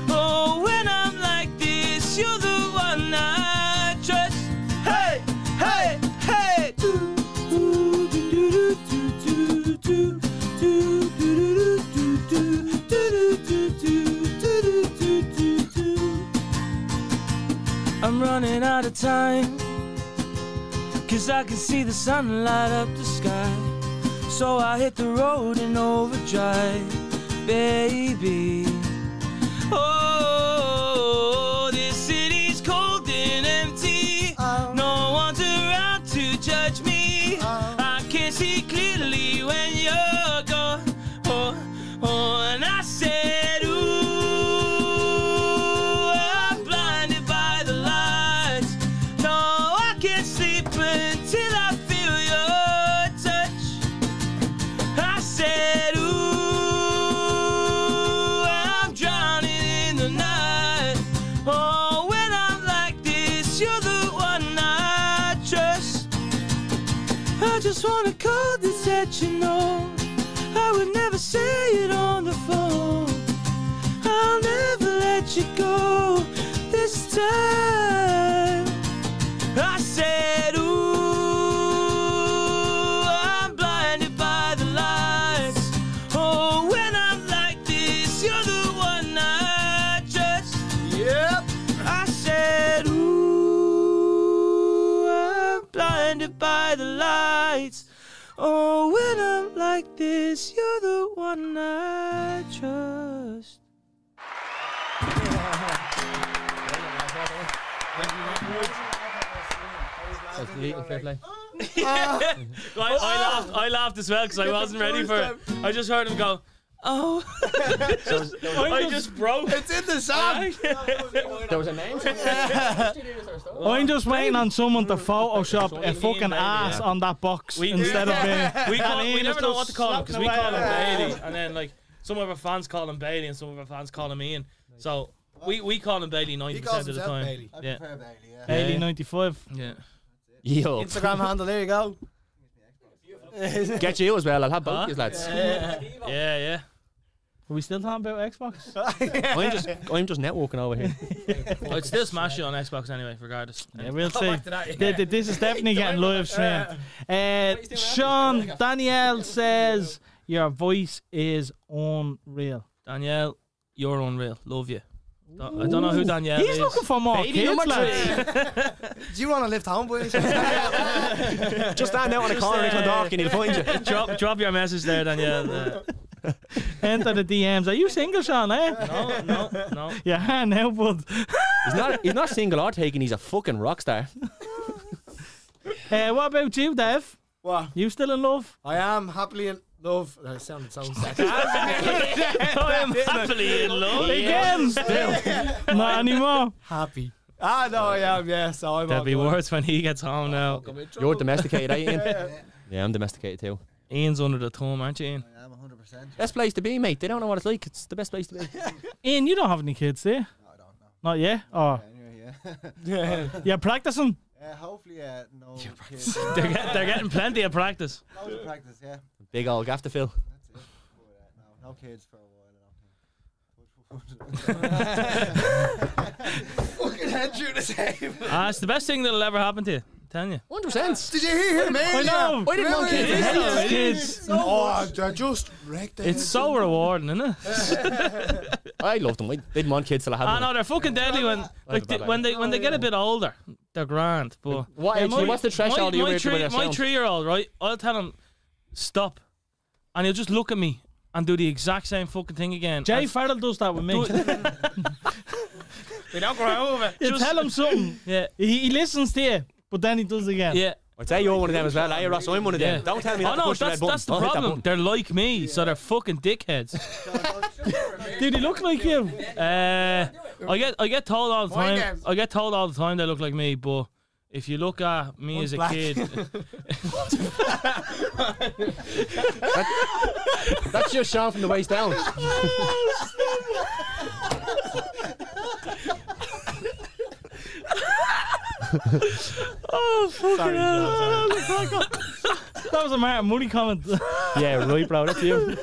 Speaker 4: Oh, when I'm like this, you're the one I trust. Hey, hey, hey. Do, do, do, do, do, do, do, do, do, do, do, do, do, do, do, do, do, do. I'm running out of time. Cause I can see the sun light up the sky. So I hit the road in overdrive, baby. Oh, this city's cold and empty. No one's around to judge me. I can see clearly when you're gone. Oh, oh, and I said, Ooh, I'm blinded by the lights. No, I can't sleep until I feel your touch. I said, Ooh, I'm drowning in the night. Oh, when I'm like this, you're the one I trust. I just wanna call this let you know. I would never say it on the phone. I'll never let you go this time. I said, Ooh, I'm blinded by the lights. Oh, when I'm like this, you're the one I trust.
Speaker 5: Yeah.
Speaker 4: blinded by the lights. Oh, when I'm like this, you're the one I trust. I, I laughed. I laughed as well because I wasn't ready for it. I just heard him go. Oh, I just broke.
Speaker 7: It's in the song.
Speaker 3: There was a name.
Speaker 1: I'm just waiting on someone to Photoshop a fucking
Speaker 4: Lady,
Speaker 1: ass
Speaker 4: yeah.
Speaker 1: on that box
Speaker 4: We-
Speaker 1: instead of being.
Speaker 4: We, call, we
Speaker 1: Ian
Speaker 4: never
Speaker 1: is
Speaker 4: know
Speaker 1: just
Speaker 4: what to call him because we
Speaker 1: slapping
Speaker 4: call him
Speaker 1: away.
Speaker 4: Bailey, and then like some of our fans call him Bailey, and some of our fans call him Ian. So we, we call him Bailey ninety
Speaker 5: calls
Speaker 4: percent of the
Speaker 5: himself
Speaker 4: time.
Speaker 5: Bailey.
Speaker 6: I
Speaker 4: Yeah,
Speaker 6: prefer Bailey, yeah.
Speaker 1: Bailey
Speaker 4: Yeah.
Speaker 1: 95.
Speaker 4: yeah.
Speaker 3: Yo,
Speaker 5: Instagram handle, there you go.
Speaker 3: get you as well. I'll have both
Speaker 4: Huh?
Speaker 3: yous, lads.
Speaker 4: Yeah, yeah.
Speaker 1: Are we still talking about Xbox?
Speaker 3: I'm just, I'm just networking over here.
Speaker 4: I'd still smash you on Xbox anyway, regardless.
Speaker 1: Yeah, we'll see. Th- th- This is definitely getting live streamed. Uh, Sean Danielle says your voice is unreal.
Speaker 4: Danielle, you're unreal. Love you. Don't- I don't know who Danielle
Speaker 1: He's
Speaker 4: is.
Speaker 1: looking for more
Speaker 3: Baby
Speaker 1: kids,
Speaker 3: number
Speaker 1: lads.
Speaker 5: Do you want to lift home, boys?
Speaker 3: Just stand out on a corner in the dark and he'll find you.
Speaker 4: drop, drop your message there, Danielle. Uh,
Speaker 1: Enter the DMs. Are you single, Sean? Eh?
Speaker 4: no, no, no.
Speaker 1: Yeah, now, bud.
Speaker 3: He's not, he's not single or taken. He's a fucking rock star.
Speaker 1: Uh, what about you, Dev?
Speaker 5: What?
Speaker 1: You still in love?
Speaker 5: I am happily in love. I sounded so sad.
Speaker 4: I am happily in love.
Speaker 1: Oh, Again? Not anymore.
Speaker 5: happy. Ah, no, I am, yeah. So I'm
Speaker 4: That'd
Speaker 5: all
Speaker 4: be
Speaker 5: good.
Speaker 4: worse when he gets home now.
Speaker 5: I'm in trouble.
Speaker 3: You're domesticated, eh, Ian? Yeah, I'm domesticated too.
Speaker 4: Ian's under the thumb, aren't you, Ian?
Speaker 6: I am 100%.
Speaker 3: Best place to be, mate. They don't know what it's like. It's the best place to be.
Speaker 1: Ian, you don't have any kids, do you?
Speaker 6: No, I don't know.
Speaker 1: Not yet? Oh,
Speaker 6: Anyway, yeah.
Speaker 1: you're practicing?
Speaker 6: uh, hopefully, uh, no. kids. Loads
Speaker 4: They're, get, they're getting plenty of practice.
Speaker 6: of practice, yeah.
Speaker 3: Big old gaff to fill.
Speaker 6: That's it. But, uh, no, no kids for a while, I don't think.
Speaker 7: Fucking head through the same.
Speaker 4: Ah, it's the best thing that'll ever happen to you. I'm telling you.
Speaker 3: 100%.
Speaker 7: Did you hear him?
Speaker 1: I know.
Speaker 3: I didn't want kids.
Speaker 1: It is.
Speaker 7: Oh, I just wrecked it.
Speaker 4: It's so rewarding, isn't it?
Speaker 3: I loved them. I didn't want kids till I had
Speaker 4: I
Speaker 3: one.
Speaker 4: know they're fucking deadly when, like,
Speaker 3: bad
Speaker 4: the, when they when they get a bit older, they're grand. But
Speaker 3: What age- what's the threshold
Speaker 4: My,
Speaker 3: you
Speaker 4: my,
Speaker 3: reach when
Speaker 4: three,
Speaker 3: they're
Speaker 4: my
Speaker 3: sound?
Speaker 4: three-year-old, right? I'll tell him stop, and he'll just look at me and do the exact same fucking thing again.
Speaker 1: Jay
Speaker 4: As-
Speaker 1: Farrell does that with me.
Speaker 4: we don't grow over.
Speaker 1: You
Speaker 4: Just,
Speaker 1: tell him something.
Speaker 4: yeah,
Speaker 1: He, he listens to you, but then he does it again.
Speaker 4: yeah.
Speaker 3: I'd say you're one of them as well, eh, Ross? I'm one of them.
Speaker 4: Yeah.
Speaker 3: Don't tell me
Speaker 4: Oh
Speaker 3: not to
Speaker 4: no,
Speaker 3: push the
Speaker 4: that's
Speaker 3: red button.
Speaker 4: that's the
Speaker 3: Don't hit that
Speaker 4: problem.
Speaker 3: button.
Speaker 4: They're like me, so they're fucking dickheads.
Speaker 1: Did he look like you?
Speaker 4: Uh, I get I get told all the
Speaker 5: Mind
Speaker 4: time.
Speaker 5: games.
Speaker 4: I get told all the time they look like me, but if you look at me as a
Speaker 5: black.
Speaker 4: kid,
Speaker 3: That's your Sean from the waist down.
Speaker 5: Sorry, no, sorry.
Speaker 1: That was a Martin Moody comment.
Speaker 3: yeah, right, bro. That's you.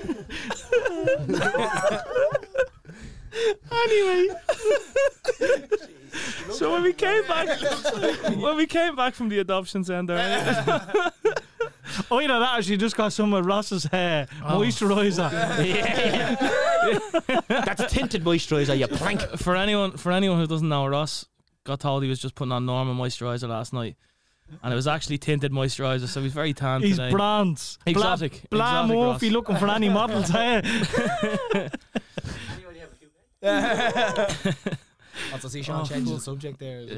Speaker 4: So when we came back, when we came back from the adoption center,
Speaker 1: oh, you know that actually just got some of Ross's hair
Speaker 4: Oh.
Speaker 1: moisturizer.
Speaker 3: That's tinted moisturiser, you plank.
Speaker 4: for anyone for anyone who doesn't know, Ross got told he was just putting on normal moisturizer last night, and it was actually tinted moisturizer, so he's very tan
Speaker 1: He's
Speaker 4: today.
Speaker 1: bronze. Bla-
Speaker 4: Exotic.
Speaker 1: Bla
Speaker 4: Exotic
Speaker 1: Murphy
Speaker 4: Ross.
Speaker 1: looking for any models hair.
Speaker 5: That's a see Sean changes the subject there as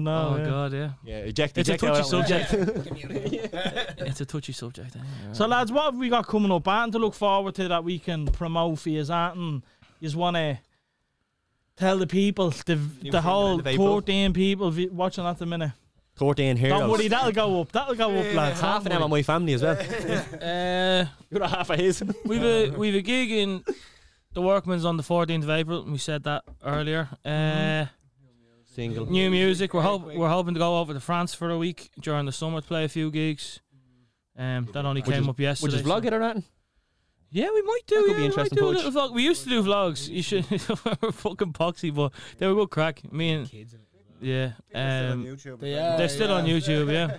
Speaker 1: No, no.
Speaker 4: oh
Speaker 1: yeah.
Speaker 4: god, yeah.
Speaker 3: Yeah, eject,
Speaker 4: It's a
Speaker 3: eject.
Speaker 4: touchy
Speaker 3: out that one.
Speaker 4: subject. it's a touchy subject. Anyway.
Speaker 1: So, lads, what have we got coming up? Anything to look forward to that we can promote for you? Anything you just want to tell the people, the, the whole
Speaker 3: of April.
Speaker 1: 14 people vi- watching at the minute?
Speaker 3: 14 heroes.
Speaker 1: Don't worry, that'll go up. That'll go up, lads.
Speaker 3: Half of
Speaker 1: Don't
Speaker 3: them are
Speaker 1: worry.
Speaker 3: my family as well.
Speaker 4: Uh,
Speaker 3: You're half of his.
Speaker 4: We've a we've a gig in the Workman's on the 14th of April. and We said that earlier. Uh,
Speaker 3: Single.
Speaker 4: new music. We're hop- we're hoping to go over to France for a week during the summer to play a few gigs. Um, that only
Speaker 3: Which
Speaker 4: came
Speaker 3: is-
Speaker 4: up yesterday.
Speaker 3: Which is
Speaker 4: so-
Speaker 3: vlog it or anything?
Speaker 4: Yeah, we might do.
Speaker 3: That could
Speaker 4: yeah,
Speaker 3: be interesting
Speaker 4: We might do a
Speaker 3: touch.
Speaker 4: little vlog. We used to do vlogs. You should. we're fucking poxy, but they were good crack. Me and
Speaker 5: Kids.
Speaker 4: yeah.
Speaker 6: on
Speaker 4: Um,
Speaker 6: YouTube.
Speaker 5: They
Speaker 6: I
Speaker 5: are,
Speaker 6: think.
Speaker 4: they're still
Speaker 5: yeah.
Speaker 4: on YouTube. Yeah.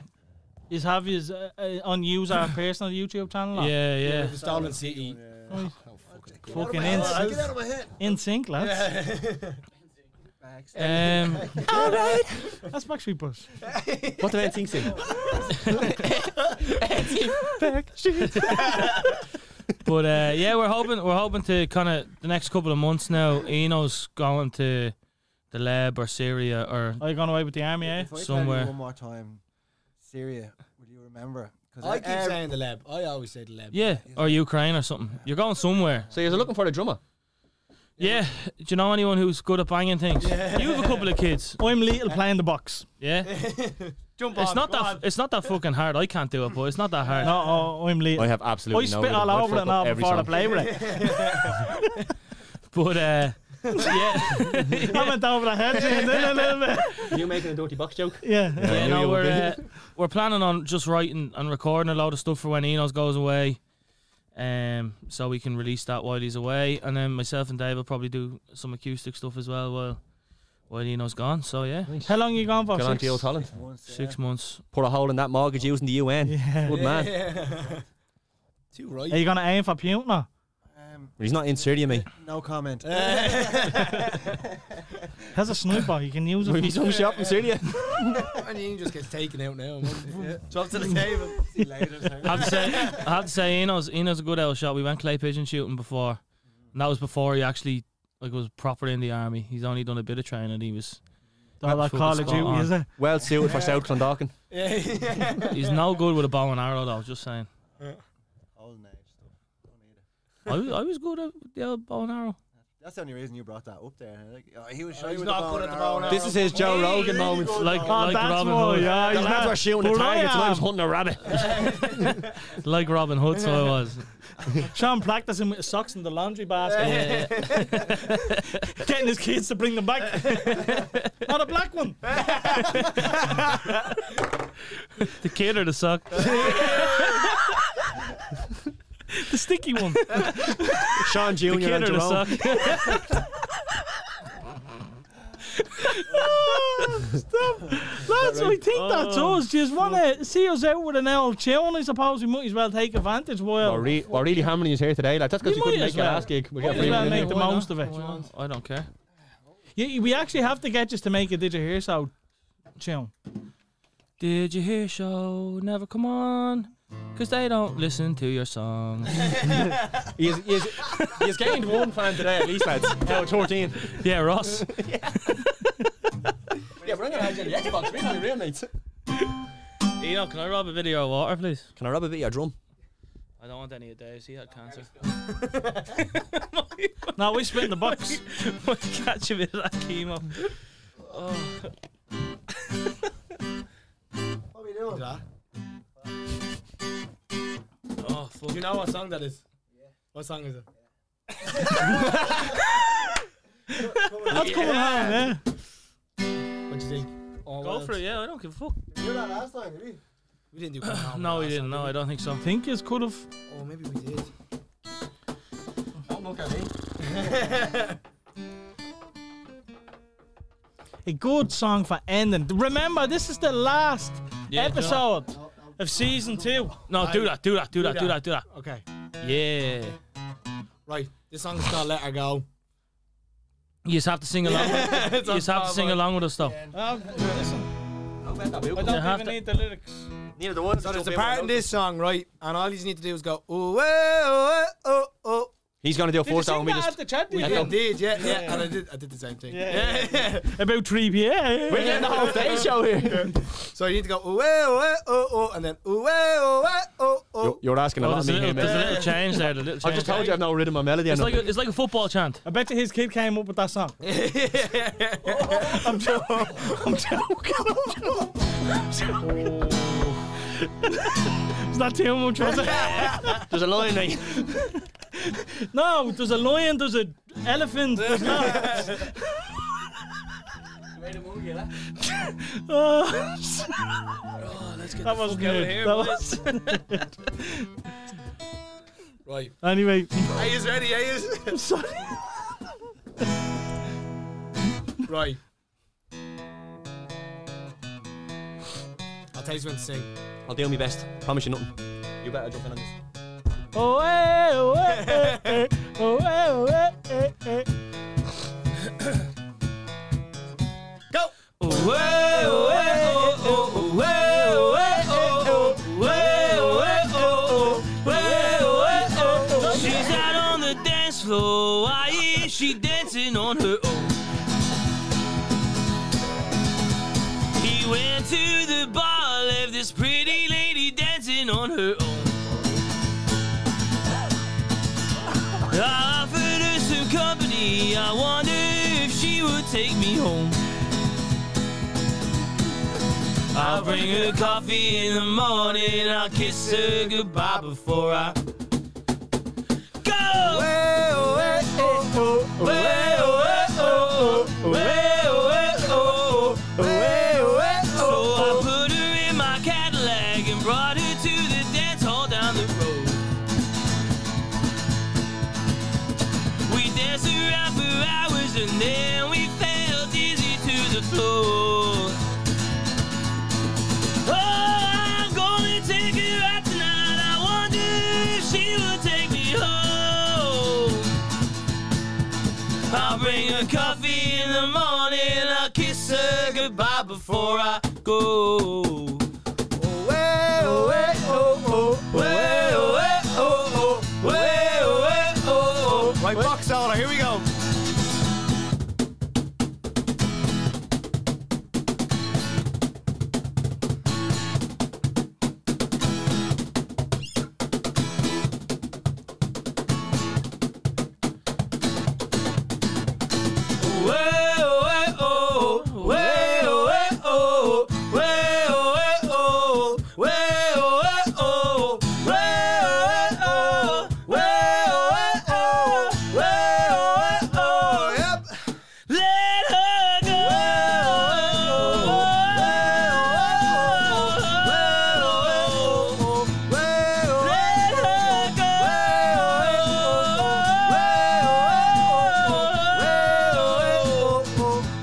Speaker 1: Is have his uh, uh, on use our personal YouTube channel? or-
Speaker 4: Yeah, yeah.
Speaker 5: The Stolen City.
Speaker 6: Oh,
Speaker 1: Fucking in,
Speaker 6: Get out of my head.
Speaker 1: in sync, lads.
Speaker 6: Uh, Relax.
Speaker 4: Eh,
Speaker 1: Um, All right. That's Backstreet Boys.
Speaker 3: What do NSYNC sing?
Speaker 4: But uh, yeah, we're hoping we're hoping to kind of the next couple of months now. Eno's going to the lab or Syria or
Speaker 1: Are you going away with the army, eh?
Speaker 6: If I
Speaker 4: somewhere.
Speaker 6: Tell you one more time, Syria, will you remember? 'Cause
Speaker 5: I keep
Speaker 6: ev-
Speaker 5: saying the lab. I always say the lab.
Speaker 4: yeah or Ukraine or something. You're going somewhere.
Speaker 3: So you're looking for the drummer.
Speaker 4: Yeah. Do you know anyone who's good at banging things? You have a couple of kids.
Speaker 1: I'm Lethal playing the box.
Speaker 4: Yeah.
Speaker 5: Jump
Speaker 4: It's not that it's not that fucking hard. I can't do it, but it's not that hard.
Speaker 1: No, oh, I'm Lethal.
Speaker 3: I have
Speaker 1: I
Speaker 3: absolutely no.
Speaker 1: spit
Speaker 3: rhythm.
Speaker 1: all
Speaker 3: I
Speaker 1: over
Speaker 3: fuck
Speaker 1: it
Speaker 3: up
Speaker 1: now
Speaker 3: every
Speaker 1: before I
Speaker 3: song.
Speaker 1: play with it.
Speaker 4: But uh, yeah,
Speaker 1: I went over the hedge and then a little bit.
Speaker 3: You making a dirty box joke?
Speaker 1: Yeah.
Speaker 3: I
Speaker 4: yeah
Speaker 3: knew you would
Speaker 4: no, we're
Speaker 3: be.
Speaker 4: uh, we're planning on just writing and recording a lot of stuff for when Enos goes away, um, so we can release that while he's away, and then myself and Dave will probably do some acoustic stuff as well while while Eno's gone. So yeah,
Speaker 1: How long you gone for?
Speaker 3: Get on
Speaker 1: Six?
Speaker 3: to old Holland.
Speaker 6: once, uh,
Speaker 4: six months.
Speaker 3: Put a hole in that mortgage using the UN. Good man.
Speaker 5: Too right.
Speaker 1: Are you going to aim for Putin now?
Speaker 6: um,
Speaker 3: He's not inserting me.
Speaker 6: no comment.
Speaker 1: Has a sniper. You can use
Speaker 3: He's
Speaker 1: it.
Speaker 3: some shop in Syria.
Speaker 5: and he just gets taken out now. man.
Speaker 6: Drop to the table. See you later. sir.
Speaker 4: I have to say, I have to say, Enos Enos a good old shot. We went clay pigeon shooting before, and that was before he actually like was proper in the army. He's only done a bit of training. He was.
Speaker 1: All that
Speaker 4: fucking
Speaker 1: Call of
Speaker 4: spot
Speaker 1: Duty,
Speaker 4: on.
Speaker 1: is it?
Speaker 3: Well suited for South Clondalkin.
Speaker 4: He's no good with a bow and arrow, though. Just saying.
Speaker 6: Old age stuff. Don't need it.
Speaker 4: I was, I was good at the old bow and arrow.
Speaker 6: That's the only reason you brought that up there. Like, oh, he was shy
Speaker 5: Uh, he's
Speaker 6: with
Speaker 5: not
Speaker 6: the bow
Speaker 5: good
Speaker 6: and
Speaker 5: at the bow
Speaker 6: arrow.
Speaker 5: and
Speaker 3: This is his Joe Rogan moment.
Speaker 4: Like, Oh, like
Speaker 1: that's
Speaker 4: Robin
Speaker 1: why,
Speaker 4: Hood.
Speaker 1: yeah,
Speaker 3: The
Speaker 1: he's
Speaker 3: lads
Speaker 1: not-
Speaker 3: were shooting at
Speaker 1: Well, I
Speaker 3: targets and I was
Speaker 1: am.
Speaker 3: hunting a rabbit.
Speaker 4: Like Robin Hood, so I was.
Speaker 1: Sean practicing with his socks in the laundry basket.
Speaker 4: Yeah.
Speaker 1: Getting his kids to bring them back. Ah, Not a black one.
Speaker 4: the kid or the sock? the sticky one. The
Speaker 3: Sean Jr.
Speaker 4: kid
Speaker 3: and
Speaker 4: or the
Speaker 3: Jerome.
Speaker 4: sock?
Speaker 1: That's I think
Speaker 4: Oh.
Speaker 1: that's us. Just want to see us out with an old tune. I suppose we might as well take advantage while
Speaker 3: We're, re- we're really hammering his hair today. Like, that's because
Speaker 1: We
Speaker 3: we couldn't
Speaker 1: might
Speaker 3: make
Speaker 1: as
Speaker 3: your
Speaker 1: well.
Speaker 3: last gig. We
Speaker 1: Might
Speaker 3: got
Speaker 1: as
Speaker 3: free
Speaker 1: well
Speaker 3: minute.
Speaker 1: make the most of it.
Speaker 4: I don't care.
Speaker 1: Yeah, we actually have to get just to make a Did You Hear So tune.
Speaker 4: Did you hear show? Never come on. Cause they don't listen to your songs.
Speaker 3: He's, he's, he's gained one fan today, at least, lads. Now 14.
Speaker 4: yeah, Ross.
Speaker 3: Yeah, we're not going to have the Xbox. We're not real mates.
Speaker 4: Enoch, can I rob a video of water, please?
Speaker 3: Can I rub a bit of your drum?
Speaker 4: I don't want any of Dave's. He had cancer.
Speaker 1: No, we spit in the box.
Speaker 4: Catch a bit of that chemo.
Speaker 6: What are we doing?
Speaker 4: Oh, fuck.
Speaker 5: Do you know what song that is? What song is it?
Speaker 1: That's coming home, yeah.
Speaker 5: What do you think? Oh,
Speaker 4: Go for it, yeah. I don't give a fuck.
Speaker 6: We did that last time, did we?
Speaker 5: We didn't do Come Home
Speaker 4: No,
Speaker 5: last
Speaker 4: he didn't.
Speaker 5: time,
Speaker 4: No, I
Speaker 5: did
Speaker 4: don't think so.
Speaker 1: I think it's could have.
Speaker 5: we? Oh, maybe we did.
Speaker 6: Don't look at me.
Speaker 1: a good song for ending. Remember, this is the last
Speaker 4: Yeah,
Speaker 1: episode of season two.
Speaker 4: No, do that, do that, do that, do that, do that.
Speaker 5: Okay.
Speaker 4: Yeah.
Speaker 5: Right. This song is called Let Her Go.
Speaker 4: You just have to sing along. with- you just have to sing along with us, though.
Speaker 1: I
Speaker 4: You have to-
Speaker 1: need the lyrics.
Speaker 3: Neither the ones.
Speaker 5: So there's a part in this song, right? And all you need to do is go, oh, oh, oh, oh.
Speaker 3: He's going to do a
Speaker 1: Did you
Speaker 3: fourth
Speaker 1: sing
Speaker 3: down. We
Speaker 1: that
Speaker 3: just.
Speaker 1: at the chat?
Speaker 5: We
Speaker 1: did
Speaker 5: did
Speaker 1: you?
Speaker 5: indeed, yeah, yeah, And I did, I did the same thing.
Speaker 1: Yeah, About 3 p.m.
Speaker 3: We're getting the whole day show here.
Speaker 5: So you need to go, ooh, eh, ooh, eh, oh, oh, and then, ooh, eh, ooh, eh, oh,
Speaker 3: You're,
Speaker 5: oh.
Speaker 3: you're asking a
Speaker 4: Oh,
Speaker 3: lot of
Speaker 4: there's, a
Speaker 3: me here,
Speaker 4: little, there's a
Speaker 3: mate.
Speaker 4: little change there. The little
Speaker 3: I
Speaker 4: change.
Speaker 3: just told you I've no rhythm or melody.
Speaker 4: It's
Speaker 3: and
Speaker 4: like a, it's like a football chant.
Speaker 1: I bet you his kid came up with that song. I'm joking. I'm joking. I'm joking. I'm joking. Is that too much? Was it?
Speaker 3: There's a line like.
Speaker 1: No, there's a lion, there's an elephant, there's not. oh, that was good. That was.
Speaker 5: Right.
Speaker 1: Anyway,
Speaker 5: Hey, is ready, hey, is.
Speaker 1: I'm sorry.
Speaker 5: Right. I'll tell you when to sing.
Speaker 3: I'll do my best. Promise you nothing. You better jump in on this.
Speaker 1: Oh, eh, oh, eh, eh, eh. oh, eh, oh, eh, eh, eh.
Speaker 4: She's out on the dance floor. I hear she dancing on her own. He went to the bar, left this pretty lady dancing on her own. I offered her some company. I wonder if she would take me home. I'll bring her coffee in the morning. I'll kiss her goodbye before I go. So I put her in my Cadillac and brought her to the dance hall down the road. We danced around for hours and then we fell dizzy to the floor. Oh, I'm gonna take her out tonight. I wonder if she will take me home. I'll bring her coffee in the morning. I'll kiss her goodbye before I go.
Speaker 5: Right, box solar, here we go.
Speaker 4: Let her go. Let her go.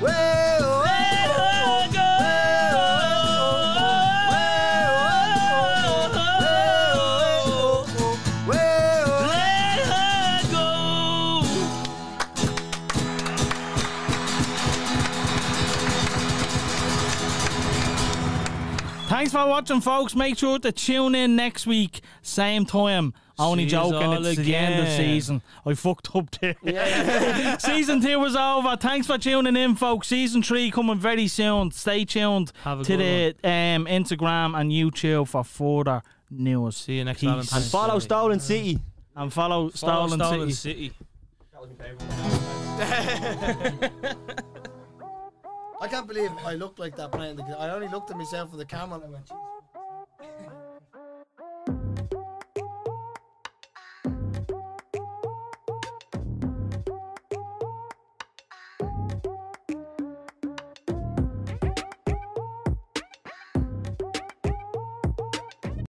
Speaker 4: Let her go. Let her go.
Speaker 1: Thanks for watching, folks. Make sure to tune in next week, same time. Only
Speaker 4: Sees
Speaker 1: joking,
Speaker 4: all
Speaker 1: it's the end of
Speaker 4: again.
Speaker 1: season. I fucked up there. season two was over. Thanks for tuning in, folks. Season three coming very soon. Stay tuned
Speaker 4: Have a
Speaker 1: to the
Speaker 4: good
Speaker 1: um, Instagram and YouTube for further news.
Speaker 4: See you next
Speaker 1: Peace.
Speaker 4: Valentine's
Speaker 3: And follow Stolen City.
Speaker 1: And follow,
Speaker 4: Follow
Speaker 1: Stolen, City.
Speaker 4: City.
Speaker 6: I can't believe I looked like that playing the. I only looked at myself with the camera and I went, Jesus